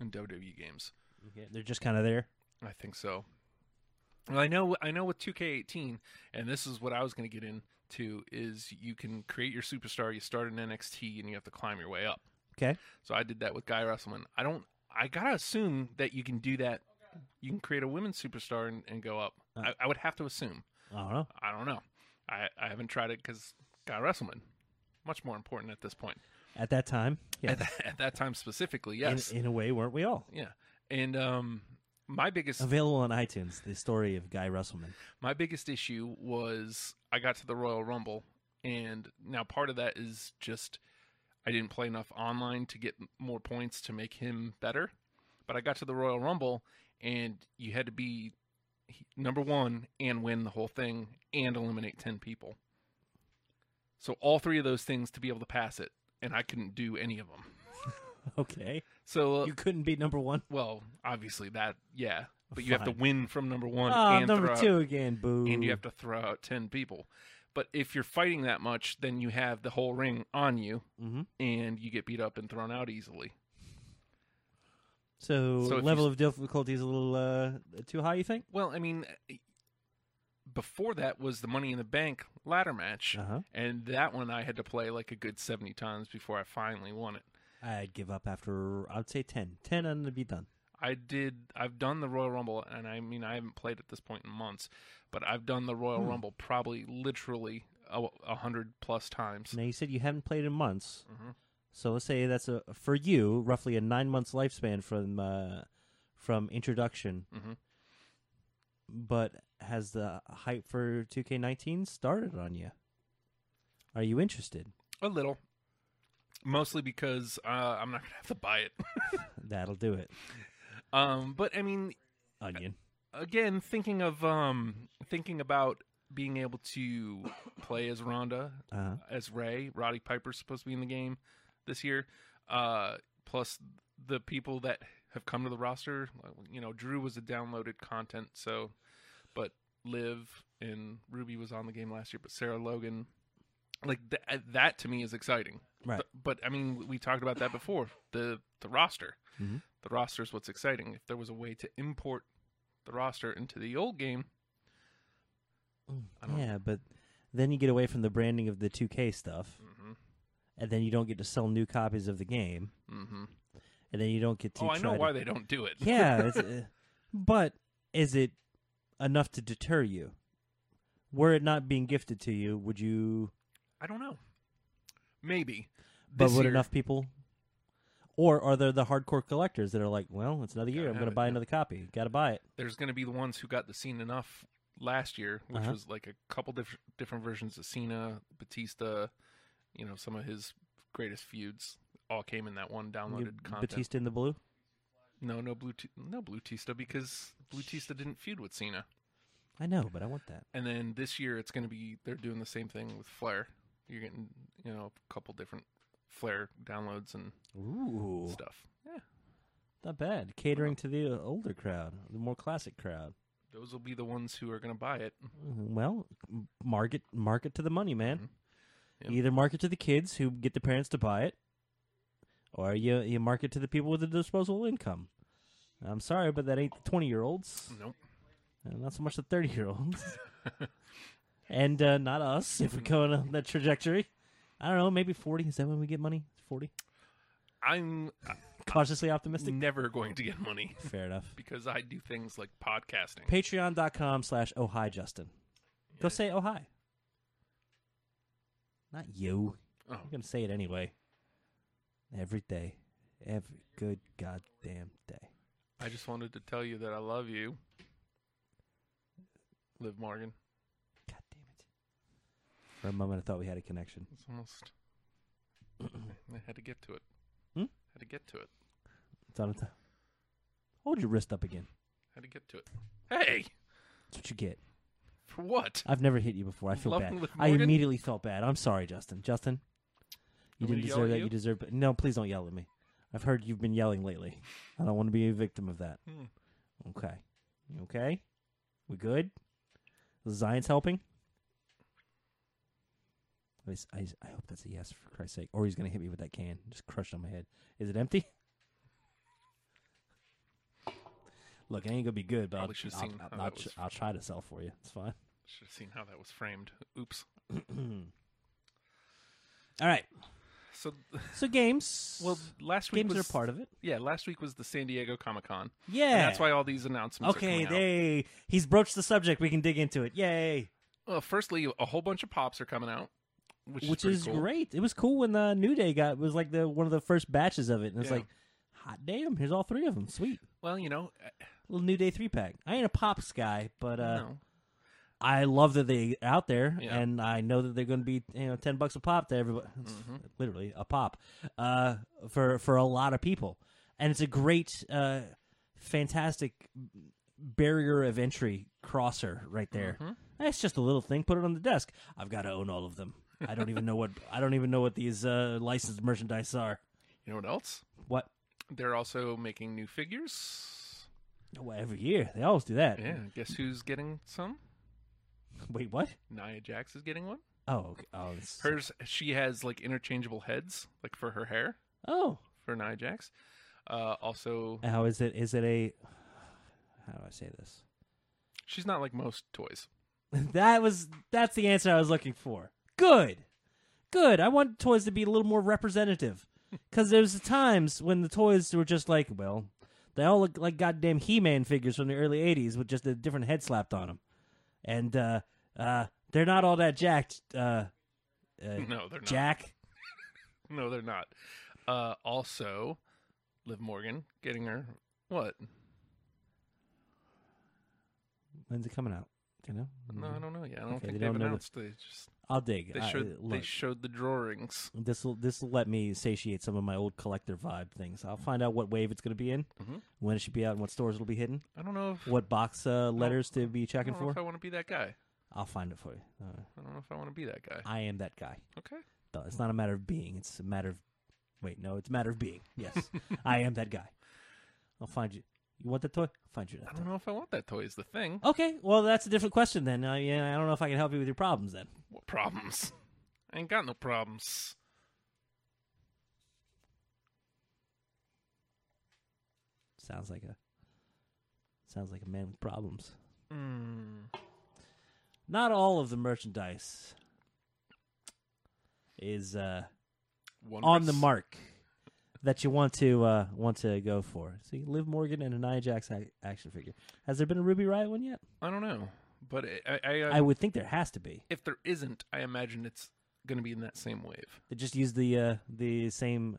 [SPEAKER 6] in WWE games.
[SPEAKER 5] yeah, they're just kind of there.
[SPEAKER 6] I think so. Well, I know, I know. With 2K18, and this is what I was going to get into is you can create your superstar. You start in NXT, and you have to climb your way up.
[SPEAKER 5] Okay.
[SPEAKER 6] So I did that with Guy Russellman. I don't. I gotta assume that you can do that. You can create a women's superstar and, and go up.
[SPEAKER 5] Uh.
[SPEAKER 6] I, I would have to assume.
[SPEAKER 5] I don't know.
[SPEAKER 6] I don't know. I, I haven't tried it because Guy Russellman, much more important at this point.
[SPEAKER 5] At that time, yeah.
[SPEAKER 6] At, that, at that time specifically, yes,
[SPEAKER 5] In, in a way, weren't we all
[SPEAKER 6] yeah. And um, my biggest
[SPEAKER 5] available on iTunes? The story of Guy Russellman.
[SPEAKER 6] my biggest issue was I got to the Royal Rumble, and now part of that is just I didn't play enough online to get m- more points to make him better. But I got to the Royal Rumble, and you had to be he- number one and win the whole thing and eliminate 10 people. So, all three of those things to be able to pass it, and I couldn't do any of them.
[SPEAKER 5] Okay,
[SPEAKER 6] So, uh,
[SPEAKER 5] you couldn't be number one.
[SPEAKER 6] well, obviously, that, yeah. But you have to
[SPEAKER 5] Fine.
[SPEAKER 6] win from number one
[SPEAKER 5] Oh,
[SPEAKER 6] and
[SPEAKER 5] number
[SPEAKER 6] throw out-
[SPEAKER 5] two again. Boo.
[SPEAKER 6] and you have to throw out 10 people. But if you're fighting that much, then you have the whole ring on you
[SPEAKER 5] Mhm.
[SPEAKER 6] and you get beat up and thrown out easily.
[SPEAKER 5] So,
[SPEAKER 6] So if
[SPEAKER 5] level
[SPEAKER 6] you-
[SPEAKER 5] of difficulty is a little uh, too high. You think?
[SPEAKER 6] Well, I mean, eh, before that was the Money in the Bank ladder match.
[SPEAKER 5] Uh-huh.
[SPEAKER 6] And that one I had to play like a good 70 times before I finally won it.
[SPEAKER 5] I'd give up after I'd say ten. Ten and I'd be done.
[SPEAKER 6] I did. I've done the Royal Rumble, and I mean, I haven't played at this point in months, but I've done the Royal Rumble probably literally a, a hundred plus times.
[SPEAKER 5] Now you said you haven't played in months,
[SPEAKER 6] Mm-hmm.
[SPEAKER 5] so let's say that's a for you roughly a nine months lifespan from uh, from introduction.
[SPEAKER 6] Mhm.
[SPEAKER 5] But has the hype for 2K19 started on you? Are you interested?
[SPEAKER 6] A little. Mostly because uh, I'm not going to have to buy it.
[SPEAKER 5] That'll do it.
[SPEAKER 6] Um, but I mean,
[SPEAKER 5] Onion.
[SPEAKER 6] again, thinking of um, thinking about being able to play as Rhonda,
[SPEAKER 5] Uh-huh.
[SPEAKER 6] as Ray, Roddy Piper's supposed to be in the game this year. Uh, plus the people that have come to the roster, you know, Drew was a downloaded content, so but Liv and Ruby was on the game last year, but Sarah Logan, like th- uh, that to me is exciting.
[SPEAKER 5] Right.
[SPEAKER 6] But, but, I mean, we talked about that before. The the roster,
[SPEAKER 5] Mhm.
[SPEAKER 6] the roster is what's exciting. If there was a way to import the roster into the old game, I don't-
[SPEAKER 5] Yeah, but then you get away from the branding of the 2K stuff,
[SPEAKER 6] Mhm.
[SPEAKER 5] and then you don't get to sell new copies of the game,
[SPEAKER 6] hmm
[SPEAKER 5] and then you don't get to.
[SPEAKER 6] oh, I know
[SPEAKER 5] try to-
[SPEAKER 6] why they don't do it.
[SPEAKER 5] Yeah, it's, uh, but is it enough to deter you? Were it not being gifted to you, would you?
[SPEAKER 6] I don't know. Maybe,
[SPEAKER 5] But
[SPEAKER 6] This
[SPEAKER 5] would
[SPEAKER 6] year-
[SPEAKER 5] enough people? Or are there the hardcore collectors that are like, well, it's another year.
[SPEAKER 6] Gotta
[SPEAKER 5] I'm
[SPEAKER 6] have
[SPEAKER 5] going to
[SPEAKER 6] it,
[SPEAKER 5] buy
[SPEAKER 6] yeah."
[SPEAKER 5] another copy. Got to buy it.
[SPEAKER 6] there's going to be the ones who got the scene enough last year, which
[SPEAKER 5] Uh-huh.
[SPEAKER 6] was like a couple diff- different versions of Cena, Batista, you know, some of his greatest feuds all came in that one
[SPEAKER 5] You-
[SPEAKER 6] downloaded content.
[SPEAKER 5] Batista in the blue.
[SPEAKER 6] No, no blue, T- no Blutista because Blutista didn't feud with Cena.
[SPEAKER 5] I know, but I want that.
[SPEAKER 6] And then this year it's going to be they're doing the same thing with Flair. You're getting you know a couple different Flair downloads and
[SPEAKER 5] Ooh,
[SPEAKER 6] stuff. Yeah,
[SPEAKER 5] not bad. Catering to the older crowd, the more classic crowd.
[SPEAKER 6] those will be the ones who are going to buy it.
[SPEAKER 5] Well, m- market market to the money, man.
[SPEAKER 6] Yeah.
[SPEAKER 5] Either market to the kids who get the parents to buy it, or you you market to the people with the disposable income. I'm sorry, but that ain't the twenty year olds,
[SPEAKER 6] Nope.
[SPEAKER 5] and not so much the thirty year olds, and uh, not us if we're going on that trajectory. I don't know, maybe forty. Is that when we get money? Forty?
[SPEAKER 6] I'm
[SPEAKER 5] Cautiously optimistic.
[SPEAKER 6] never going to get money
[SPEAKER 5] Fair enough.
[SPEAKER 6] because I do things like podcasting.
[SPEAKER 5] Patreon.com slash oh hi Justin. Go say oh hi. Not you.
[SPEAKER 6] Oh,
[SPEAKER 5] I'm gonna say it anyway. Every day, every good goddamn day.
[SPEAKER 6] I just wanted to tell you that I love you, Liv Morgan.
[SPEAKER 5] God damn it! For a moment, I thought we had a connection.
[SPEAKER 6] It's almost. I had to get to it.
[SPEAKER 5] Hmm?
[SPEAKER 6] Had to get to it.
[SPEAKER 5] It's on its. Hold your wrist up again.
[SPEAKER 6] Had to get to it. Hey,
[SPEAKER 5] That's what you get.
[SPEAKER 6] for what?
[SPEAKER 5] I've never hit you before. I feel
[SPEAKER 6] Loving
[SPEAKER 5] bad.
[SPEAKER 6] with
[SPEAKER 5] I
[SPEAKER 6] Morgan?
[SPEAKER 5] immediately felt bad. I'm sorry, Justin. Justin, you
[SPEAKER 6] Want me
[SPEAKER 5] didn't
[SPEAKER 6] to yell
[SPEAKER 5] deserve
[SPEAKER 6] at
[SPEAKER 5] that. You,
[SPEAKER 6] you?
[SPEAKER 5] deserve. But no, please don't yell at me. I've heard you've been yelling lately. I don't want to be a victim of that.
[SPEAKER 6] Hmm.
[SPEAKER 5] Okay. You Okay. We good? Zion's helping? I, s- I s- I hope that's a yes, for Christ's sake. Or he's going to hit me with that can. Just crushed on my head. Is it empty? Look, it ain't gonna be good, but I'll,
[SPEAKER 6] Probably should've
[SPEAKER 5] I'll,
[SPEAKER 6] seen how
[SPEAKER 5] I'll,
[SPEAKER 6] that
[SPEAKER 5] I'll tr-
[SPEAKER 6] was.
[SPEAKER 5] I'll try to sell for you. It's fine.
[SPEAKER 6] Should have seen how that was framed. Oops.
[SPEAKER 5] All right.
[SPEAKER 6] So,
[SPEAKER 5] So games.
[SPEAKER 6] well, last week
[SPEAKER 5] games
[SPEAKER 6] was,
[SPEAKER 5] are a part of it.
[SPEAKER 6] Yeah, last week was the San Diego Comic Con.
[SPEAKER 5] Yeah.
[SPEAKER 6] And that's why all these announcements. Are
[SPEAKER 5] Okay,
[SPEAKER 6] coming out.
[SPEAKER 5] they he's broached the subject. We can dig into it. Yay!
[SPEAKER 6] Well, firstly, a whole bunch of pops are coming out, which,
[SPEAKER 5] Which
[SPEAKER 6] pretty
[SPEAKER 5] is
[SPEAKER 6] cool.
[SPEAKER 5] great. It was cool when the New Day got was like the one of the first batches of it, and it's
[SPEAKER 6] Yeah.
[SPEAKER 5] like, hot damn! Here's all three of them. Sweet
[SPEAKER 6] Well, you know, uh,
[SPEAKER 5] little New Day three pack. I ain't a pops guy, but uh,
[SPEAKER 6] no.
[SPEAKER 5] I love that they are out there,
[SPEAKER 6] Yeah.
[SPEAKER 5] and I know that they're going to be you know ten bucks a pop to everybody. It's
[SPEAKER 6] Mm-hmm.
[SPEAKER 5] Literally a pop uh, for for a lot of people, and it's a great, uh, fantastic barrier of entry crosser right there.
[SPEAKER 6] Mm-hmm.
[SPEAKER 5] That's just a little thing. Put it on the desk. I've got to own all of them. I don't even know what I don't even know what these uh, licensed merchandise are.
[SPEAKER 6] you know what else?
[SPEAKER 5] What?
[SPEAKER 6] They're also making new figures.
[SPEAKER 5] Well, every year they always do that.
[SPEAKER 6] Yeah, guess who's getting some?
[SPEAKER 5] Wait, what?
[SPEAKER 6] Nia Jax is getting one.
[SPEAKER 5] Oh, okay. oh, it's-
[SPEAKER 6] Hers, she has like interchangeable heads, like for her hair
[SPEAKER 5] oh.
[SPEAKER 6] for Nia Jax. Uh, also,
[SPEAKER 5] How is it? Is it a? How do I say this?
[SPEAKER 6] she's not like most toys.
[SPEAKER 5] That was that's the answer I was looking for. Good. Good. I want toys to be a little more representative. Cuz there's times when the toys were just like, well, they all look like goddamn He-Man figures from the early 80s with just a different head slapped on them. And uh uh they're not all that jacked uh, uh
[SPEAKER 6] No, they're not.
[SPEAKER 5] Jack.
[SPEAKER 6] No, they're not. Uh, also, Liv Morgan getting her what?
[SPEAKER 5] When's it coming out? Do You know?
[SPEAKER 6] No, I don't know yet. I don't
[SPEAKER 5] Mm-hmm. Okay,
[SPEAKER 6] think
[SPEAKER 5] they
[SPEAKER 6] they have
[SPEAKER 5] don't know the-
[SPEAKER 6] announced. They just
[SPEAKER 5] I'll dig.
[SPEAKER 6] they
[SPEAKER 5] I-
[SPEAKER 6] showed they
[SPEAKER 5] look.
[SPEAKER 6] showed the drawings.
[SPEAKER 5] this will this will let me satiate some of my old collector vibe things. I'll find out what wave it's going to be in,
[SPEAKER 6] Mm-hmm.
[SPEAKER 5] when it should be out, and what stores it'll be hidden,
[SPEAKER 6] I don't know if
[SPEAKER 5] what box
[SPEAKER 6] Oh.
[SPEAKER 5] uh, letters to be
[SPEAKER 6] I
[SPEAKER 5] checking
[SPEAKER 6] don't know
[SPEAKER 5] for.
[SPEAKER 6] if I want to be that guy.
[SPEAKER 5] I'll find it for you. Uh,
[SPEAKER 6] I don't know if I want to be that guy.
[SPEAKER 5] I am that guy.
[SPEAKER 6] Okay.
[SPEAKER 5] No, It's not a matter of being. It's a matter of wait, no, it's a matter of being. Yes, I am that guy. I'll find you. You want that toy? I'll find you
[SPEAKER 6] I
[SPEAKER 5] that toy.
[SPEAKER 6] don't know if I want that toy. Is the thing.
[SPEAKER 5] Okay, well that's a different question then. Uh, yeah, I don't know if I can help you with your problems then.
[SPEAKER 6] What problems? I ain't got no problems.
[SPEAKER 5] Sounds like a sounds like a man with problems.
[SPEAKER 6] Mm.
[SPEAKER 5] not all of the merchandise is uh, on the
[SPEAKER 6] Wondrous.
[SPEAKER 5] mark that you want to uh, want to go for. See, Liv Morgan and an Nia Jax ac- action figure. Has there been a Ruby Riot one yet?
[SPEAKER 6] I don't know, but I, I, I,
[SPEAKER 5] I would think there has to be.
[SPEAKER 6] if there isn't, I imagine it's going to be in that same wave.
[SPEAKER 5] They just use the uh, the same.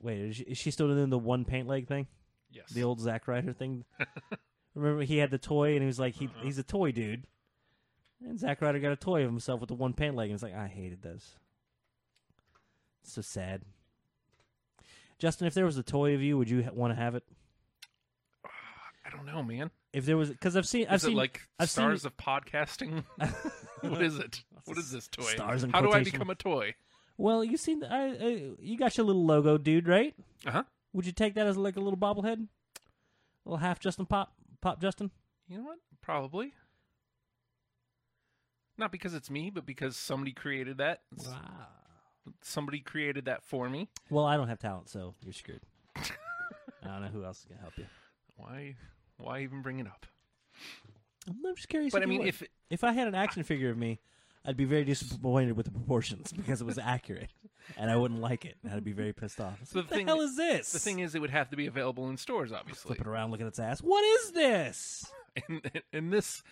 [SPEAKER 5] Wait, is she, is she still doing the one paint leg thing?
[SPEAKER 6] Yes.
[SPEAKER 5] The old Zack Ryder thing. Remember, he had the toy, and he was like, he, he's a toy dude. And Zack Ryder got a toy of himself with the one pant leg, and it's like, I hated those. It's so sad. Justin, if there was a toy of you, would you ha- want to have it?
[SPEAKER 6] I don't know, man.
[SPEAKER 5] If there was, because I've seen, I've
[SPEAKER 6] is
[SPEAKER 5] seen
[SPEAKER 6] it like
[SPEAKER 5] I've seen-
[SPEAKER 6] stars of podcasting? what is it? What is this toy?
[SPEAKER 5] Stars in
[SPEAKER 6] How do I
[SPEAKER 5] quotation.
[SPEAKER 6] become a toy?
[SPEAKER 5] Well, you seen, I, I, you got your little logo, dude, right?
[SPEAKER 6] Uh huh.
[SPEAKER 5] Would you take that as like a little bobblehead, little half Justin pop, pop Justin?
[SPEAKER 6] You know what? Probably. Not because it's me, but because somebody created that. S- Somebody created that for me.
[SPEAKER 5] Well, I don't have talent, so you're screwed. I don't know who else is gonna help you.
[SPEAKER 6] Why? Why even bring it up?
[SPEAKER 5] I'm just curious.
[SPEAKER 6] But
[SPEAKER 5] if
[SPEAKER 6] I
[SPEAKER 5] you
[SPEAKER 6] mean,
[SPEAKER 5] would.
[SPEAKER 6] if-
[SPEAKER 5] if I had an action figure of me, I'd be very disappointed with the proportions because it was accurate, and I wouldn't like it, and I'd be very pissed off.
[SPEAKER 6] So the
[SPEAKER 5] what the
[SPEAKER 6] thing-
[SPEAKER 5] hell is this?
[SPEAKER 6] The thing is, it would have to be available in stores, obviously.
[SPEAKER 5] flipping around, looking at its ass. What is this?
[SPEAKER 6] In, in this,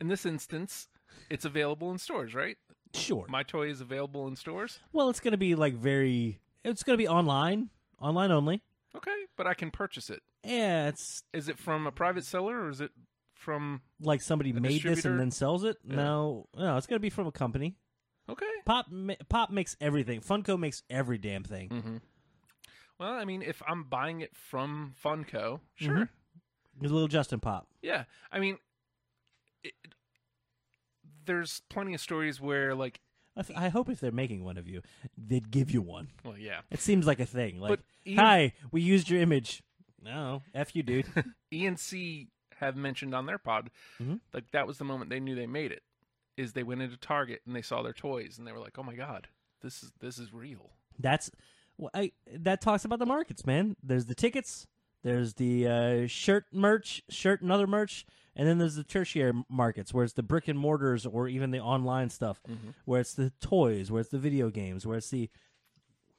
[SPEAKER 6] in this instance, it's available in stores, right?
[SPEAKER 5] Sure.
[SPEAKER 6] My toy is available in stores.
[SPEAKER 5] well, it's gonna be like very. It's gonna be online, online only.
[SPEAKER 6] Okay, but I can purchase it.
[SPEAKER 5] Yeah, it's
[SPEAKER 6] Is it from a private seller or is it from?
[SPEAKER 5] like somebody made this
[SPEAKER 6] distributor?
[SPEAKER 5] and then sells it. No, no, it's gonna be from a company.
[SPEAKER 6] Okay.
[SPEAKER 5] Pop, ma- Pop makes everything. Funko makes every damn thing.
[SPEAKER 6] Well, I mean, if I'm buying it from Funko, sure.
[SPEAKER 5] Mm-hmm. There's a little Justin Pop.
[SPEAKER 6] Yeah, I mean, it, there's plenty of stories where, like,
[SPEAKER 5] I, f- I hope if they're making one of you, they'd give you one.
[SPEAKER 6] well, yeah,
[SPEAKER 5] It seems like a thing. Like,
[SPEAKER 6] even-
[SPEAKER 5] hi, we used your image. No, f you, dude.
[SPEAKER 6] ENC E have mentioned on their pod,
[SPEAKER 5] Mm-hmm.
[SPEAKER 6] like that was the moment they knew they made it. Is they went into Target and they saw their toys and they were like, "Oh my god, this is this is real."
[SPEAKER 5] That's well, I, that talks about the markets, man. There's the tickets. There's the uh, shirt merch, shirt and other merch, and then there's the tertiary m- markets where it's the brick and mortars or even the online stuff,
[SPEAKER 6] Mm-hmm.
[SPEAKER 5] where it's the toys, where it's the video games, where it's the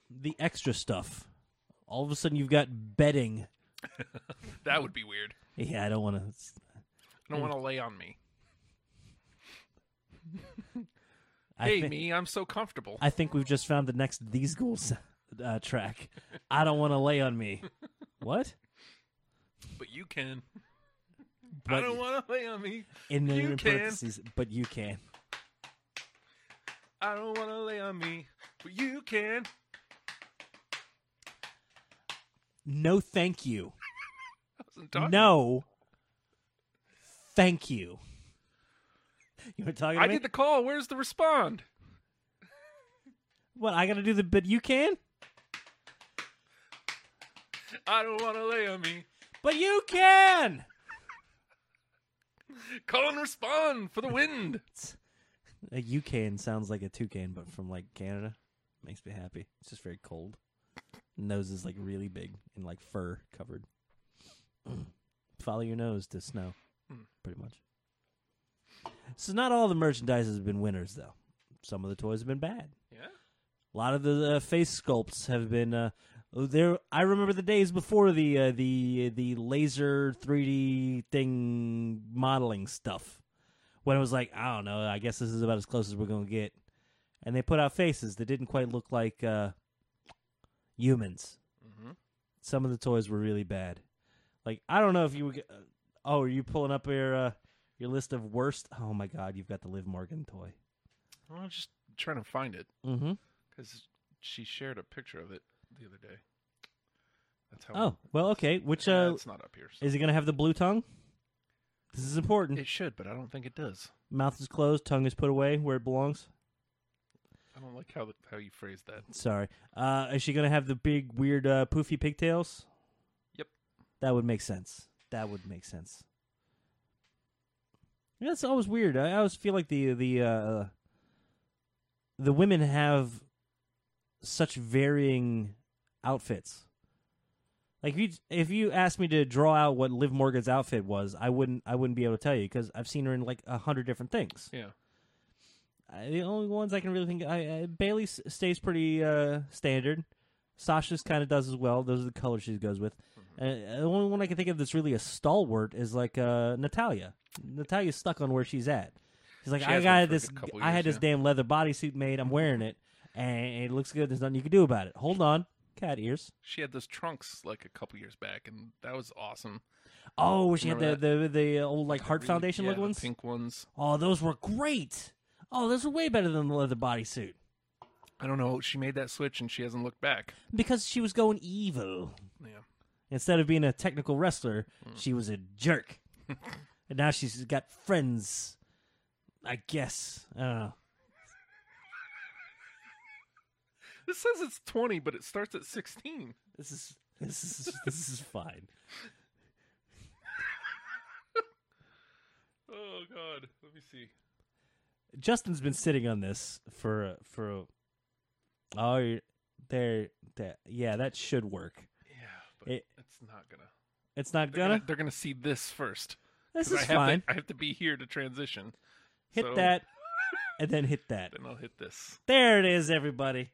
[SPEAKER 5] the extra stuff. All of a sudden, you've got bedding.
[SPEAKER 6] That would be weird.
[SPEAKER 5] Yeah, I don't want to.
[SPEAKER 6] I
[SPEAKER 5] Mm.
[SPEAKER 6] don't want to lay on me. Hey, me, I'm so comfortable.
[SPEAKER 5] I think we've just found the next These Ghouls uh, track. I don't want to lay on me. what?
[SPEAKER 6] But you can. I
[SPEAKER 5] But-
[SPEAKER 6] don't want to lay on me.
[SPEAKER 5] In the
[SPEAKER 6] You
[SPEAKER 5] in
[SPEAKER 6] can.
[SPEAKER 5] parentheses, but you can.
[SPEAKER 6] I don't want to lay on me. But you can.
[SPEAKER 5] No, thank you.
[SPEAKER 6] I wasn't talking.
[SPEAKER 5] No, thank you. You were talking to
[SPEAKER 6] I
[SPEAKER 5] me?
[SPEAKER 6] did the call. Where's the respond?
[SPEAKER 5] what? I got to do the but you can,
[SPEAKER 6] I don't want to lay on me.
[SPEAKER 5] but you can.
[SPEAKER 6] Call and respond for the wind.
[SPEAKER 5] A you can sounds like a toucan, but from like Canada, makes me happy. It's just very cold. Nose is like really big and like fur covered. Follow your nose to snow,
[SPEAKER 6] Hmm.
[SPEAKER 5] pretty much. So not all the merchandise has been winners though. Some of the toys have been bad.
[SPEAKER 6] yeah.
[SPEAKER 5] A lot of the uh, face sculpts have been uh, there. I remember the days before the uh, the the laser three D thing modeling stuff, when it was like, I don't know. I guess this is about as close as we're gonna get. And they put out faces that didn't quite look like uh, humans.
[SPEAKER 6] Mm-hmm.
[SPEAKER 5] Some of the toys were really bad. Like I don't know if you. Would, get- uh, oh, are you pulling up your uh, your list of worst? Oh my God, you've got the Liv Morgan toy.
[SPEAKER 6] Well, I'm just trying to find it
[SPEAKER 5] Mm-hmm.
[SPEAKER 6] because she shared a picture of it the other day. That's how.
[SPEAKER 5] Oh well, okay. Which
[SPEAKER 6] Yeah,
[SPEAKER 5] uh,
[SPEAKER 6] it's not up here. so-
[SPEAKER 5] Is it going to have the blue tongue? This is important.
[SPEAKER 6] It should, but I don't think it does.
[SPEAKER 5] Mouth is closed, tongue is put away where it belongs.
[SPEAKER 6] I don't like how how you phrased that.
[SPEAKER 5] Sorry. Uh, is she going to have the big, weird, uh, poofy pigtails?
[SPEAKER 6] Yep.
[SPEAKER 5] That would make sense. That would make sense. Yeah, That's always weird. I always feel like the the uh, the women have such varying outfits. Like if you if you asked me to draw out what Liv Morgan's outfit was, I wouldn't I wouldn't be able to tell you because I've seen her in like a hundred different things.
[SPEAKER 6] Yeah.
[SPEAKER 5] I, Uh, the only ones I can really think I, I, Bailey s- stays pretty uh, standard. Sasha's kind of does as well. Those are the colors she goes with.
[SPEAKER 6] Mm-hmm.
[SPEAKER 5] Uh, the only one I can think of that's really a stalwart is like uh, Natalia. Natalia's stuck on where she's at. She's like,
[SPEAKER 6] She
[SPEAKER 5] I
[SPEAKER 6] has been for a good
[SPEAKER 5] got this.
[SPEAKER 6] couple
[SPEAKER 5] I had
[SPEAKER 6] years,
[SPEAKER 5] this damn leather bodysuit made. I'm wearing it, and it looks good. There's nothing you can do about it. Hold on, cat ears.
[SPEAKER 6] She had those trunks like a couple years back, and that was awesome.
[SPEAKER 5] Oh, she had the,
[SPEAKER 6] Remember
[SPEAKER 5] the the old like heart
[SPEAKER 6] Really-
[SPEAKER 5] foundation
[SPEAKER 6] yeah,
[SPEAKER 5] look
[SPEAKER 6] the
[SPEAKER 5] ones.
[SPEAKER 6] pink ones.
[SPEAKER 5] Oh, those were great. Oh, those were way better than the leather bodysuit
[SPEAKER 6] I don't know. She made that switch, and she hasn't looked back.
[SPEAKER 5] because she was going evil.
[SPEAKER 6] Yeah.
[SPEAKER 5] Instead of being a technical wrestler,
[SPEAKER 6] Hmm.
[SPEAKER 5] she was a jerk. and now she's got friends. I guess. Uh, I don't know.
[SPEAKER 6] This says it's twenty, but it starts at sixteen.
[SPEAKER 5] This is this is this is fine.
[SPEAKER 6] Oh God. Let me see.
[SPEAKER 5] Justin's been sitting on this for a- for a- oh you're- there that yeah that should work.
[SPEAKER 6] Yeah, but
[SPEAKER 5] It-
[SPEAKER 6] it's not gonna.
[SPEAKER 5] It's not
[SPEAKER 6] They're gonna,
[SPEAKER 5] gonna.
[SPEAKER 6] they're gonna see this first.
[SPEAKER 5] This
[SPEAKER 6] 'Cause I have
[SPEAKER 5] is
[SPEAKER 6] to-
[SPEAKER 5] fine.
[SPEAKER 6] I have to be here to transition.
[SPEAKER 5] Hit
[SPEAKER 6] so-
[SPEAKER 5] that, and then hit that.
[SPEAKER 6] Then I'll hit this.
[SPEAKER 5] There it is, everybody.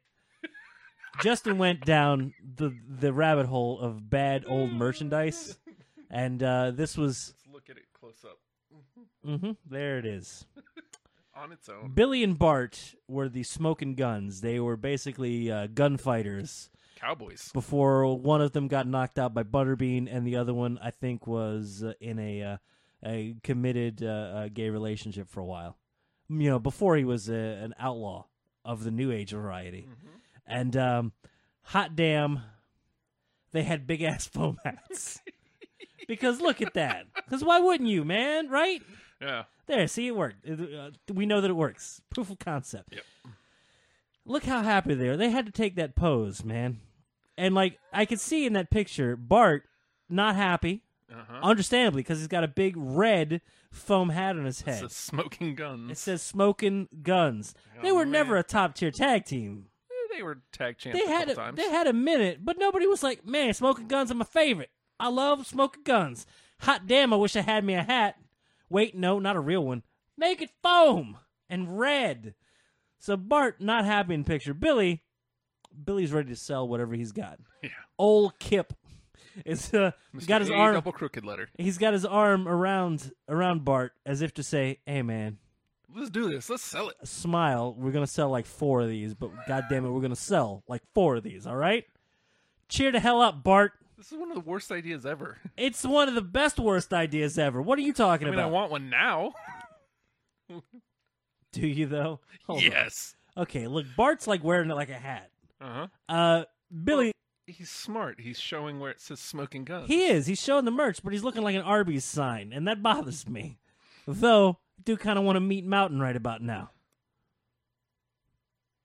[SPEAKER 5] Justin went down the the rabbit hole of bad old merchandise, and uh, this was
[SPEAKER 6] Let's look at it close up
[SPEAKER 5] hmm there it is.
[SPEAKER 6] on its own.
[SPEAKER 5] Billy and Bart were the smoking guns. They were basically uh, gunfighters.
[SPEAKER 6] Cowboys.
[SPEAKER 5] Before one of them got knocked out by Butterbean, and the other one, I think, was uh, in a uh, a committed uh, uh, gay relationship for a while. You know, before he was a, an outlaw of the New Age variety, and um, hot damn, they had big ass foam hats. because look at that. Because why wouldn't you, man? Right?
[SPEAKER 6] Yeah.
[SPEAKER 5] There, see, it worked. It- uh, we know that it works. Proof of concept.
[SPEAKER 6] Yep.
[SPEAKER 5] Look how happy they are. They had to take that pose, man. And like I could see in that picture, Bart not happy,
[SPEAKER 6] Uh-huh.
[SPEAKER 5] understandably, because he's got a big red foam hat on his
[SPEAKER 6] It
[SPEAKER 5] head.
[SPEAKER 6] says smoking guns.
[SPEAKER 5] It says "Smoking Guns." They were
[SPEAKER 6] Oh, man.
[SPEAKER 5] never a top tier tag team.
[SPEAKER 6] Eh, they were tag champs
[SPEAKER 5] They
[SPEAKER 6] a
[SPEAKER 5] had
[SPEAKER 6] couple
[SPEAKER 5] a,
[SPEAKER 6] times.
[SPEAKER 5] they had a minute, but nobody was like, "Man, Smoking Guns are my favorite." I love smoking guns. Hot damn, I wish I had me a hat. Wait, no, not a real one. Make it foam and red. So Bart, not happy in picture. Billy, Billy's ready to sell whatever he's got.
[SPEAKER 6] Yeah.
[SPEAKER 5] Old Kip is uh,
[SPEAKER 6] Mr.
[SPEAKER 5] got his
[SPEAKER 6] A
[SPEAKER 5] arm.
[SPEAKER 6] double crooked letter.
[SPEAKER 5] He's got his arm around around Bart as if to say, "Hey, man,
[SPEAKER 6] Let's do this. Let's sell it.
[SPEAKER 5] smile. We're gonna sell like four of these, but goddamn it, we're gonna sell like four of these. All right? Cheer the hell up, Bart.
[SPEAKER 6] This is one of the worst ideas ever.
[SPEAKER 5] It's one of the best worst ideas ever. What are you talking
[SPEAKER 6] I mean, I
[SPEAKER 5] about?
[SPEAKER 6] want one now.
[SPEAKER 5] Do you though? Hold on.
[SPEAKER 6] yes.
[SPEAKER 5] Okay. Look, Bart's like wearing it like a hat.
[SPEAKER 6] Uh huh.
[SPEAKER 5] Uh, Billy,
[SPEAKER 6] He's smart. He's showing where it says smoking guns.
[SPEAKER 5] he is. He's showing the merch, but he's looking like an Arby's sign, and that bothers me. Though, I do kind of want to meet Mountain right about now.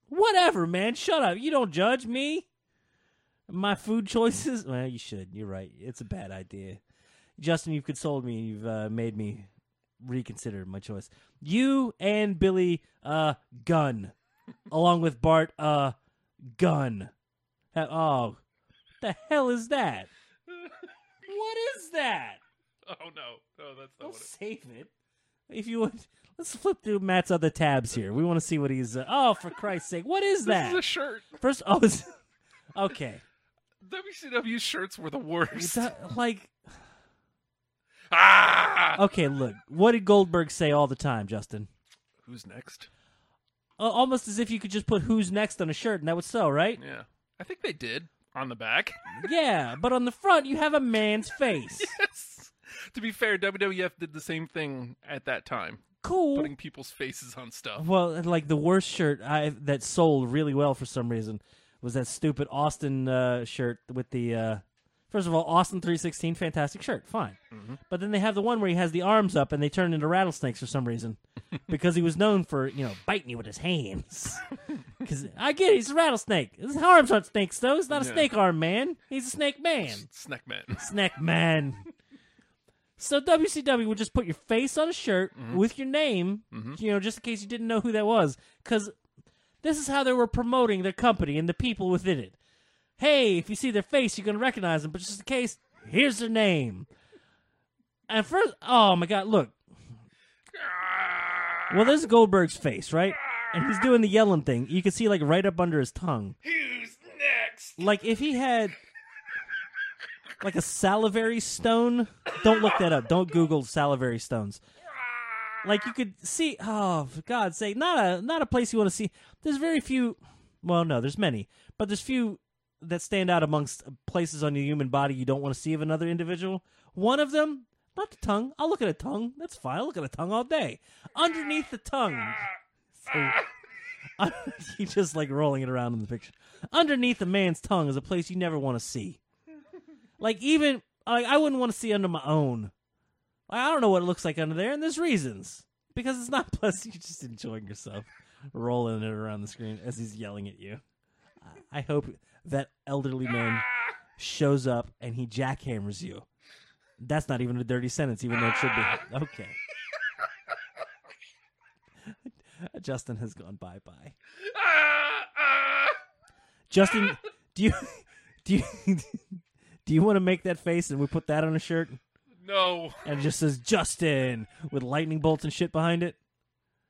[SPEAKER 5] Whatever, man. Shut up. You don't judge me. My food choices. Well, you should. You're right. It's a bad idea. Justin, you've consoled me. You've uh, made me reconsider my choice. You and Billy, uh, gun, along with Bart, uh, gun. Uh, Oh, the hell is that? What is that?
[SPEAKER 6] Oh no. Oh, that's not
[SPEAKER 5] Don't
[SPEAKER 6] what it
[SPEAKER 5] save it. If you would, let's flip through Matt's other tabs here. We want to see what he's. Uh, oh, for Christ's sake, what is
[SPEAKER 6] This
[SPEAKER 5] that?
[SPEAKER 6] is a shirt.
[SPEAKER 5] First, oh, it's, okay.
[SPEAKER 6] WCW shirts were the
[SPEAKER 5] Is
[SPEAKER 6] worst.
[SPEAKER 5] that- like,
[SPEAKER 6] ah!
[SPEAKER 5] okay, look. What did Goldberg say all the time, Justin?
[SPEAKER 6] Who's next?
[SPEAKER 5] Uh, almost as if you could just put "Who's next" on a shirt and that would sell, right?
[SPEAKER 6] Yeah. I think they did on the back.
[SPEAKER 5] Yeah, but on the front you have a man's face.
[SPEAKER 6] yes. To be fair, WWF did the same thing at that time,
[SPEAKER 5] Cool.
[SPEAKER 6] putting people's faces on stuff.
[SPEAKER 5] Well, like the worst shirt I that sold really well for some reason was that stupid Austin uh, shirt with the. Uh, first of all, Austin three sixteen, fantastic shirt, fine. But then they have the one where he has the arms up and they turn into rattlesnakes for some reason, because he was known for you know biting you with his hands. Because I get it, he's a rattlesnake. His arms aren't snakes though. He's not a
[SPEAKER 6] Yeah.
[SPEAKER 5] snake arm man. He's a snake man.
[SPEAKER 6] Snack man.
[SPEAKER 5] Snack man. So WCW would just put your face on a shirt with your name, you know, just in case you didn't know who that was, because this is how they were promoting their company and the people within it. Hey, if you see their face, you're gonna recognize them, but just in case, here's their name. And first, oh my God, look. Well, there's Goldberg's face, right? And he's doing the yelling thing. You can see like right up under his tongue
[SPEAKER 6] Who's next?
[SPEAKER 5] like if he had like a salivary stone don't look that up don't google salivary stones like you could see oh for god's sake not a not a place you want to see there's very few well no there's many but there's few that stand out amongst places on your human body you don't want to see of another individual one of them not the tongue i'll look at a tongue that's fine i'll look at a tongue all day underneath the tongue so, he's just like rolling it around in the picture. Underneath a man's tongue is a place you never want to see. Like even like I wouldn't want to see under my own. Like, I don't know what it looks like under there, and there's reasons because it's not pleasant. You're just enjoying yourself, rolling it around the screen as he's yelling at you. I- I hope that elderly man shows up and he jackhammers you. That's not even a dirty sentence, even though it should be. Okay. Justin has gone bye bye. Justin, do you do you do you want to make that face and we put that on a shirt
[SPEAKER 6] No.
[SPEAKER 5] and it just says Justin with lightning bolts and shit behind it?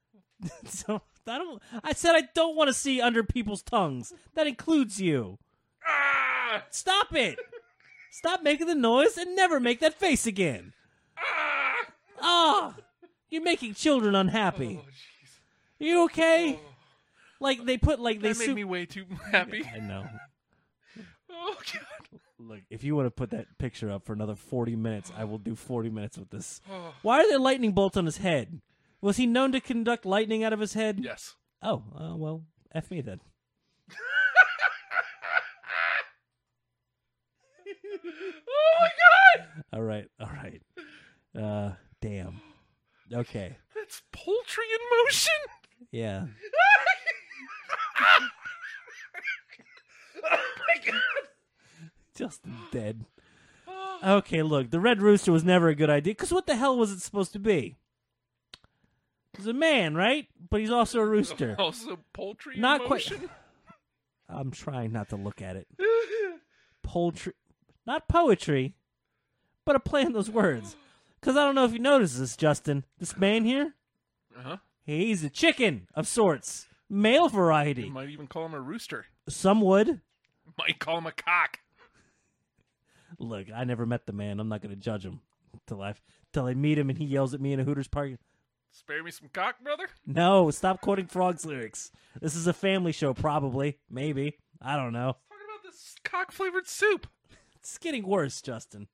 [SPEAKER 5] so I don't. I said I don't want to see under people's tongues. That includes you.
[SPEAKER 6] Ah!
[SPEAKER 5] Stop it! Stop making the noise and never make that face again. Ah, you're making children unhappy.
[SPEAKER 6] Oh,
[SPEAKER 5] you okay? Like they put like they
[SPEAKER 6] That made
[SPEAKER 5] sup-
[SPEAKER 6] me way too happy.
[SPEAKER 5] I know.
[SPEAKER 6] Oh god.
[SPEAKER 5] Look, if you want to put that picture up for another 40 minutes, I will do 40 minutes with this. Why are there lightning bolts on his head? Was he known to conduct lightning out of his head?
[SPEAKER 6] Yes.
[SPEAKER 5] Oh, uh, well, F me then.
[SPEAKER 6] Oh my god.
[SPEAKER 5] All right, all right. Uh, damn. Okay,
[SPEAKER 6] That's poultry in motion.
[SPEAKER 5] yeah.
[SPEAKER 6] oh my god.
[SPEAKER 5] Justin dead. Okay, look, the Red Rooster was never a good idea because what the hell was it supposed to be? He's a man, right? But he's also a rooster.
[SPEAKER 6] Also poultry in
[SPEAKER 5] Not quite-
[SPEAKER 6] motion.
[SPEAKER 5] I'm trying not to look at it. Poultry, not poetry, but a play on those words. Because I don't know if you noticed this, Justin. This man here,
[SPEAKER 6] Uh-huh.
[SPEAKER 5] he's a chicken of sorts, male
[SPEAKER 6] You
[SPEAKER 5] variety.
[SPEAKER 6] might even call him a rooster.
[SPEAKER 5] Some would
[SPEAKER 6] Might call him a cock.
[SPEAKER 5] look. I never met the man. I'm not going to judge him till I till I meet him and he yells at me in a Hooters party.
[SPEAKER 6] Spare me some cock, brother.
[SPEAKER 5] No, stop quoting frogs lyrics. This is a family show, probably, maybe. I don't know.
[SPEAKER 6] Talking about this cock flavored soup.
[SPEAKER 5] It's getting worse, Justin.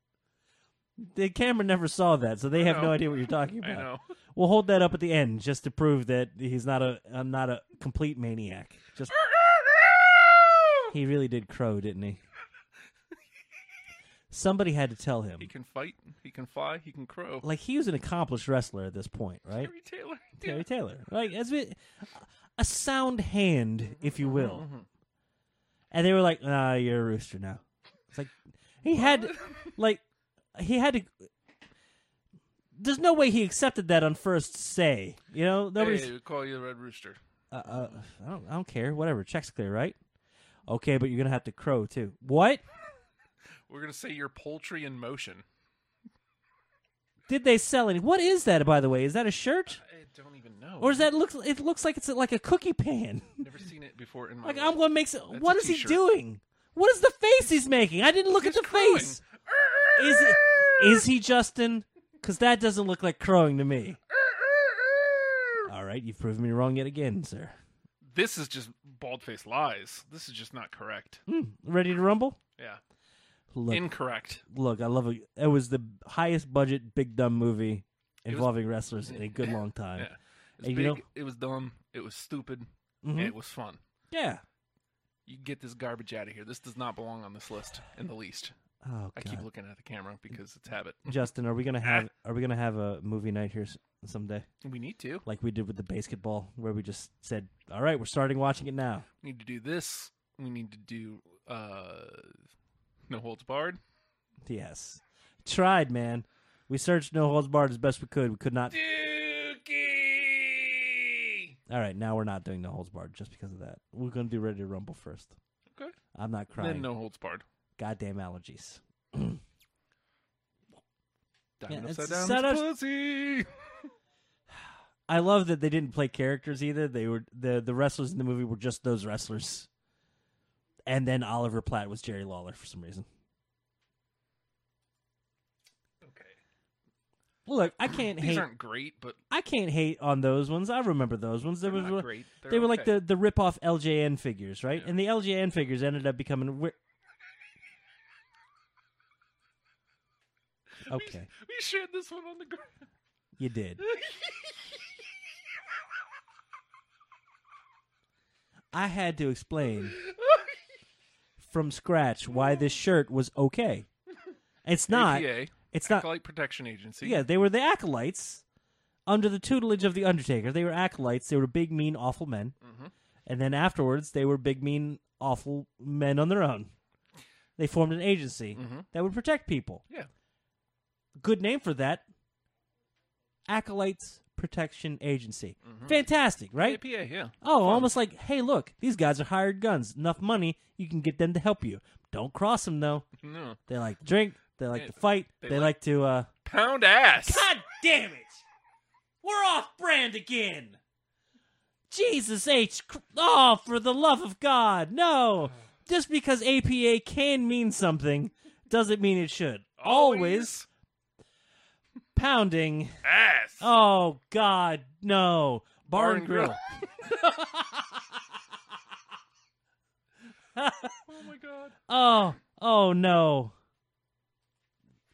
[SPEAKER 5] The camera never saw that, so they have no
[SPEAKER 6] know.
[SPEAKER 5] idea what you're talking about.
[SPEAKER 6] I know.
[SPEAKER 5] We'll hold that up at the end just to prove that he's not a I'm not a complete maniac. Just he really did crow, didn't he? Somebody had to tell him.
[SPEAKER 6] He can fight. He can fly. He can crow.
[SPEAKER 5] Like he was an accomplished wrestler at this point, right?
[SPEAKER 6] Terry Taylor.
[SPEAKER 5] Terry Taylor, right? As we, a sound hand, if you will. And they were like, "Nah, you're a rooster now." It's like he had, like, he had to. There's no way he accepted that on first say. You know,
[SPEAKER 6] Hey,
[SPEAKER 5] nobody's.
[SPEAKER 6] we call you the Red Rooster.
[SPEAKER 5] Uh, uh, I don't. I don't care. Whatever. Check's clear, right? Okay, but you're gonna have to crow too. What
[SPEAKER 6] We're gonna say you're poultry in motion.
[SPEAKER 5] did they sell? Any? What is that, by the way? Is that a shirt,
[SPEAKER 6] I don't even know.
[SPEAKER 5] or is that looks? It looks like it's like a cookie pan.
[SPEAKER 6] Never seen it before in my
[SPEAKER 5] Like
[SPEAKER 6] life.
[SPEAKER 5] I'm gonna make some.
[SPEAKER 6] That's
[SPEAKER 5] What
[SPEAKER 6] a
[SPEAKER 5] is he
[SPEAKER 6] t-shirt.
[SPEAKER 5] doing? What is the face he's making? I didn't look
[SPEAKER 6] He's
[SPEAKER 5] at the
[SPEAKER 6] crowing.
[SPEAKER 5] face. Is it? Is he Justin? Because that doesn't look like crowing to me. All right, you've proven me wrong yet again, sir.
[SPEAKER 6] This is just bald faced lies. This is just not correct.
[SPEAKER 5] Ready to rumble?
[SPEAKER 6] Yeah.
[SPEAKER 5] Hmm. Look,
[SPEAKER 6] Incorrect.
[SPEAKER 5] look. I love it. It was the highest budget big dumb movie
[SPEAKER 6] was-
[SPEAKER 5] involving wrestlers in a good long time.
[SPEAKER 6] Yeah. It was
[SPEAKER 5] And
[SPEAKER 6] big,
[SPEAKER 5] you know-
[SPEAKER 6] it was dumb, it was stupid,
[SPEAKER 5] Mhm.
[SPEAKER 6] and it was fun.
[SPEAKER 5] Yeah.
[SPEAKER 6] You get this garbage out of here. This does not belong on this list in the least.
[SPEAKER 5] Oh
[SPEAKER 6] I
[SPEAKER 5] God.
[SPEAKER 6] keep Ah. looking at the camera because it's habit.
[SPEAKER 5] Justin, are we gonna have are we gonna have a movie night here s- someday,
[SPEAKER 6] We need to.
[SPEAKER 5] like we did with the basketball, where we just said, "All right, we're starting watching it now."
[SPEAKER 6] We need to do this. We need to do uh No Holds Barred.
[SPEAKER 5] Yes. Tried, man. We searched No Holds Barred as best we could. We could not.
[SPEAKER 6] Dookie!
[SPEAKER 5] All right, now we're not doing No Holds Barred just because of that. We're going to do Ready to Rumble first.
[SPEAKER 6] Okay.
[SPEAKER 5] I'm not
[SPEAKER 6] Then
[SPEAKER 5] crying.
[SPEAKER 6] No Holds Barred.
[SPEAKER 5] Goddamn allergies.
[SPEAKER 6] Diamond
[SPEAKER 5] Yeah, it's
[SPEAKER 6] upside down. it's
[SPEAKER 5] set up-
[SPEAKER 6] pussy.
[SPEAKER 5] I love that they didn't play characters either. They were the the wrestlers in the movie were just those wrestlers. And then Oliver Platt was Jerry Lawler for some reason.
[SPEAKER 6] Okay.
[SPEAKER 5] Look, I can't
[SPEAKER 6] These
[SPEAKER 5] hate.
[SPEAKER 6] aren't great, but
[SPEAKER 5] I can't hate on those ones. I remember those ones. There
[SPEAKER 6] They're
[SPEAKER 5] was
[SPEAKER 6] not
[SPEAKER 5] one-
[SPEAKER 6] great. They're
[SPEAKER 5] they were like
[SPEAKER 6] okay.
[SPEAKER 5] the the rip off LJN figures, right? And the LJN figures ended up becoming. Wi- okay,
[SPEAKER 6] we shared this one on the ground.
[SPEAKER 5] you did. I had to explain from scratch why this shirt was okay. It's not.
[SPEAKER 6] APA,
[SPEAKER 5] It's not.
[SPEAKER 6] Acolyte Protection Agency.
[SPEAKER 5] Yeah, they were the acolytes under the tutelage of the Undertaker. They were acolytes. They were big, mean, awful men.
[SPEAKER 6] Mm-hmm.
[SPEAKER 5] And then afterwards, they were big, mean, awful men on their own. They formed an agency
[SPEAKER 6] Mm-hmm.
[SPEAKER 5] that would protect people.
[SPEAKER 6] Yeah.
[SPEAKER 5] Good name for that. Acolytes Protection Agency. Fantastic, right?
[SPEAKER 6] APA, Mm-hmm. yeah.
[SPEAKER 5] Oh, almost like, hey, look, these guys are hired guns. Enough money, you can get them to help you. Don't cross them though.
[SPEAKER 6] No.
[SPEAKER 5] They like to drink. They like
[SPEAKER 6] They-
[SPEAKER 5] to fight. They,
[SPEAKER 6] they
[SPEAKER 5] like to uh,
[SPEAKER 6] Pound ass.
[SPEAKER 5] God damn it! We're off brand again! Jesus H. Cr- Oh, for the love of God, no! Just because APA can mean something doesn't mean it should. Always, pounding.
[SPEAKER 6] ass.
[SPEAKER 5] Oh, God, no. Bar, and grill.
[SPEAKER 6] oh my god.
[SPEAKER 5] Oh, oh no.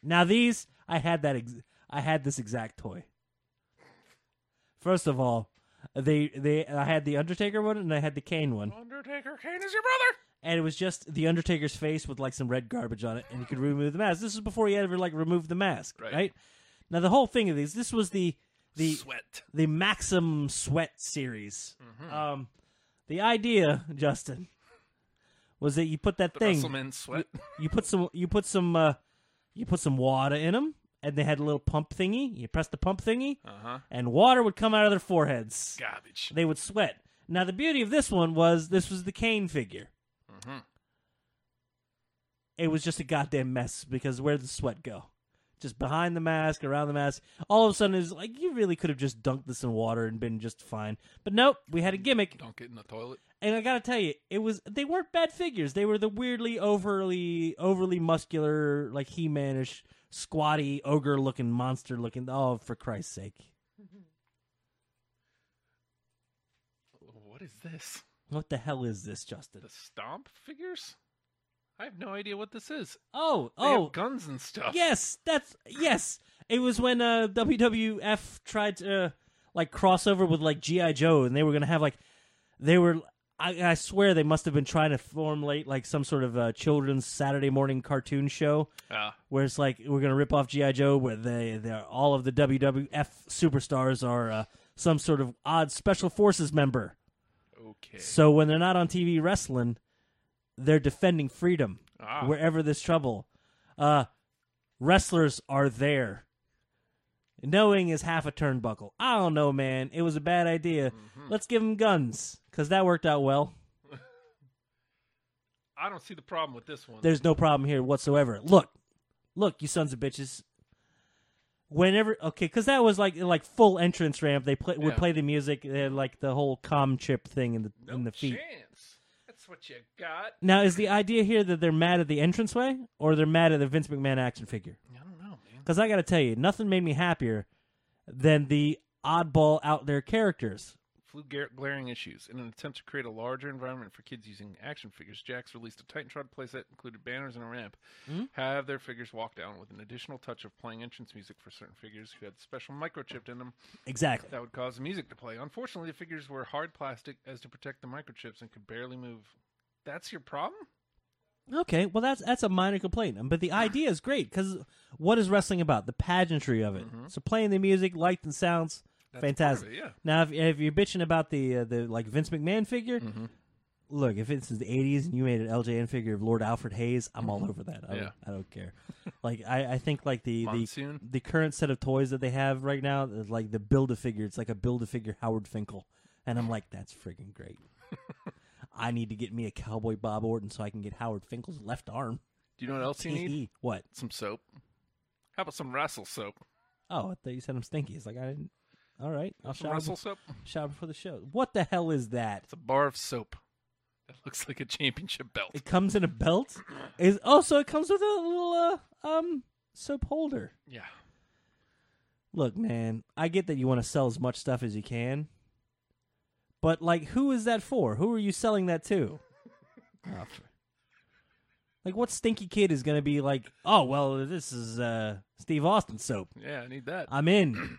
[SPEAKER 5] Now these, I had that. Ex- I had this exact toy. First of all, they they I had the Undertaker one and I had the Kane one,
[SPEAKER 6] Undertaker Kane is your brother.
[SPEAKER 5] and it was just the Undertaker's face with like some red garbage on it, and you could remove the mask. This is before he ever like removed the mask, right?
[SPEAKER 6] Right.
[SPEAKER 5] Now the whole thing of these, this was the the
[SPEAKER 6] Sweat. Mm-hmm.
[SPEAKER 5] the Maxim Sweat series. Um, the idea, Justin, was that you put that
[SPEAKER 6] The
[SPEAKER 5] thing
[SPEAKER 6] WrestleMan sweat.
[SPEAKER 5] you put some you put some uh, you put some water in them and they had a little pump thingy you press the pump thingy
[SPEAKER 6] Uh-huh.
[SPEAKER 5] and water would come out of their foreheads
[SPEAKER 6] Garbage.
[SPEAKER 5] they would sweat now the beauty of this one was this was the cane figure it was just a goddamn mess because where did the sweat go just behind the mask, around the mask. All of a sudden, it's like you really could have just dunked this in water and been just fine. But nope, we had a gimmick,
[SPEAKER 6] Dunk it in the toilet.
[SPEAKER 5] and I gotta tell you, it was they weren't bad figures. They were the weirdly overly overly muscular, like He Manish, squatty ogre looking monster looking. Oh, for Christ's sake!
[SPEAKER 6] What is this?
[SPEAKER 5] What the hell is this, Justin?
[SPEAKER 6] The stomp figures? I have no idea what this is.
[SPEAKER 5] Oh,
[SPEAKER 6] They have
[SPEAKER 5] oh,
[SPEAKER 6] guns and stuff.
[SPEAKER 5] yes, that's yes. It was when uh, WWF tried to uh, like crossover with like GI Joe, and they were gonna have like they were. I, I swear they must have been trying to formulate like some sort of uh, children's Saturday morning cartoon show
[SPEAKER 6] Ah,
[SPEAKER 5] where it's like we're gonna rip off GI Joe, where they they're all of the WWF superstars are uh, some sort of odd special forces member.
[SPEAKER 6] okay.
[SPEAKER 5] So when they're not on TV wrestling, they're defending freedom
[SPEAKER 6] Ah.
[SPEAKER 5] wherever there's trouble. Uh, wrestlers are there. Knowing is half a turnbuckle. I don't know, man. It was a bad idea.
[SPEAKER 6] Mm-hmm.
[SPEAKER 5] Let's give them guns because that worked out well.
[SPEAKER 6] I don't see the problem with this one.
[SPEAKER 5] There's no problem here whatsoever. Look, look, you sons of bitches. Whenever okay, because that was like like full entrance ramp. They play would
[SPEAKER 6] Yeah.
[SPEAKER 5] play the music, they had like the whole com chip thing in the
[SPEAKER 6] no
[SPEAKER 5] in the feet.
[SPEAKER 6] chance. That's what you got.
[SPEAKER 5] Now, is the idea here that they're mad at the entranceway or they're mad at the Vince McMahon action figure?
[SPEAKER 6] I don't know, man.
[SPEAKER 5] Because I got to tell you, nothing made me happier than the oddball out there characters.
[SPEAKER 6] Flu gar- glaring issues. In an attempt to create a larger environment for kids using action figures, Jax released a Titantron playset included banners and a ramp.
[SPEAKER 5] Hmm?
[SPEAKER 6] Have their figures walk down with an additional touch of playing entrance music for certain figures who had special microchipped in them
[SPEAKER 5] Exactly.
[SPEAKER 6] that would cause the music to play. Unfortunately, the figures were hard plastic as to protect the microchips and could barely move. That's your problem?
[SPEAKER 5] Okay, well that's that's a minor complaint, Um, but the idea is great because what is wrestling about? The pageantry of it. So playing the music, lights and sounds,
[SPEAKER 6] Mm-hmm. That's
[SPEAKER 5] fantastic.
[SPEAKER 6] part of it, yeah.
[SPEAKER 5] Now, if, if you're bitching about the uh, the like Vince McMahon figure,
[SPEAKER 6] Mm-hmm.
[SPEAKER 5] look, if this is the '80s and you made an LJN figure of Lord Alfred Hayes, I'm all over that.
[SPEAKER 6] Mm-hmm.
[SPEAKER 5] I,
[SPEAKER 6] Yeah.
[SPEAKER 5] don't, I don't care. like I, I think like the the,
[SPEAKER 6] Monsoon?
[SPEAKER 5] the current set of toys that they have right now, is like the build a figure, it's like a build a figure Howard Finkel, and I'm like, that's friggin' great. I need to get me a cowboy Bob Orton so I can get Howard Finkel's left arm. E.
[SPEAKER 6] Do you know what else you need?
[SPEAKER 5] What?
[SPEAKER 6] Some soap. How about some Russell soap?
[SPEAKER 5] Oh, I thought you said I'm stinky. It's like I didn't. All right, I'll
[SPEAKER 6] Some
[SPEAKER 5] shower,
[SPEAKER 6] Russell soap?
[SPEAKER 5] shower before the show. What the hell is that?
[SPEAKER 6] It's a bar of soap that looks like a championship belt.
[SPEAKER 5] It comes in a belt. Is oh, so it comes with a little uh, um soap holder.
[SPEAKER 6] Yeah.
[SPEAKER 5] Look, man, I get that you want to sell as much stuff as you can, but like, who is that for? Who are you selling that to? Oh, for- like, what stinky kid is going to be like? Oh, well, this is uh Steve Austin soap.
[SPEAKER 6] Yeah, I need that.
[SPEAKER 5] I'm in.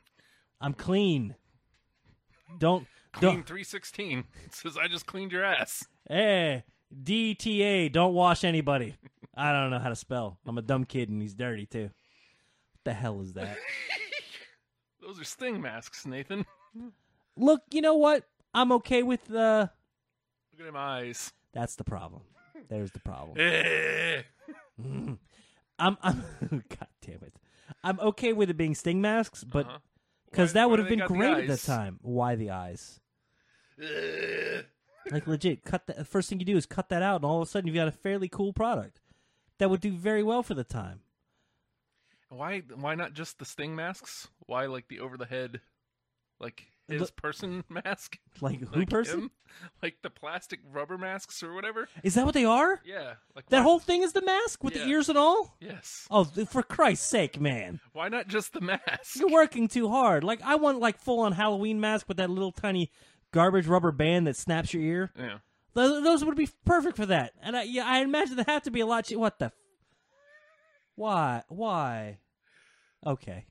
[SPEAKER 5] I'm clean. Don't
[SPEAKER 6] Clean
[SPEAKER 5] don't.
[SPEAKER 6] 316 It says, I just cleaned your ass.
[SPEAKER 5] Hey, DTA, don't wash anybody. I don't know how to spell. I'm a dumb kid and he's dirty too. What the hell is that?
[SPEAKER 6] Those are sting masks, Nathan.
[SPEAKER 5] Look, you know what? I'm okay with uh, the.
[SPEAKER 6] Look at my eyes.
[SPEAKER 5] That's the problem. There's the problem.
[SPEAKER 6] Eh.
[SPEAKER 5] I'm. I'm God damn it. I'm okay with it being sting masks, but because
[SPEAKER 6] Uh-huh. Why-
[SPEAKER 5] that
[SPEAKER 6] why
[SPEAKER 5] would
[SPEAKER 6] do
[SPEAKER 5] have
[SPEAKER 6] they
[SPEAKER 5] been
[SPEAKER 6] got the
[SPEAKER 5] great at the
[SPEAKER 6] eyes?
[SPEAKER 5] time. Why the eyes?
[SPEAKER 6] Eh.
[SPEAKER 5] Like legit, cut that. First thing you do is cut that out, and all of a sudden you've got a fairly cool product that would do very well for the time.
[SPEAKER 6] Why why not just the sting masks? Why like the over the head like his
[SPEAKER 5] Look-
[SPEAKER 6] person mask?
[SPEAKER 5] Like who
[SPEAKER 6] Like
[SPEAKER 5] person?
[SPEAKER 6] him? Like the plastic rubber masks or whatever?
[SPEAKER 5] Is that what they are?
[SPEAKER 6] Yeah. Like
[SPEAKER 5] That
[SPEAKER 6] why-
[SPEAKER 5] whole thing is the mask with the
[SPEAKER 6] Yeah.
[SPEAKER 5] ears and all.
[SPEAKER 6] Yes.
[SPEAKER 5] Oh, th- for Christ's sake, man!
[SPEAKER 6] Why not just the mask?
[SPEAKER 5] You're working too hard. Like I want like full on Halloween mask with that little tiny garbage rubber band that snaps your ear.
[SPEAKER 6] Yeah.
[SPEAKER 5] Those, those would be perfect for that. And I, yeah, I imagine they have to be a lot. Che- what the? F- Why? Why? Okay.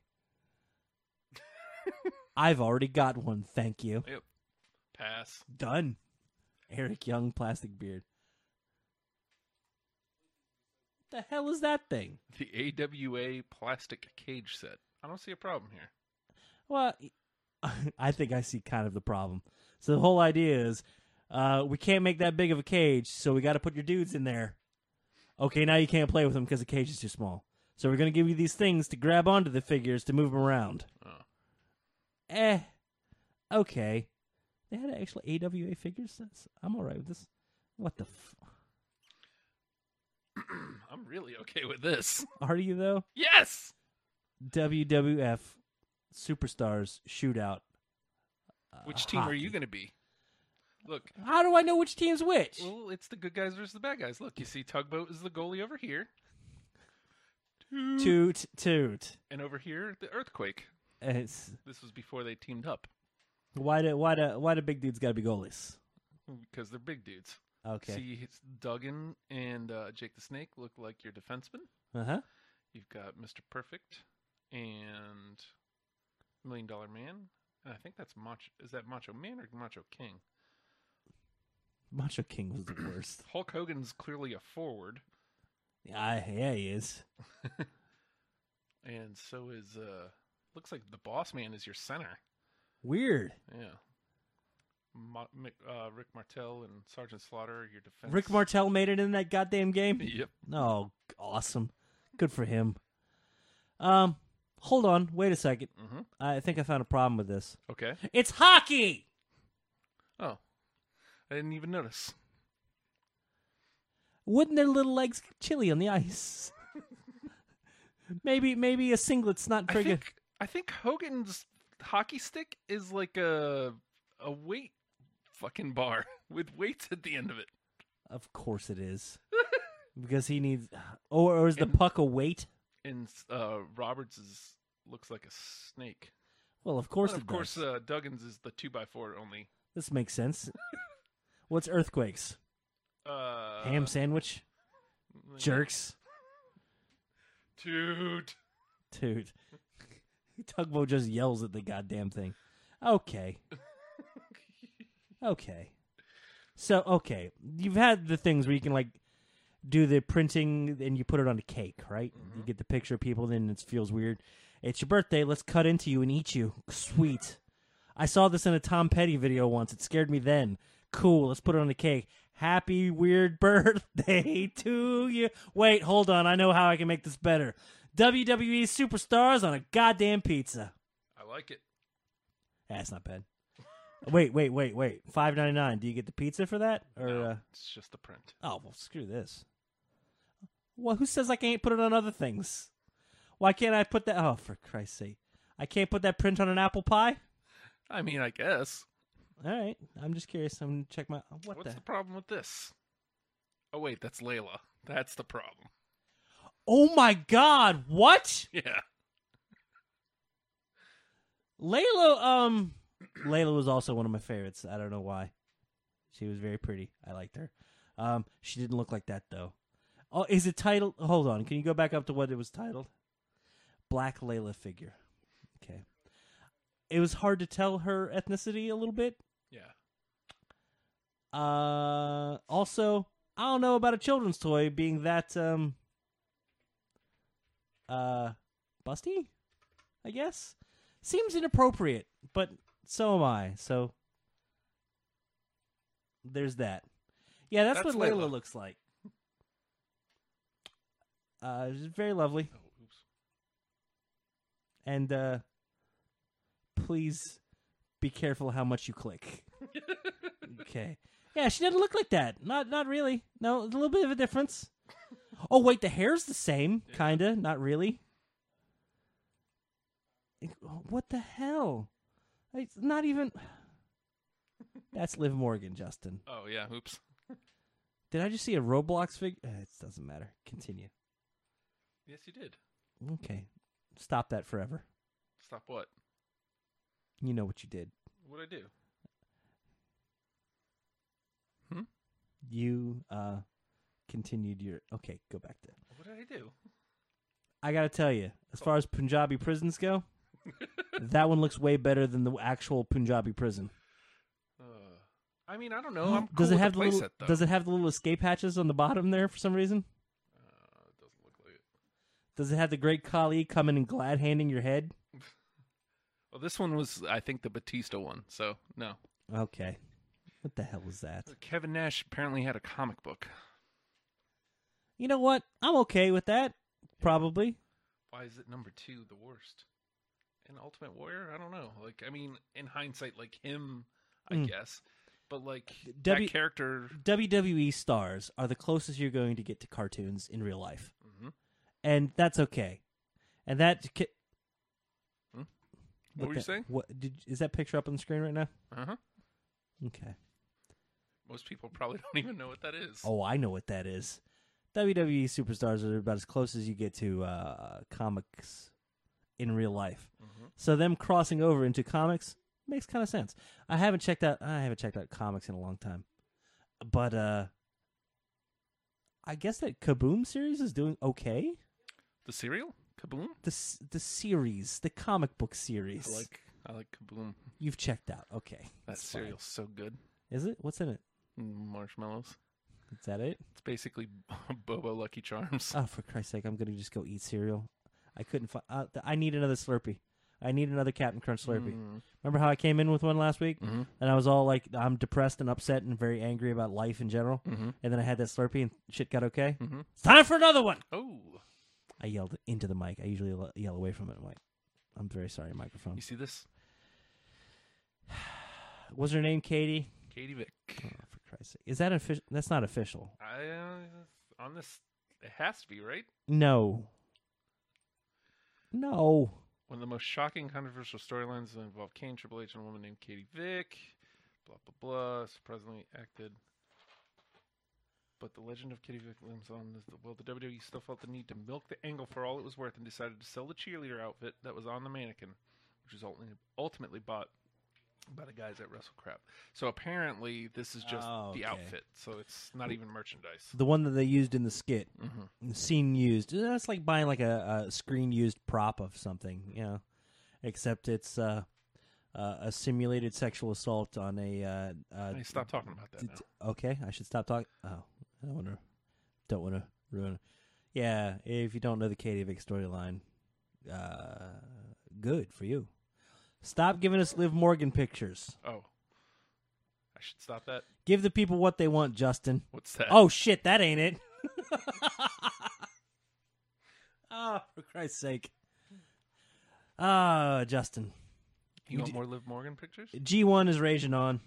[SPEAKER 5] I've already got one. Thank you.
[SPEAKER 6] Yep. Pass.
[SPEAKER 5] Done. Eric Young, plastic beard. The hell is that thing?
[SPEAKER 6] The AWA plastic cage set. I don't see a problem here.
[SPEAKER 5] Well, I think I see kind of the problem. So the whole idea is uh, we can't make that big of a cage, so we got to put your dudes in there. Okay, now you can't play with them because the cage is too small. So we're going to give you these things to grab onto the figures to move them around.
[SPEAKER 6] Oh.
[SPEAKER 5] Eh, okay. They had actual AWA figures. That's, I'm all right with this. What the? F-
[SPEAKER 6] I'm really okay with this.
[SPEAKER 5] Are you though?
[SPEAKER 6] Yes.
[SPEAKER 5] WWF Superstars Shootout.
[SPEAKER 6] Which team are
[SPEAKER 5] Uh, hockey.
[SPEAKER 6] you going to be? Look,
[SPEAKER 5] How do I know which team's which?
[SPEAKER 6] well, it's the good guys versus the bad guys. Look, you see, Tugboat is the goalie over here, Toot.
[SPEAKER 5] Toot toot.
[SPEAKER 6] and over here, the Earthquake.
[SPEAKER 5] And It's
[SPEAKER 6] This was before they teamed up
[SPEAKER 5] why do why do why do big dudes gotta be goalies?
[SPEAKER 6] because they're big dudes.
[SPEAKER 5] Okay.
[SPEAKER 6] See, it's Duggan and uh, Jake the Snake look like your defensemen.
[SPEAKER 5] Uh huh.
[SPEAKER 6] You've got Mr. Perfect and Million Dollar Man. And I think that's Macho. Is that Macho Man or Macho King?
[SPEAKER 5] Macho King was the worst.
[SPEAKER 6] Hulk Hogan's clearly a forward,
[SPEAKER 5] I, yeah, he is.
[SPEAKER 6] and so is uh. Looks like the Boss Man is your center.
[SPEAKER 5] Weird.
[SPEAKER 6] Yeah. Ma- Mick, uh, Rick Martel and Sergeant Slaughter are your defense.
[SPEAKER 5] Rick Martel made it in that goddamn game.
[SPEAKER 6] Yep.
[SPEAKER 5] Oh, awesome. Good for him. Um, hold on. Wait a 2nd
[SPEAKER 6] Mhm.
[SPEAKER 5] I think I found a problem with this.
[SPEAKER 6] Okay.
[SPEAKER 5] Mm-hmm. It's hockey.
[SPEAKER 6] Oh, I didn't even notice.
[SPEAKER 5] Wouldn't their little legs get chilly on the ice? maybe, maybe a singlet's not
[SPEAKER 6] I
[SPEAKER 5] very good.
[SPEAKER 6] think I think Hogan's hockey stick is like a a weight fucking bar with weights at the end of it.
[SPEAKER 5] Of course it is, because he needs. Or, or is the
[SPEAKER 6] And-
[SPEAKER 5] puck a weight?
[SPEAKER 6] And uh, Roberts is looks like a snake.
[SPEAKER 5] Well, of course
[SPEAKER 6] And
[SPEAKER 5] it
[SPEAKER 6] of course,
[SPEAKER 5] does.
[SPEAKER 6] uh, Duggins is the two by four only.
[SPEAKER 5] this makes sense. What's earthquakes?
[SPEAKER 6] Uh,
[SPEAKER 5] Ham sandwich,
[SPEAKER 6] uh,
[SPEAKER 5] jerks,
[SPEAKER 6] Dude.
[SPEAKER 5] dude. Tugboat just yells at the goddamn thing. Okay. Okay. So okay, you've had the things where you can like do the printing and you put it on a cake, right?
[SPEAKER 6] Mm-hmm.
[SPEAKER 5] You get the picture of people, then it feels weird. It's your birthday. Let's cut into you and eat you. Sweet. I saw this in a Tom Petty video once. It scared me then. Cool. Let's put it on a cake. Happy weird birthday to you. Wait, hold on. I know how I can make this better. WWE superstars on a goddamn pizza.
[SPEAKER 6] I like it.
[SPEAKER 5] That's not bad. Wait, wait, wait, wait. Five ninety nine. Do you get the pizza for that? Or
[SPEAKER 6] No,
[SPEAKER 5] uh,
[SPEAKER 6] it's just the print.
[SPEAKER 5] oh well, screw this. Well, who says I can't put it on other things? Why can't I put that? Oh, for Christ's sake! I can't put that print on an apple pie.
[SPEAKER 6] I mean, I guess.
[SPEAKER 5] All right, I'm just curious. I'm gonna check my what
[SPEAKER 6] What's
[SPEAKER 5] the.
[SPEAKER 6] the problem with this? Oh wait, that's Layla. That's the problem.
[SPEAKER 5] oh my God! What?
[SPEAKER 6] Yeah.
[SPEAKER 5] Layla. Um, Layla was also one of my favorites. I don't know why. She was very pretty. I liked her. Um, she didn't look like that though. Oh, is it titled? Hold on. Can you go back up to what it was titled? Black Layla figure. Okay. It was hard to tell her ethnicity a little bit.
[SPEAKER 6] Yeah.
[SPEAKER 5] Uh, also, I don't know about a children's toy being that um uh busty. I guess seems inappropriate, but so am I. So there's that. Yeah, that's,
[SPEAKER 6] That's
[SPEAKER 5] what Layla,
[SPEAKER 6] Layla.
[SPEAKER 5] looks like. Uh, she's very lovely,
[SPEAKER 6] Oh, oops.
[SPEAKER 5] and uh, please be careful how much you click. okay. Yeah, she doesn't look like that. Not not really. No, a little bit of a difference. Oh wait, the hair's the same, kinda. Not really. It- What the hell? It's not even. That's Liv Morgan, Justin.
[SPEAKER 6] Oh yeah. Oops.
[SPEAKER 5] Did I just see a Roblox fig? Uh, it doesn't matter. Continue.
[SPEAKER 6] Yes, you did.
[SPEAKER 5] Okay, stop that forever.
[SPEAKER 6] Stop. What?
[SPEAKER 5] You know what you did.
[SPEAKER 6] What I do?
[SPEAKER 5] You uh continued your. Okay, go back to.
[SPEAKER 6] What did I do?
[SPEAKER 5] I gotta tell you, as far as Punjabi prisons go, that one looks way better than the actual Punjabi prison.
[SPEAKER 6] Uh, I mean, I don't know. Oh, I'm
[SPEAKER 5] does
[SPEAKER 6] cool
[SPEAKER 5] it have
[SPEAKER 6] with
[SPEAKER 5] the
[SPEAKER 6] the
[SPEAKER 5] little?
[SPEAKER 6] playset, though.
[SPEAKER 5] Does it have the little escape hatches on the bottom there for some reason?
[SPEAKER 6] Uh, it doesn't look like it.
[SPEAKER 5] Does it have the Great Khali coming and glad handing your head?
[SPEAKER 6] Well, this one was, I think, the Batista one. So no,
[SPEAKER 5] Okay, what the hell is that?
[SPEAKER 6] Kevin Nash apparently had a comic book.
[SPEAKER 5] You know what? I'm okay with that. Probably.
[SPEAKER 6] Why is it number two the worst? And Ultimate Warrior? I don't know. Like, I mean, in hindsight, like him, I guess. But like
[SPEAKER 5] Hmm. W-
[SPEAKER 6] that character,
[SPEAKER 5] WWE stars are the closest you're
[SPEAKER 6] Mm-hmm.
[SPEAKER 5] going to get to cartoons in real life, and that's okay. And that ca-
[SPEAKER 6] Hmm? What were you
[SPEAKER 5] the-
[SPEAKER 6] saying?
[SPEAKER 5] What did is that picture up on the screen right now?
[SPEAKER 6] Uh huh.
[SPEAKER 5] Okay.
[SPEAKER 6] Most people probably don't even know what that is.
[SPEAKER 5] Oh, I know what that is. WWE superstars are about as close as you get to uh, comics in real life.
[SPEAKER 6] Mm-hmm.
[SPEAKER 5] So them crossing over into comics makes kind of sense. I haven't checked out I haven't checked out comics in a long time. But uh I guess that Kaboom series is doing okay.
[SPEAKER 6] The cereal? Kaboom?
[SPEAKER 5] The s- the series, the comic book series.
[SPEAKER 6] I like I like Kaboom.
[SPEAKER 5] You've checked out. Okay.
[SPEAKER 6] That
[SPEAKER 5] That's fine.
[SPEAKER 6] cereal's so good.
[SPEAKER 5] Is it? What's in it?
[SPEAKER 6] Mm, Marshmallows.
[SPEAKER 5] Is that it?
[SPEAKER 6] It's basically Bobo Lucky Charms.
[SPEAKER 5] Oh, for Christ's sake, I'm going to just go eat cereal. I couldn't find. Uh, th- I need another Slurpee. I need another Captain Crunch Slurpee. Remember how I came in with one last week, and I was all like, "I'm depressed and upset and very angry about life in general." And then I had that Slurpee, and shit got okay. It's time for another one.
[SPEAKER 6] Oh,
[SPEAKER 5] I yelled into the mic. I usually yell- yell away from it. I'm like, I'm very sorry, microphone.
[SPEAKER 6] you see this?
[SPEAKER 5] Was her name Katie?
[SPEAKER 6] Katie Vick.
[SPEAKER 5] Oh, for Christ's sake, is that official? That's not official.
[SPEAKER 6] I uh, on this. It has to be right.
[SPEAKER 5] No. No.
[SPEAKER 6] One of the most shocking, controversial storylines that involved Kane, Triple H, and a woman named Katie Vick. Blah blah blah. Surprisingly acted. But the legend of Katie Vick lives on. as the- Well, the WWE still felt the need to milk the angle for all it was worth and decided to sell the cheerleader outfit that was on the mannequin, which was ultimately- ultimately bought by the guys at WrestleCrap. So apparently, this is just
[SPEAKER 5] Oh,
[SPEAKER 6] the
[SPEAKER 5] okay.
[SPEAKER 6] outfit. So it's not even merchandise.
[SPEAKER 5] the one that they used in the skit,
[SPEAKER 6] Mhm.
[SPEAKER 5] the scene used. That's like buying like a, a screen used prop of something, you know, except it's uh, uh, a simulated sexual assault on a. Uh, uh,
[SPEAKER 6] Hey, stop talking about that.
[SPEAKER 5] d-
[SPEAKER 6] now.
[SPEAKER 5] d- okay, I should stop talking. Oh, I don't want to. Don't want to ruin. It. Yeah, if you don't know the Katie Vick storyline, uh, good for you. Stop giving us Liv Morgan pictures.
[SPEAKER 6] Oh, I should stop that.
[SPEAKER 5] Give the people what they want, Justin.
[SPEAKER 6] What's that?
[SPEAKER 5] Oh shit, that ain't it. oh, for Christ's sake. Ah, Justin.
[SPEAKER 6] you want
[SPEAKER 5] d-
[SPEAKER 6] more Liv Morgan pictures?
[SPEAKER 5] G1 is raging on.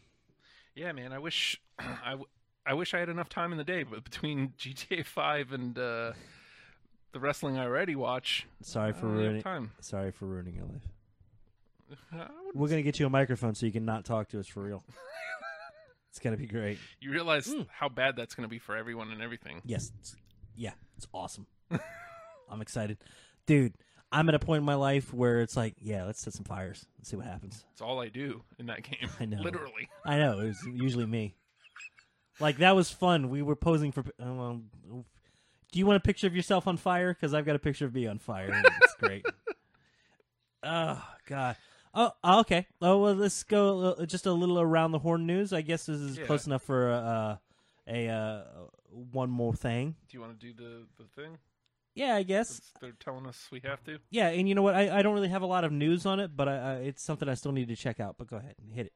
[SPEAKER 6] Yeah, man. I wish I, w- I wish I had enough time in the day, but between GTA Five and uh, the wrestling I already watch,
[SPEAKER 5] Sorry for
[SPEAKER 6] I don't Uh, have
[SPEAKER 5] ruining
[SPEAKER 6] time.
[SPEAKER 5] Sorry for ruining your life.
[SPEAKER 6] I wouldn't-
[SPEAKER 5] We're going to get you a microphone so you can not talk to us for real. it's going to be great.
[SPEAKER 6] you realize
[SPEAKER 5] Hmm.
[SPEAKER 6] how bad that's going to be for everyone and everything.
[SPEAKER 5] Yes. It's, yeah, it's awesome. I'm excited. Dude, I'm at a point in my life where it's like, yeah, let's set some fires and see what happens.
[SPEAKER 6] It's all I do in that game.
[SPEAKER 5] I know.
[SPEAKER 6] Literally.
[SPEAKER 5] I know it was usually me. Like that was fun. We were posing for. Um, do you want a picture of yourself on fire? Because I've got a picture of me on fire. and It's great. oh God. Oh, okay. Oh, well, let's go uh, just a little around the horn news. I guess this is
[SPEAKER 6] Yeah.
[SPEAKER 5] close enough for uh, a uh, one more thing.
[SPEAKER 6] Do you want to do the the thing?
[SPEAKER 5] Yeah, I guess.
[SPEAKER 6] Since they're telling us we have to.
[SPEAKER 5] Yeah, and you know what? I, I don't really have a lot of news on it, but I, I, it's something I still need to check out. But go ahead and hit it.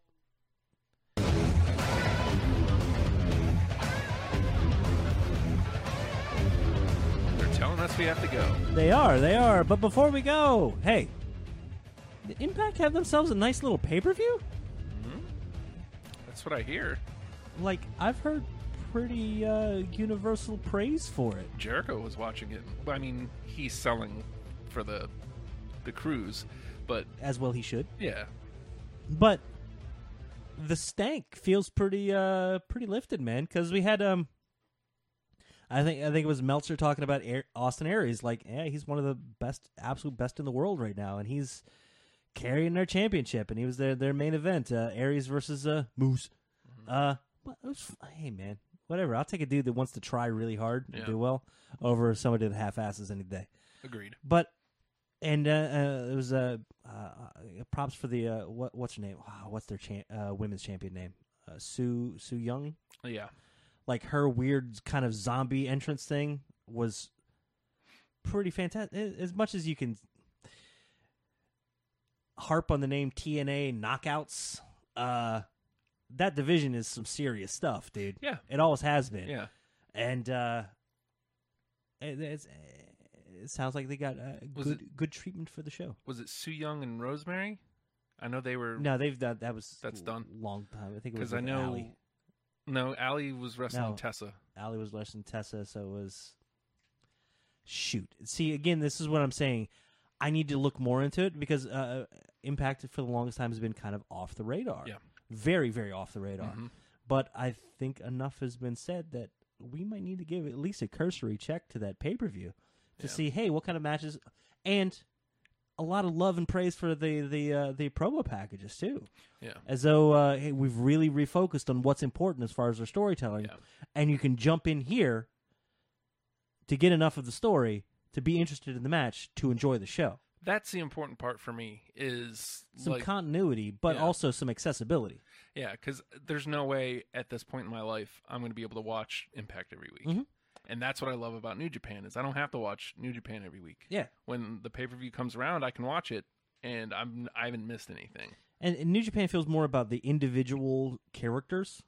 [SPEAKER 6] They're telling us we have to go.
[SPEAKER 5] They are, they are. But before we go, hey, did Impact have themselves a nice little pay per view?
[SPEAKER 6] That's what I hear.
[SPEAKER 5] Like, I've heard pretty uh, universal praise for it.
[SPEAKER 6] Jericho was watching it. Well, I mean, he's selling for the the cruise, but
[SPEAKER 5] As well, he should.
[SPEAKER 6] yeah,
[SPEAKER 5] But the stank feels pretty, uh, pretty lifted, man. Because we had, um, I think, I think it was Meltzer talking about Air, Austin Aries. Like, yeah, he's one of the best, absolute best in the world right now, and he's carrying their championship, and he was their their main event, uh, Aries versus uh, Moose. Uh, but it was, hey man, whatever. I'll take a dude that wants to try really hard and
[SPEAKER 6] Yeah.
[SPEAKER 5] do well over somebody that half asses any day.
[SPEAKER 6] agreed.
[SPEAKER 5] But and uh, uh, it was uh, uh, uh, props for the uh, what what's her name? Wow, what's their champ, uh, women's champion name? Uh, Sue Sue Young.
[SPEAKER 6] Yeah,
[SPEAKER 5] Like her weird kind of zombie entrance thing was pretty fantastic. As much as you can harp on the name TNA knockouts, uh, that division is some serious stuff, dude.
[SPEAKER 6] Yeah.
[SPEAKER 5] it always has been
[SPEAKER 6] yeah.
[SPEAKER 5] and uh, it, it's, it sounds like they got uh,
[SPEAKER 6] Was
[SPEAKER 5] good good treatment for the show.
[SPEAKER 6] was it Sue Young and Rosemary? I know they were
[SPEAKER 5] No, they've done that was
[SPEAKER 6] That's
[SPEAKER 5] l-
[SPEAKER 6] done.
[SPEAKER 5] long time. I think it was
[SPEAKER 6] because I
[SPEAKER 5] with
[SPEAKER 6] know
[SPEAKER 5] Allie.
[SPEAKER 6] no Allie was wrestling
[SPEAKER 5] No.
[SPEAKER 6] Tessa.
[SPEAKER 5] Allie was less than Tessa, so it was shoot. See again, this is what I'm saying. I need to look more into it because uh, Impact for the longest time has been kind of off the radar.
[SPEAKER 6] Yeah.
[SPEAKER 5] Very, very off the radar. But I think enough has been said that we might need to give at least a cursory check to that pay per view to see, hey, what kind of matches, and a lot of love and praise for the the uh, the promo packages too
[SPEAKER 6] Yeah.
[SPEAKER 5] as though uh, hey, we've really refocused on what's important as far as their storytelling,
[SPEAKER 6] Yeah.
[SPEAKER 5] and you can jump in here to get enough of the story to be interested in the match to enjoy the show.
[SPEAKER 6] That's the important part for me is
[SPEAKER 5] Some
[SPEAKER 6] like,
[SPEAKER 5] continuity, but
[SPEAKER 6] Yeah.
[SPEAKER 5] also some accessibility.
[SPEAKER 6] yeah, because there's no way at this point in my life I'm going to be able to watch Impact every week,
[SPEAKER 5] Mhm.
[SPEAKER 6] and that's what I love about New Japan is I don't have to watch New Japan every week.
[SPEAKER 5] Yeah,
[SPEAKER 6] When the pay per view comes around, I can watch it, and I'm I haven't missed anything.
[SPEAKER 5] and, and New Japan feels more about the individual characters,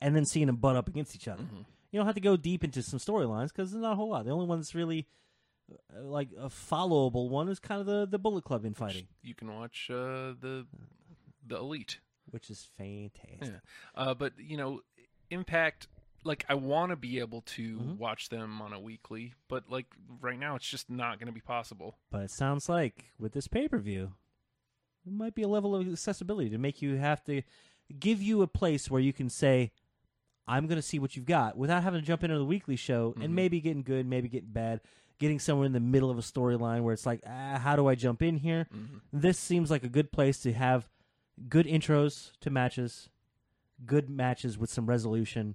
[SPEAKER 5] and then seeing them butt up against each other.
[SPEAKER 6] Mm-hmm.
[SPEAKER 5] You don't have to go deep into some storylines because there's not a whole lot. The only one that's really uh, like a followable one is kind of the the Bullet Club infighting,
[SPEAKER 6] You can watch uh, the the Elite.
[SPEAKER 5] which is fantastic.
[SPEAKER 6] Yeah. Uh, but you know, Impact. Like I want to be able to watch them on a weekly, but like right now, it's just not going to be possible.
[SPEAKER 5] But it sounds like with this pay per view, it might be a level of accessibility to make you have to give you a place where you can say, I'm going to see what you've got without having to jump into the weekly show and maybe getting good, maybe getting bad, getting somewhere in the middle of a storyline where it's like, ah, how do I jump in here? This seems like a good place to have good intros to matches, good matches with some resolution,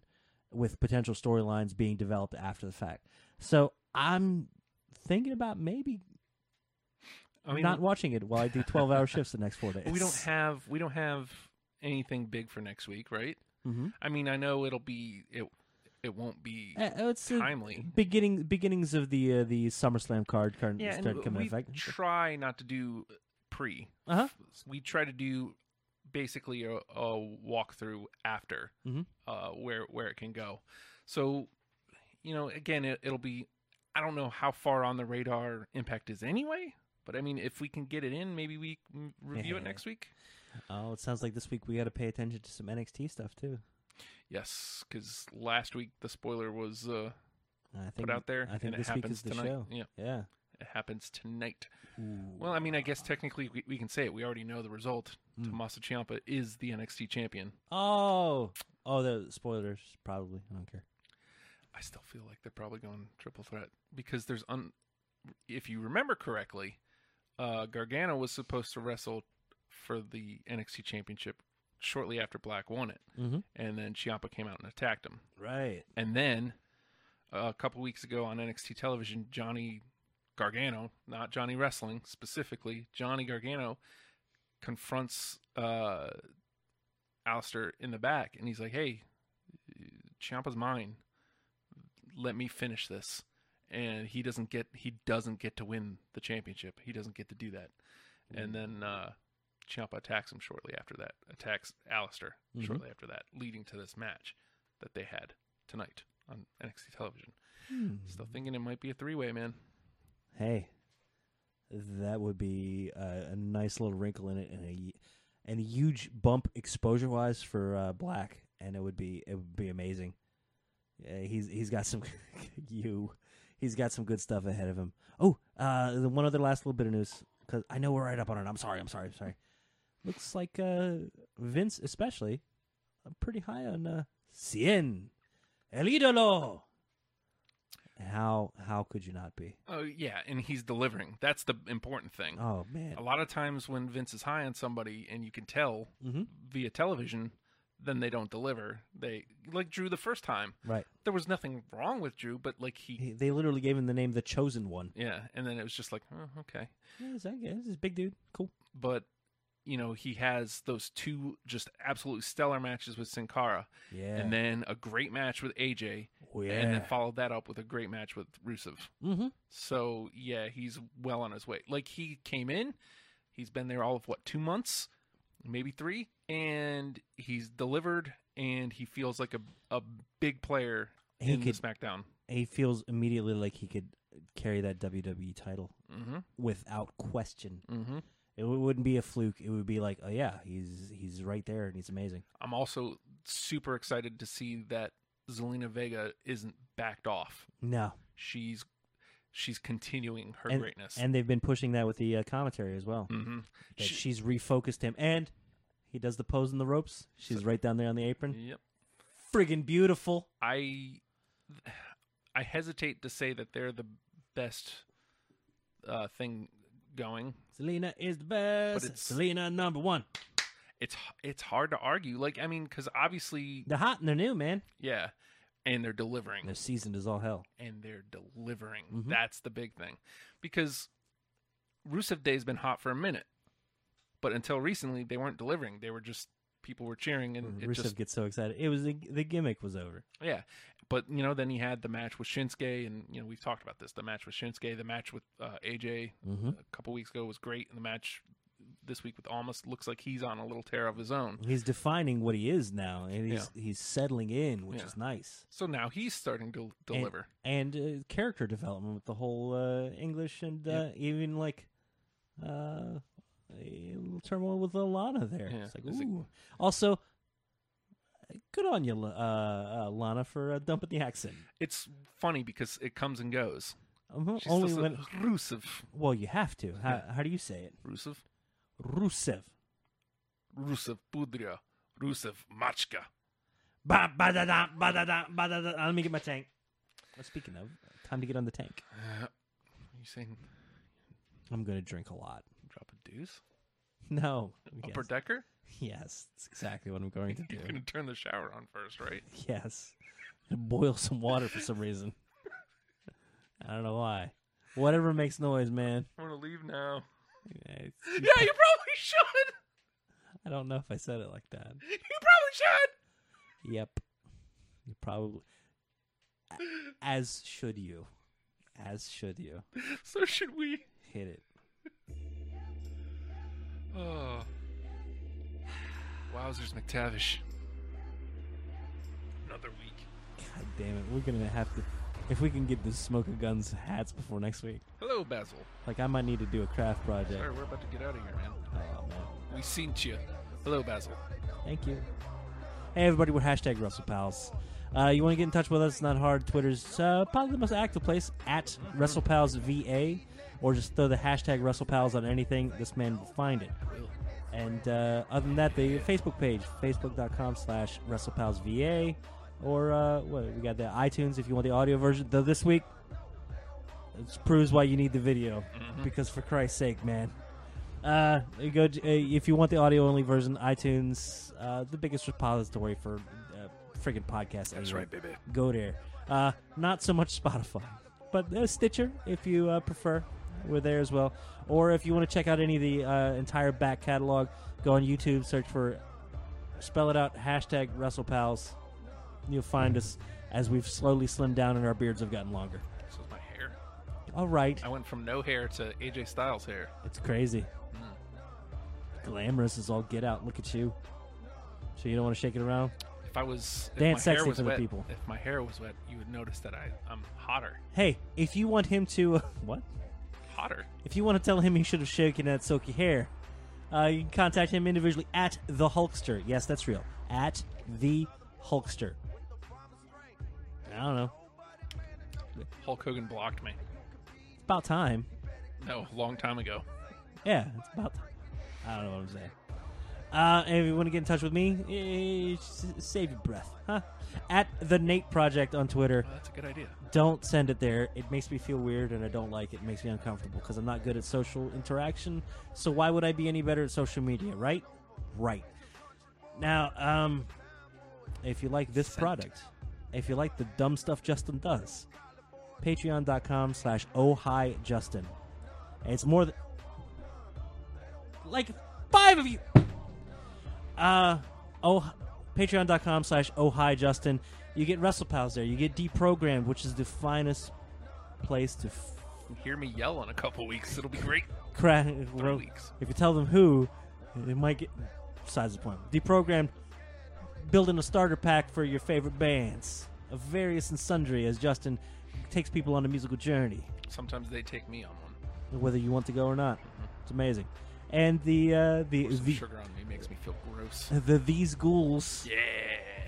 [SPEAKER 5] with potential storylines being developed after the fact. So I'm thinking about maybe
[SPEAKER 6] I mean,
[SPEAKER 5] not watching it while I do 12 hour shifts the next four days.
[SPEAKER 6] we don't have we don't have anything big for next week, right?
[SPEAKER 5] Mhm.
[SPEAKER 6] I mean, I know it'll be it it won't be
[SPEAKER 5] Uh, oh, it's the
[SPEAKER 6] Timely.
[SPEAKER 5] beginning beginnings of the uh, the SummerSlam card current
[SPEAKER 6] yeah,
[SPEAKER 5] start
[SPEAKER 6] and
[SPEAKER 5] coming
[SPEAKER 6] we
[SPEAKER 5] in effect.
[SPEAKER 6] try not to do pre.
[SPEAKER 5] Uh-huh.
[SPEAKER 6] We try to do basically a, a walkthrough after
[SPEAKER 5] Mhm.
[SPEAKER 6] uh, where where it can go. So, you know, again, it, it'll be. I don't know how far on the radar Impact is anyway, but I mean, if we can get it in, maybe we mm, review it next week.
[SPEAKER 5] Oh, it sounds like this week we got to pay attention to some NXT stuff too.
[SPEAKER 6] Yes, because last week the spoiler was uh,
[SPEAKER 5] I think
[SPEAKER 6] out there,
[SPEAKER 5] I think
[SPEAKER 6] and it
[SPEAKER 5] this week
[SPEAKER 6] happens
[SPEAKER 5] is the
[SPEAKER 6] tonight.
[SPEAKER 5] show.
[SPEAKER 6] Yeah.
[SPEAKER 5] yeah.
[SPEAKER 6] it happens tonight. Well, I mean, I guess technically we, we can say it. We already know the result.
[SPEAKER 5] Mm.
[SPEAKER 6] Tommaso Ciampa is the NXT champion.
[SPEAKER 5] Oh, oh, the spoilers probably. I don't care.
[SPEAKER 6] I still feel like they're probably going triple threat because there's un. If you remember correctly, uh, Gargano was supposed to wrestle for the NXT championship shortly after Black won it,
[SPEAKER 5] Mhm.
[SPEAKER 6] and then Ciampa came out and attacked him.
[SPEAKER 5] Right.
[SPEAKER 6] And then uh, a couple weeks ago on NXT television, Johnny Gargano, not Johnny Wrestling specifically, Johnny Gargano confronts uh, Alistair in the back and he's like, hey, Ciampa's mine. Let me finish this. And he doesn't get he doesn't get to win the championship. He doesn't get to do that. And then uh, Ciampa attacks him shortly after that. Attacks Alistair
[SPEAKER 5] Mm-hmm.
[SPEAKER 6] shortly after that, leading to this match that they had tonight on NXT television.
[SPEAKER 5] Hmm.
[SPEAKER 6] Still thinking it might be a three way, man.
[SPEAKER 5] Hey, that would be uh, a nice little wrinkle in it, and a y- and a huge bump exposure wise for uh, Black, and it would be it would be amazing. Yeah, he's he's got some you, he's got some good stuff ahead of him. Oh, uh, the one other last little bit of news because I know we're right up on it. I'm sorry, I'm sorry, I'm sorry. Looks like uh, Vince, especially, I'm pretty high on uh, Cien, El Idolo. How how could you not be?
[SPEAKER 6] Oh yeah, and he's delivering. That's the important thing.
[SPEAKER 5] Oh man,
[SPEAKER 6] a lot of times when Vince is high on somebody and you can tell
[SPEAKER 5] Mhm.
[SPEAKER 6] via television, then they don't deliver. They like Drew the first time.
[SPEAKER 5] Right.
[SPEAKER 6] There was nothing wrong with Drew, but like he,
[SPEAKER 5] He, they literally gave him the name the chosen one.
[SPEAKER 6] yeah, and then it was just like, oh, okay.
[SPEAKER 5] Yeah, is that yeah, this is a big dude. Cool.
[SPEAKER 6] But you know, he has those two just absolutely stellar matches with Sin Cara,
[SPEAKER 5] Yeah.
[SPEAKER 6] and then a great match with AJ,
[SPEAKER 5] Oh,
[SPEAKER 6] and then
[SPEAKER 5] yeah.
[SPEAKER 6] followed that up with a great match with Rusev.
[SPEAKER 5] mm-hmm.
[SPEAKER 6] So yeah, he's well on his way. Like he came in, he's been there all of what two months, maybe three, and he's delivered, and he feels like a a big player
[SPEAKER 5] He
[SPEAKER 6] in the
[SPEAKER 5] could-
[SPEAKER 6] SmackDown.
[SPEAKER 5] He feels immediately like he could carry that WWE title
[SPEAKER 6] Mm-hmm.
[SPEAKER 5] without question.
[SPEAKER 6] Mm-hmm.
[SPEAKER 5] It w- wouldn't be a fluke. It would be like, oh yeah, he's he's right there and he's amazing.
[SPEAKER 6] I'm also super excited to see that Zelina Vega isn't backed off.
[SPEAKER 5] No,
[SPEAKER 6] She's she's continuing her
[SPEAKER 5] and,
[SPEAKER 6] greatness.
[SPEAKER 5] and they've been pushing that with the uh, commentary as well.
[SPEAKER 6] hmm
[SPEAKER 5] That
[SPEAKER 6] She-
[SPEAKER 5] she's refocused him, and he does the pose in the ropes. She's right down there on the apron,
[SPEAKER 6] Yep.
[SPEAKER 5] friggin' beautiful.
[SPEAKER 6] I I hesitate to say that they're the best uh, thing going.
[SPEAKER 5] Selena is the best.
[SPEAKER 6] it's-
[SPEAKER 5] Selena number one.
[SPEAKER 6] It's h- it's hard to argue. Like I mean, because obviously,
[SPEAKER 5] They're hot and they're new, man.
[SPEAKER 6] yeah, and they're delivering.
[SPEAKER 5] And they're seasoned as all hell.
[SPEAKER 6] and they're delivering.
[SPEAKER 5] Mhm.
[SPEAKER 6] That's the big thing. Because Rusev Day's been hot for a minute, but until recently, they weren't delivering. They were just people were cheering, and it
[SPEAKER 5] Mm-hmm. Rusev
[SPEAKER 6] just
[SPEAKER 5] gets so excited. It was the, the gimmick was over.
[SPEAKER 6] yeah. But you know, then he had the match with Shinsuke, and you know we've talked about this. The match with Shinsuke, the match with uh, AJ
[SPEAKER 5] Mhm.
[SPEAKER 6] a couple weeks ago was great, and the match this week with Almost looks like he's on a little tear of his own.
[SPEAKER 5] He's defining what he is now, and he's he's settling in, which
[SPEAKER 6] Yeah.
[SPEAKER 5] is nice.
[SPEAKER 6] So now he's starting to
[SPEAKER 5] And-
[SPEAKER 6] deliver.
[SPEAKER 5] and, uh, character development with the whole uh, English and uh, even like uh, a little turmoil with Lana there.
[SPEAKER 6] Yeah,
[SPEAKER 5] It's like,
[SPEAKER 6] it's like-
[SPEAKER 5] ooh. also, good on you, L- uh, uh, Lana, for uh, dumping the accent.
[SPEAKER 6] It's funny because it comes and goes.
[SPEAKER 5] Uh-huh,
[SPEAKER 6] She's
[SPEAKER 5] Only
[SPEAKER 6] still
[SPEAKER 5] when,
[SPEAKER 6] so- Rusev,
[SPEAKER 5] well, you have to. How,
[SPEAKER 6] Yeah.
[SPEAKER 5] how do you say it?
[SPEAKER 6] Rusev,
[SPEAKER 5] Rusev.
[SPEAKER 6] Rusev Pudria, Rusev Machka.
[SPEAKER 5] Ba ba da da ba da da ba da da. Let me get my tank. Well, speaking of, time to get on the tank.
[SPEAKER 6] You saying
[SPEAKER 5] I'm gonna drink a lot.
[SPEAKER 6] drop a deuce?
[SPEAKER 5] No.
[SPEAKER 6] Upper
[SPEAKER 5] Yes.
[SPEAKER 6] decker?
[SPEAKER 5] yes, that's exactly what I'm going to do.
[SPEAKER 6] You're gonna turn the shower on first, right?
[SPEAKER 5] Yes. And boil some water for some reason. I don't know why. Whatever makes noise, man.
[SPEAKER 6] I want to leave now.
[SPEAKER 5] I,
[SPEAKER 6] Yeah, you probably should.
[SPEAKER 5] I don't know if I said it like that.
[SPEAKER 6] You probably should.
[SPEAKER 5] Yep. You probably. As should you. As should you.
[SPEAKER 6] So should we?
[SPEAKER 5] Hit it.
[SPEAKER 6] Oh. Wowzers, McTavish. Another week.
[SPEAKER 5] God damn it. We're going to have to. If we can get the Smoke of Guns hats before next week.
[SPEAKER 6] Hello, Basil.
[SPEAKER 5] Like, I might need to do a craft project.
[SPEAKER 6] Sorry, we're about to get out of here, man.
[SPEAKER 5] Oh, man.
[SPEAKER 6] We seen you. Hello, Basil.
[SPEAKER 5] Thank you. Hey, everybody, we're hashtag Russell Pals. Uh, you want to get in touch with us? It's not hard. Twitter's uh, probably the most active place at WrestlePalsVA, or just throw the hashtag WrestlePals on anything. This man will find it. And uh, other than that, the Facebook page, facebook.com slash WrestlePalsVA, or uh, what, we got the iTunes if you want the audio version. Though this week, it proves why you need the video, because for Christ's sake, man. Uh, you go to, uh, if you want the audio only version, iTunes, uh, the biggest repository for uh, friggin' podcasts. That's right, baby. Go there. Uh, not so much Spotify, but uh, Stitcher if you uh, prefer. We're there as well. Or if you want to check out any of the uh, entire back catalog, go on YouTube, search for, spell it out, hashtag WrestlePals. You'll find us as we've slowly slimmed down and our beards have gotten longer.
[SPEAKER 6] This is my hair.
[SPEAKER 5] All right.
[SPEAKER 6] I went from no hair to AJ Styles hair.
[SPEAKER 5] It's crazy. Glamorous is all get out. Look at you. So you don't want to shake it around?
[SPEAKER 6] If I was if
[SPEAKER 5] Dance
[SPEAKER 6] my hair
[SPEAKER 5] sexy
[SPEAKER 6] was
[SPEAKER 5] for the
[SPEAKER 6] wet,
[SPEAKER 5] people.
[SPEAKER 6] If my hair was wet, you would notice that I I'm hotter,
[SPEAKER 5] Hey, if you want him to what?
[SPEAKER 6] hotter.
[SPEAKER 5] If you want to tell him he should have shaken that silky hair, uh, you can contact him individually at the Hulkster. Yes, that's real. At the Hulkster. I don't know.
[SPEAKER 6] Hulk Hogan blocked me.
[SPEAKER 5] It's about time.
[SPEAKER 6] No, a long time ago.
[SPEAKER 5] Yeah, it's about time. I don't know what I'm saying. Uh, and if you want to get in touch with me, eh, s- save your breath, huh? At the Nate Project on Twitter.
[SPEAKER 6] Well, Uh, that's a good idea.
[SPEAKER 5] don't send it there. It makes me feel weird and I don't like it. It makes me uncomfortable because I'm not good at social interaction. So why would I be any better at social media, right? Right. Now, um, if you like this product, if you like the dumb stuff Justin does, patreon.com slash oh hi Justin. And it's more than like five of you. Uh oh patreon.com slash oh hi Justin. You get WrestlePals there. You get deprogrammed, which is the finest place to f-
[SPEAKER 6] Hear me yell in a couple weeks. It'll be great.
[SPEAKER 5] crack.
[SPEAKER 6] weeks.
[SPEAKER 5] If you tell them who, it might get. Besides the point. Deprogrammed, building a starter pack for your favorite bands of various and sundry as Justin takes people on a musical journey,
[SPEAKER 6] Sometimes they take me on one.
[SPEAKER 5] whether you want to go or not. It's amazing. And the uh, the
[SPEAKER 6] Pour some
[SPEAKER 5] the,
[SPEAKER 6] sugar on me makes me feel gross.
[SPEAKER 5] the these ghouls
[SPEAKER 6] Yeah.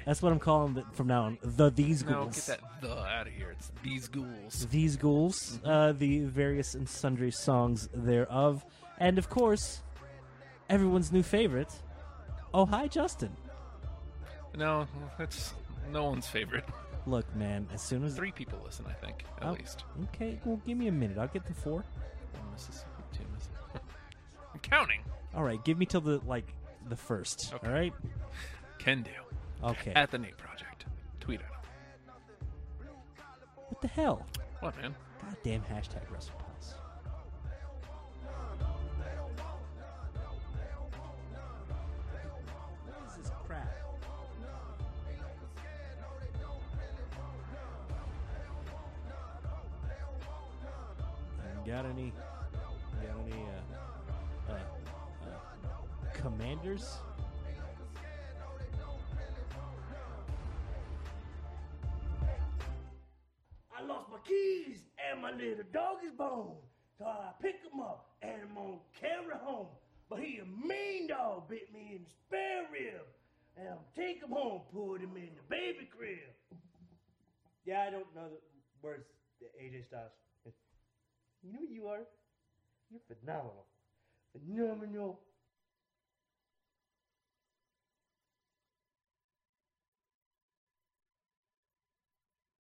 [SPEAKER 5] That's what I'm calling the, from now on. The these
[SPEAKER 6] No,
[SPEAKER 5] ghouls.
[SPEAKER 6] get that the out of here. It's these ghouls.
[SPEAKER 5] These ghouls,
[SPEAKER 6] Mm-hmm.
[SPEAKER 5] uh, the various and sundry songs thereof, and of course, everyone's new favorite. Oh hi, Justin.
[SPEAKER 6] No, that's no one's favorite.
[SPEAKER 5] Look, man. As soon as
[SPEAKER 6] Three people listen, I think, at
[SPEAKER 5] Oh,
[SPEAKER 6] least.
[SPEAKER 5] Okay, well, give me a minute. I'll get to four.
[SPEAKER 6] One Mississippi, two Mississippi. I'm counting.
[SPEAKER 5] All right, give me till the like the first.
[SPEAKER 6] Okay.
[SPEAKER 5] All right.
[SPEAKER 6] Can do.
[SPEAKER 5] Okay.
[SPEAKER 6] At the Nate Project. Tweet at him.
[SPEAKER 5] what the hell?
[SPEAKER 6] What man?
[SPEAKER 5] Goddamn hashtag WrestlePals. What is this crap? You Got any? you Got any? Uh, uh, uh, commanders?
[SPEAKER 9] I lost my keys and my little dog is bone. So I pick him up and I'm gonna carry home. But he a mean dog, bit me in the spare rib. And I'm take him home, put him in the baby crib. Yeah, I don't know the words that AJ Styles. You know who you are? You're phenomenal. Phenomenal